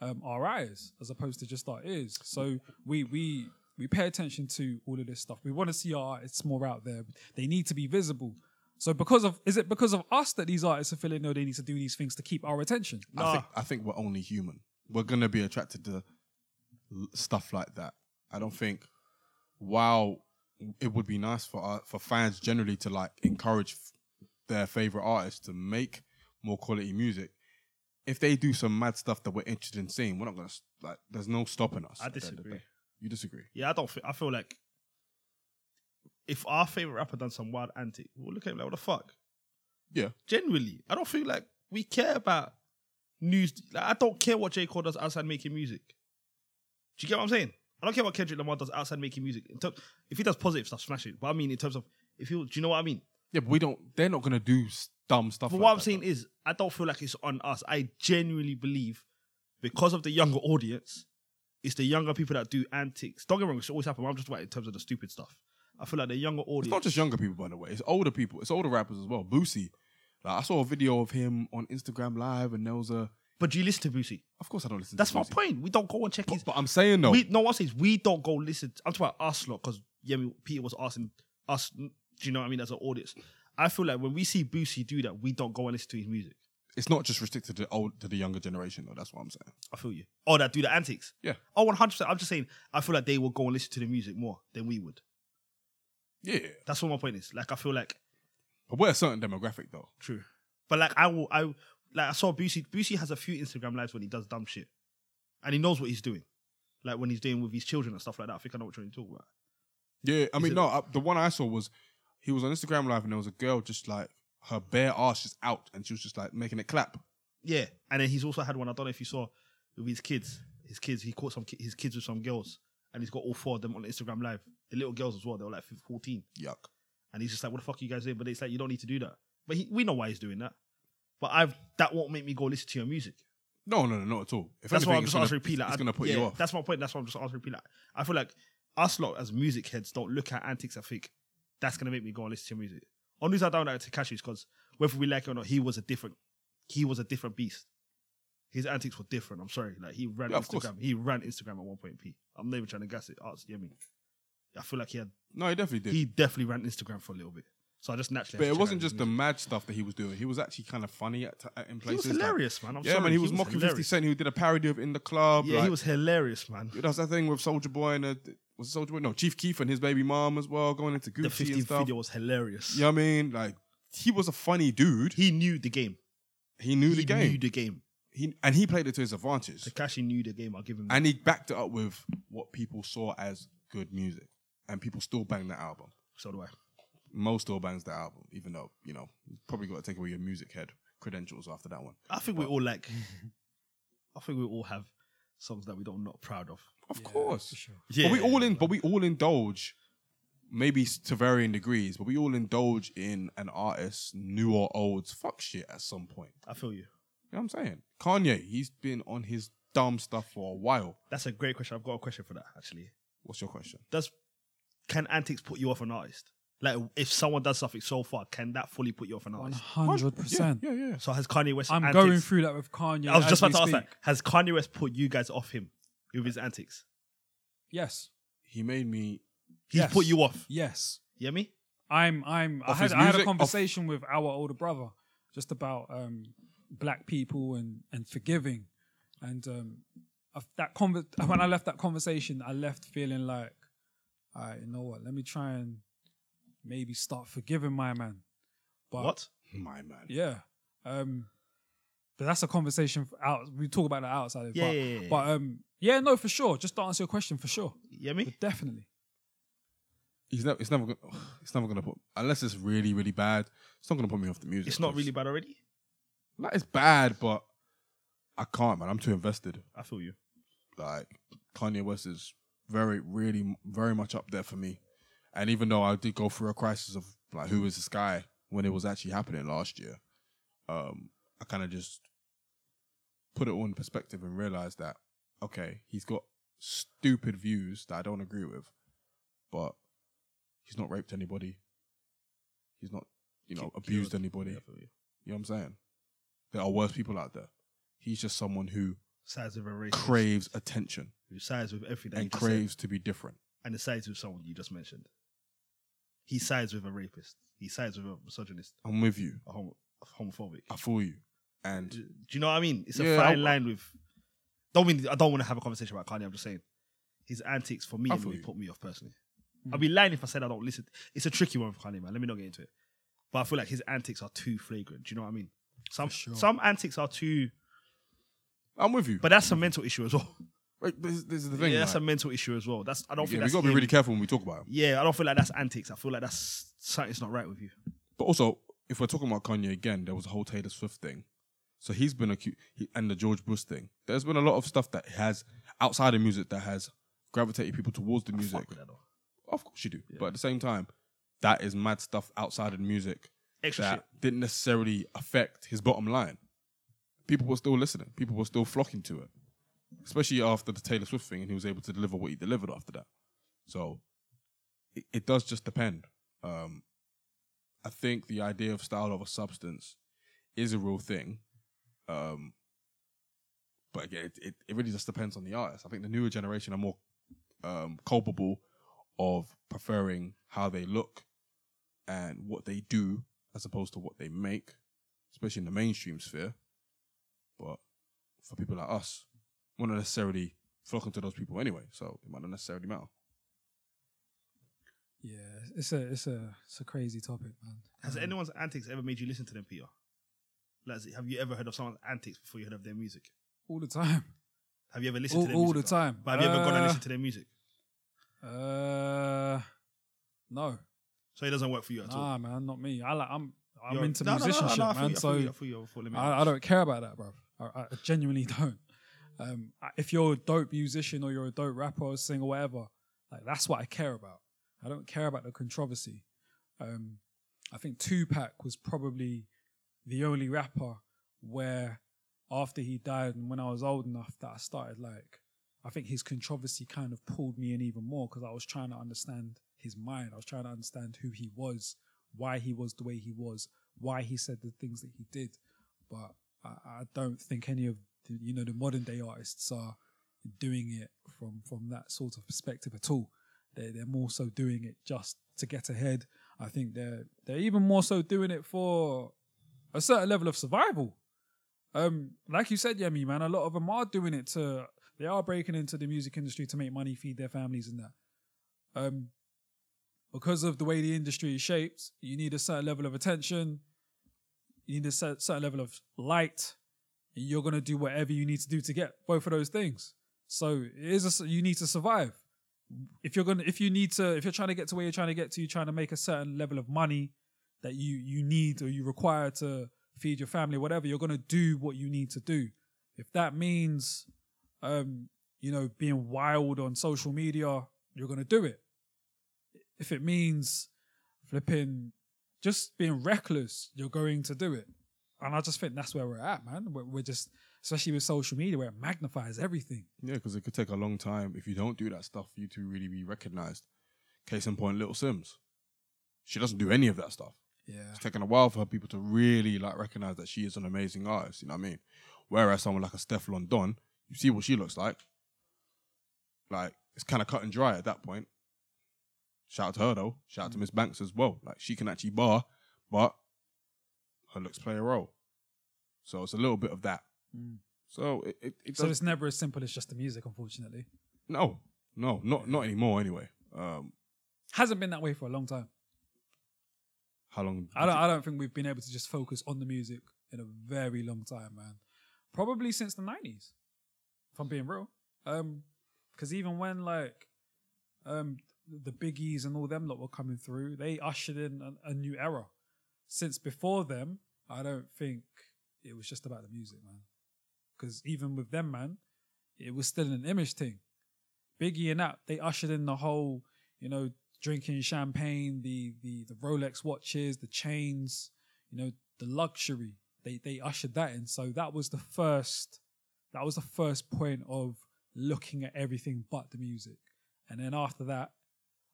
um, our eyes as opposed to just our ears. So we we we pay attention to all of this stuff. We want to see our artists more out there. They need to be visible. So because of is it because of us that these artists are feeling no they need to do these things to keep our attention?
I think, I think we're only human. We're gonna be attracted to l- stuff like that. I don't think. While it would be nice for our, for fans generally to like encourage f- their favorite artists to make more quality music, if they do some mad stuff that we're interested in seeing, we're not gonna s- like. There's no stopping us.
I
at the end of the
disagree.
day. You disagree?
Yeah, I don't. Feel, I feel like if our favorite rapper done some wild antic, we'll look at him like, "What the fuck?"
Yeah.
Generally, I don't feel like we care about news. Like, I don't care what J Cole does outside making music. Do you get what I'm saying? I don't care what Kendrick Lamar does outside making music. In terms, if he does positive stuff, smash it. But I mean, in terms of if you, do you know what I mean?
Yeah, but we don't. They're not gonna do s- dumb stuff.
But
like
what I'm
that,
saying
though.
is, I don't feel like it's on us. I genuinely believe because of the younger audience, it's the younger people that do antics. Don't get me wrong, it's always happened. I'm just right in terms of the stupid stuff. I feel like the younger
It's
audience.
not just younger people, by the way. It's older people. It's older rappers as well. Boosie. Like I saw a video of him on Instagram Live, and there was a.
but do you listen to Boosie?
Of course, I don't listen.
That's
to
my
Boosie.
point. We don't go and check his.
But, but I'm saying though,
We, no one says we don't go listen. To, I'm talking about us lot because yeah, Peter was asking us Do you know what I mean? As an audience, I feel like when we see Boosie do that, we don't go and listen to his music.
It's not just restricted to old to the younger generation though. That's what I'm saying.
I feel you. Oh, that do the antics.
Yeah.
Oh, 100. percent I'm just saying. I feel like they will go and listen to the music more than we would.
Yeah,
That's what my point is. Like I feel like
but we're a certain demographic though.
True. But like I will I like I saw Boosie Boosie has a few Instagram lives when he does dumb shit. And he knows what he's doing. Like when he's doing with his children and stuff like that. I think I know what you're talking about.
Yeah, I mean,
it-
no, uh the one I saw was he was on Instagram live and there was a girl just like her bare ass just out and she was just like making it clap.
Yeah. And then he's also had one, I don't know if you saw with his kids. His kids, he caught some ki- his kids with some girls and he's got all four of them on Instagram live. The little girls as well, they were like 14.
Yuck.
And he's just like, What the fuck are you guys doing? But it's like you don't need to do that. But he, we know why he's doing that. But I've that won't make me go listen to your music.
No, no, no, not at all. If
that's
anything,
what I'm
it's
just
gonna-
asking repeat. Like,
It's
I-
gonna put
yeah,
you off.
That's my point. That's what I'm just asking repeat. Like, I feel like us lot as music heads don't look at antics. I think that's gonna make me go and listen to your music. On news I don't like Takashi's because whether we like it or not, he was a different. He was a different beast. His antics were different. I'm sorry. Like he ran
Yeah, of course.
Instagram. He ran Instagram at one point. P. I'm not even trying to gas it. Arts, you know what I mean? I feel like he had.
No, he definitely did.
He definitely ran Instagram for a little bit. So I just naturally.
but
had to
it
check
wasn't
out his
just the
music.
mad stuff that he was doing. He was actually kind of funny at, at in
He was
places. like-
hilarious, man. I'm
yeah,
sorry.
man, he was, mocking
hilarious.
50 Cent. He did a parody of In the Club.
Yeah,
like-
he was hilarious, man.
It was that thing with Soldier Boy and a, was Soldier Boy? No, Chief Keef and his baby mom as well, going into
The
Gucci and
15th
stuff.
video was hilarious.
You know what I mean? Like he was a funny dude. He,
he knew the game.
knew
he
the game.
knew the game.
he and he played it to his advantage.
Takashi knew the game. I'll give him. that.
And he backed it up with what people saw as good music. And people still bang that album.
so do I.
Mo still bangs that album, even though, you know, you probably got to take away your music head credentials after that one.
I think we all
[laughs]
like. I think we all have songs that we don't not proud of.
Of
Yeah,
course.
for sure.
But we all in but we all indulge maybe s- to varying degrees, but we all indulge in an artist's new or old's fuck shit at some point.
I feel you.
You know what I'm saying? Kanye, he's been on his dumb stuff for a while.
That's a great question. I've got a question for that actually.
What's your question?
Does can antics put you off an artist? Like if someone does something so far, can that fully put you off an
One
artist?
hundred percent.
Yeah, yeah, yeah.
So has Kanye West?
I'm
antics,
going through that with Kanye.
I was
as
just about
we
to ask
speak.
that. Has Kanye West put you guys off him with his antics?
Yes,
He made me
He's
Yes.
put you off.
yes.
You hear me?
I'm. I'm. I
Off
had.
his
I had a
music, off-
conversation with our older brother just about um, black people and and forgiving, and um, of that conver- when I left that conversation, I left feeling like, all right, you know what? Let me try and maybe start forgiving my man. But
What?
my man.
Yeah. Um, but that's a conversation for out. We talk about that outside.
Yeah,
but,
yeah, yeah, yeah.
but um, yeah, no, for sure. Just to answer your question, for sure,
You hear me?
definitely.
He's never it's never gonna it's never gonna put unless it's really, really bad, it's not gonna put me off the music.
It's not really
bad.
bad already.
Like it's bad, but I can't, man. I'm too invested.
I feel you.
like Kanye West is very, really, very much up there for me. And even though I did go through a crisis of like, who is this guy when it was actually happening last year, um, I kind of just put it all in perspective and realized that okay, he's got stupid views that I don't agree with, but he's not raped anybody. He's not, you know, abused
Killed.
anybody.
Yeah, I feel you.
You know what I'm saying? There are worse people out there. He's just someone who
Sides of a race.
craves attention
who sides with everything
and
you just said,
craves to be different.
and he sides with someone you just mentioned. He sides with a rapist. He sides with a misogynist,
I'm with you.
a homo- homophobic.
I feel you.
Do,
And
do you know what I mean? It's
Oh, Yeah,
a fine
I-
line with. Don't mean I don't want to have a conversation about Kanye. I'm just saying his antics for me
I
and
feel
me
you. Mm.
put me off personally. I'd be lying if I said I don't listen. It's a tricky one with Kanye, man. Let me not get into it. But I feel like his antics are too flagrant. Do you know what I mean? Some some antics are too,
I'm with you.
but that's a mental issue as well.
Like, this, this is the thing.
Yeah, that's
like,
a mental issue as well. That's I don't
yeah,
think
we
that's
got to be
him.
really careful when we talk about him.
Yeah, I don't feel like that's antics. I feel like that's something's not right with you.
But also, if we're talking about Kanye again, there was a whole Taylor Swift thing. So he's been acute, he, and the George Bush thing. There's been a lot of stuff that has outside of music that has gravitated people towards the music.
Fuck with that though.
Of course you do, but at the same time, that is mad stuff outside of music
Extra
that
shit.
didn't necessarily affect his bottom line. People were still listening. People were still flocking to it, especially after the Taylor Swift thing, and he was able to deliver what he delivered after that. So it, it does just depend. Um, I think the idea of style over substance is a real thing. Um, but again, it, it, it really just depends on the artist. I think the newer generation are more um, culpable of preferring how they look and what they do as opposed to what they make, especially in the mainstream sphere. But for people like us, we're not necessarily flocking to those people anyway, so it might not necessarily matter.
Yeah, it's a it's a it's a crazy topic, man.
Has
Um,
anyone's antics ever made you listen to them, Peter? Like, have you ever heard of someone's antics before you heard of their music?
all the time,
Have you ever listened
all,
to their
all
music?
the
though?
time?
But have you ever gone and
Uh,
listened to their music?
Uh, no,
So it doesn't work for you at all.
nah, man, not me. I like I'm I'm
You're-
into
No, no, no, no,
musicianship,
no, I feel
man.
you, I
so
feel you, I feel you, I feel you, let me
I, I
know.
don't care about that, bro. I, I genuinely [laughs] don't. Um, I- if you're a dope musician or you're a dope rapper or singer, whatever, like that's what I care about. I don't care about the controversy. Um, I think Tupac was probably the only rapper where, after he died and when I was old enough, that I started like, I think his controversy kind of pulled me in even more because I was trying to understand his mind. I was trying to understand who he was, why he was the way he was, why he said the things that he did but I, I don't think any of the, you know the modern day artists are doing it from from that sort of perspective at all. They they're more so doing it just to get ahead. I think they're they're even more so doing it for a certain level of survival. Um, like you said, Yemi, man, a lot of them are doing it to they are breaking into the music industry to make money, feed their families, and that. Um, because of the way the industry is shaped, you need a certain level of attention you need a cer- certain level of light and you're going to do whatever you need to do to get both of those things so it is a s you need to survive if you're going to if you need to if you're trying to get to where you're trying to get to you're trying to make a certain level of money that you you need or you require to feed your family whatever you're going to do what you need to do if that means um you know being wild on social media you're going to do it if it means flipping just being reckless, you're going to do it. And I just think that's where we're at, man. We're, we're just, especially with social media, where it magnifies everything.
Yeah, because it could take a long time if you don't do that stuff for you to really be recognized. Case in point, Little Sims. She doesn't do any of that stuff.
Yeah.
It's taken a while for her people to really like recognize that she is an amazing artist. You know what I mean? Whereas someone like a Stefflon Don, you see what she looks like. Like it's kind of cut and dry at that point. Shout out to her though. Shout out to Miss Banks as well. Like she can actually bar, but her looks play a role. So it's a little bit of that.
Mm.
So it, it, it
So
does-
it's never as simple as just the music, unfortunately.
no, no, not not anymore. Anyway, um,
Hasn't been that way for a long time.
how long?
I don't, I don't think we've been able to just focus on the music in a very long time, man. Probably since the 90s, if I'm being real. Um, because even when like um the biggies and all them lot were coming through, they ushered in a, a new era. Since before them, I don't think it was just about the music, man. Because even with them, man, it was still an image thing. Biggie and that they ushered in the whole, you know, drinking champagne, the the the Rolex watches, the chains, you know, the luxury. They they ushered that in. So that was the first that was the first point of looking at everything but the music. And then after that,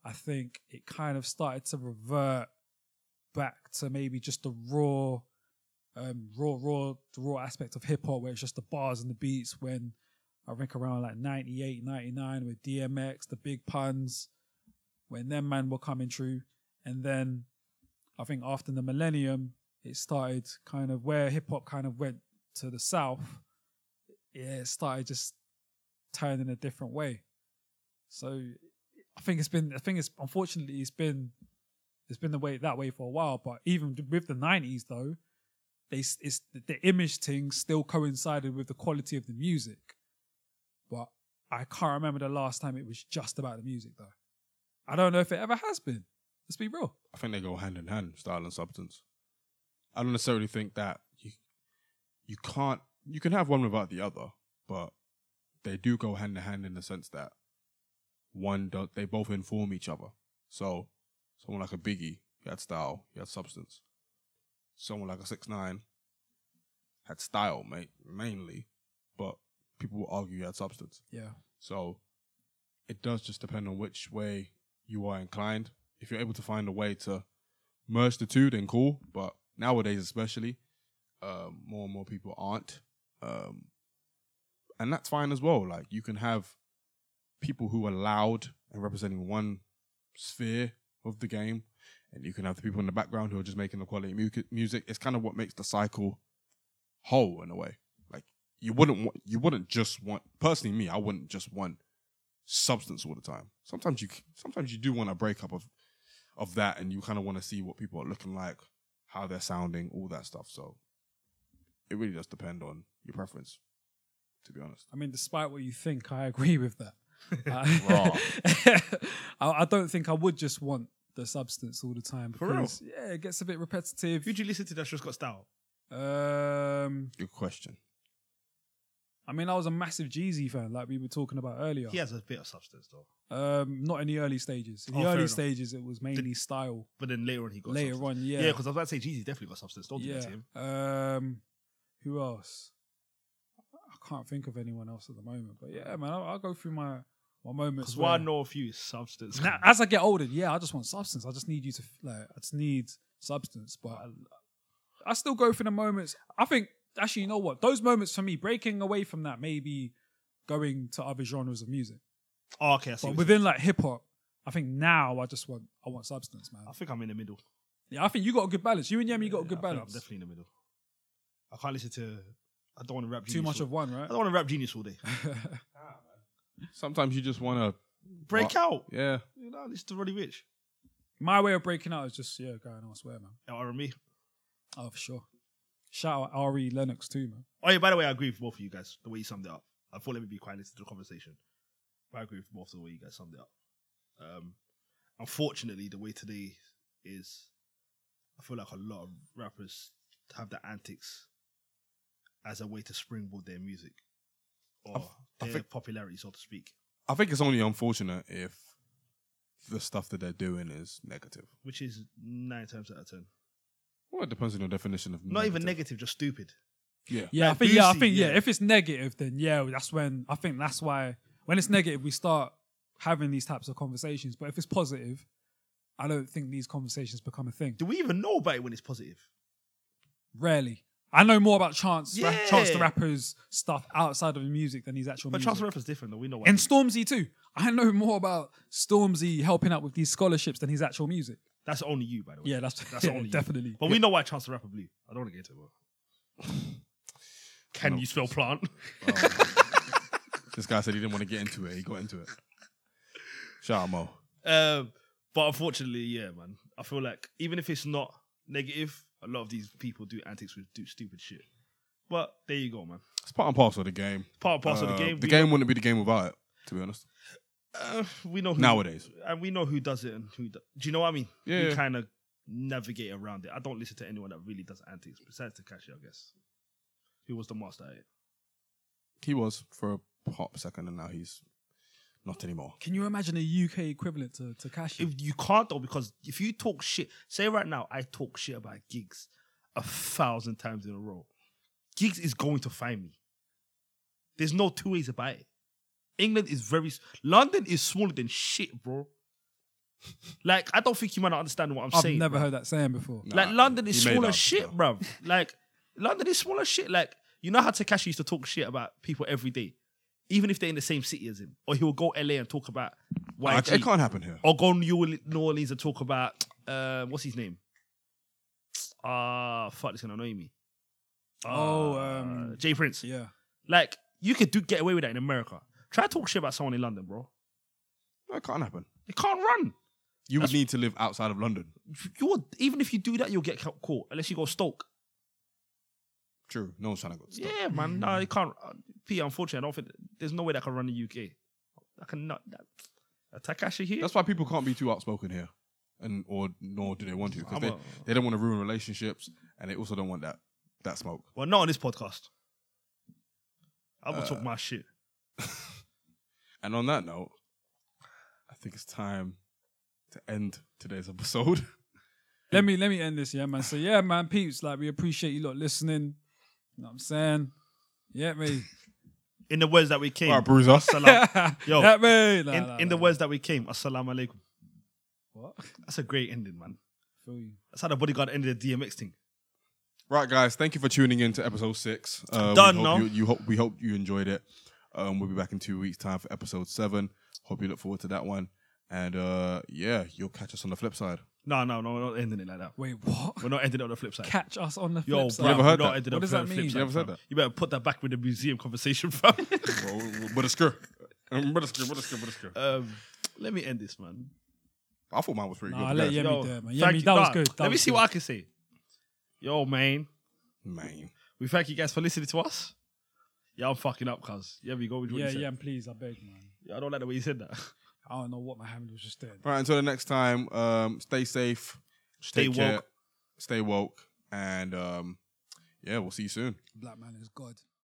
I think it kind of started to revert back to maybe just the raw um raw raw the raw aspect of hip hop where it's just the bars and the beats when I think around like 98, 99 with DMX, the big puns, when them man were coming through. And then I think after the millennium, it started kind of where hip hop kind of went to the south. Yeah, it started just turning a different way. So I think it's been I think it's unfortunately it's been it's been the way that way for a while. But even with the nineties though, they s- it's the image thing still coincided with the quality of the music. But I can't remember the last time it was just about the music though. I don't know if it ever has been. Let's be real.
I think they go hand in hand, style and substance. I don't necessarily think that you you can't you can have one without the other, but they do go hand in hand in the sense that one do, they both inform each other. So someone like a Biggie, he had style, he had substance. Someone like a six nine had style, mate, mainly, but people will argue he had substance.
Yeah.
So it does just depend on which way you are inclined. If you're able to find a way to merge the two, then cool. But nowadays, especially, um, more and more people aren't. Um, and that's fine as well. Like, you can have people who are loud and representing one sphere of the game, and you can have the people in the background who are just making the quality mu- music. It's kind of what makes the cycle whole in a way. Like you wouldn't want, you wouldn't just want. Personally, me, I wouldn't just want substance all the time. Sometimes you, c- sometimes you do want a breakup of, of that, and you kind of want to see what people are looking like, how they're sounding, all that stuff. So it really does depend on your preference, to be honest.
I mean, despite what you think, I agree with [laughs] that.
Raw.
I, [laughs] I don't think I would just want the substance all the time
For real?
because yeah, it gets a bit repetitive.
Who do you listen to that's just got style?
Um,
Good question.
I mean, I was a massive Jeezy fan, like we were talking about earlier.
He has a bit of substance though,
Um, not in the early stages. In
Oh,
the
fair
early
enough.
stages, it was mainly style.
but then later on he got
Later
substance.
on,
yeah, because I was about to say Jeezy definitely got substance. Don't do that
yeah.
to him.
Um, who else? I can't think of anyone else at the moment. But yeah, man, I'll, I'll go through my my moments.
Because
where-
what I know of you is substance.
Now, as I get older, yeah, I just want substance. I just need you to f- like. I just need substance, but I, I still go for the moments. I think actually, you know what? Those moments for me, breaking away from that, maybe going to other genres of music.
[laughs] oh, okay, I see.
But
what
within like hip hop, I think now I just want I want substance, man.
you- I think I'm in the middle.
Yeah, I think you got a good balance. You and Yemi, you got a
Yeah,
good
I think
balance.
I'm definitely in the middle. I can't listen to. I don't want to rap.
Too
Genius
much
all,
of one,
I
right?
don't want to rap genius all day.
[laughs]
Sometimes you just want
Break
What?
out.
to, yeah.
You know, listen to Roddy Rich.
My way of breaking out is just yeah, going elsewhere, man.
R&B.
Oh, for sure. Shout out Re Lennox too, man.
Oh yeah, by the way, I agree with both of you guys. The way you summed it up. I thought let me be quiet and listen to the conversation. But I agree with both of the way you guys summed it up. Um, unfortunately, the way today is, I feel like a lot of rappers have the antics as a way to springboard their music or
I
their
think-
popularity, so to speak.
I think it's only unfortunate if the stuff that they're doing is negative.
Which is nine times out of ten.
Well, it depends on your definition of
Not even negative, just stupid.
Yeah.
Yeah,
Like
I think yeah, I
Boosie,
think yeah.
yeah.
If it's negative, then yeah, that's when I think that's why when it's negative, we start having these types of conversations. But if it's positive, I don't think these conversations become a thing.
Do we even know about it when it's positive?
Rarely, I know more about Chance, Ra-
Yeah.
Chance the Rapper's stuff outside of the music than his actual
But
music.
Charles Rapper's different, though. We know why.
and Stormzy too. I know more about Stormzy helping out with these scholarships than his actual music.
that's only you, by the way.
Yeah, that's, [laughs]
That's
yeah,
only you.
definitely.
But we know why Chance the Rapper blew. I don't want to get into it. Bro. Can
No.
you spell plant?
[laughs] This guy said he didn't want to get into it. He got into it. Shout out Mo.
[laughs] Um, but unfortunately, yeah, man. I feel like even if it's not negative, a lot of these people do antics with do stupid shit. But there you go, man.
It's part and parcel of the game.
Part and parcel of the
Uh,
game.
The
we,
game wouldn't be the game without it, to be honest.
uh, we know who,
Nowadays.
and we know who does it and who. Do, do you know what I mean?
Yeah,
We
yeah.
kind of navigate around it. I don't listen to anyone that really does antics besides Takashi, I guess. Who was the master at it?
He was for a hot second, and now he's not anymore.
Can you imagine a UK equivalent to Takashi?
If you can't though, because if you talk shit, say right now, I talk shit about gigs a thousand times in a row. Gigs is going to find me. There's no two ways about it. England is very s- London is smaller than shit, bro. [laughs] Like I don't think you might not understand what I'm
I've
saying.
never
bruv.
heard that saying before.
Nah,
like London is
he made
smaller
up,
shit,
no.
bruv. Like London is smaller shit. Like you know how Takashi used to talk shit about people every day, even if they're in the same city as him, or he will go LA and talk about
Nah,
YG.
it can't happen here.
Or go to New Orle- New Orleans and talk about uh, what's his name? Ah, fuck, this gonna annoy me.
Oh,
Uh,
um,
Jay Prince.
yeah.
Like you could do get away with that in America. Try to talk shit about someone in London, bro. Oh.
No, it can't happen.
They can't run.
You would need to live outside of London.
You're even if you do that, you'll get ca- caught unless you go Stoke.
True. No one's trying to go. to Stoke.
Yeah, man. No, you can't. uh, P, unfortunately, I don't think there's no way that can run the UK. I cannot. That, uh, Takashi here.
That's why people can't be too outspoken here, and or nor do they want to because
I'm
they,
a-
they don't want to ruin relationships, and they also don't want that that smoke.
well, not on this podcast. I'm gonna
Uh,
talk my shit.
And on that note, I think it's time to end today's episode.
Let me let me end this, yeah, man. So yeah, man, peeps, like we appreciate you lot listening. You know what I'm saying? Yeah,
[laughs]
me.
In the words that
[laughs]
we came.
All right, bruiser.
[laughs] Salam.
[laughs]
Yo.
yeah, me. Nah,
Oh. in,
nah,
in the
nah.
words that we came, assalamu alaikum.
What?
That's a great ending, man.
Feel you.
That's how the bodyguard ended the DMX thing.
Right, guys, thank you for tuning in to episode six. Uh,
Done,
we
no?
hope you, you hope we hope you enjoyed it. Um, we'll be back in two weeks' time for episode seven. Hope you look forward to that one. And uh, yeah, you'll catch us on the flip side.
No, no, no, we're not ending it like that.
Wait, what? [laughs]
We're not ending it on the flip side.
Catch us on the flip
Yo,
side.
bruv,
ever heard
we're not
that?
ending
What
up
does
on
that
the
mean?
flip
You
side,
ever said
fam.
that?
You better put that back with the museum [laughs] conversation,
[laughs]
fam.
Bro, With a script. Um, With a script, with a script, with a script.
um, let me end this, man.
I thought mine was pretty
Nah, I
good. man.
let Yemi
Yo,
do it, man.
thank
Yemi,
you-
that was
nah,
good. That
Let me
was
see
good.
what I can say. Yo, man.
Man.
We thank you guys for listening to us. Yeah, I'm fucking up, cuz. Yeah, we go with what
Yeah,
you said.
yeah, please, I beg, man.
Yeah, I don't like the way you said that. [laughs]
I don't know what my hand was just doing.
Right, until the next time, um, stay safe.
Stay
take care,
woke.
Stay woke. And um, yeah, we'll see you soon.
Black man is God.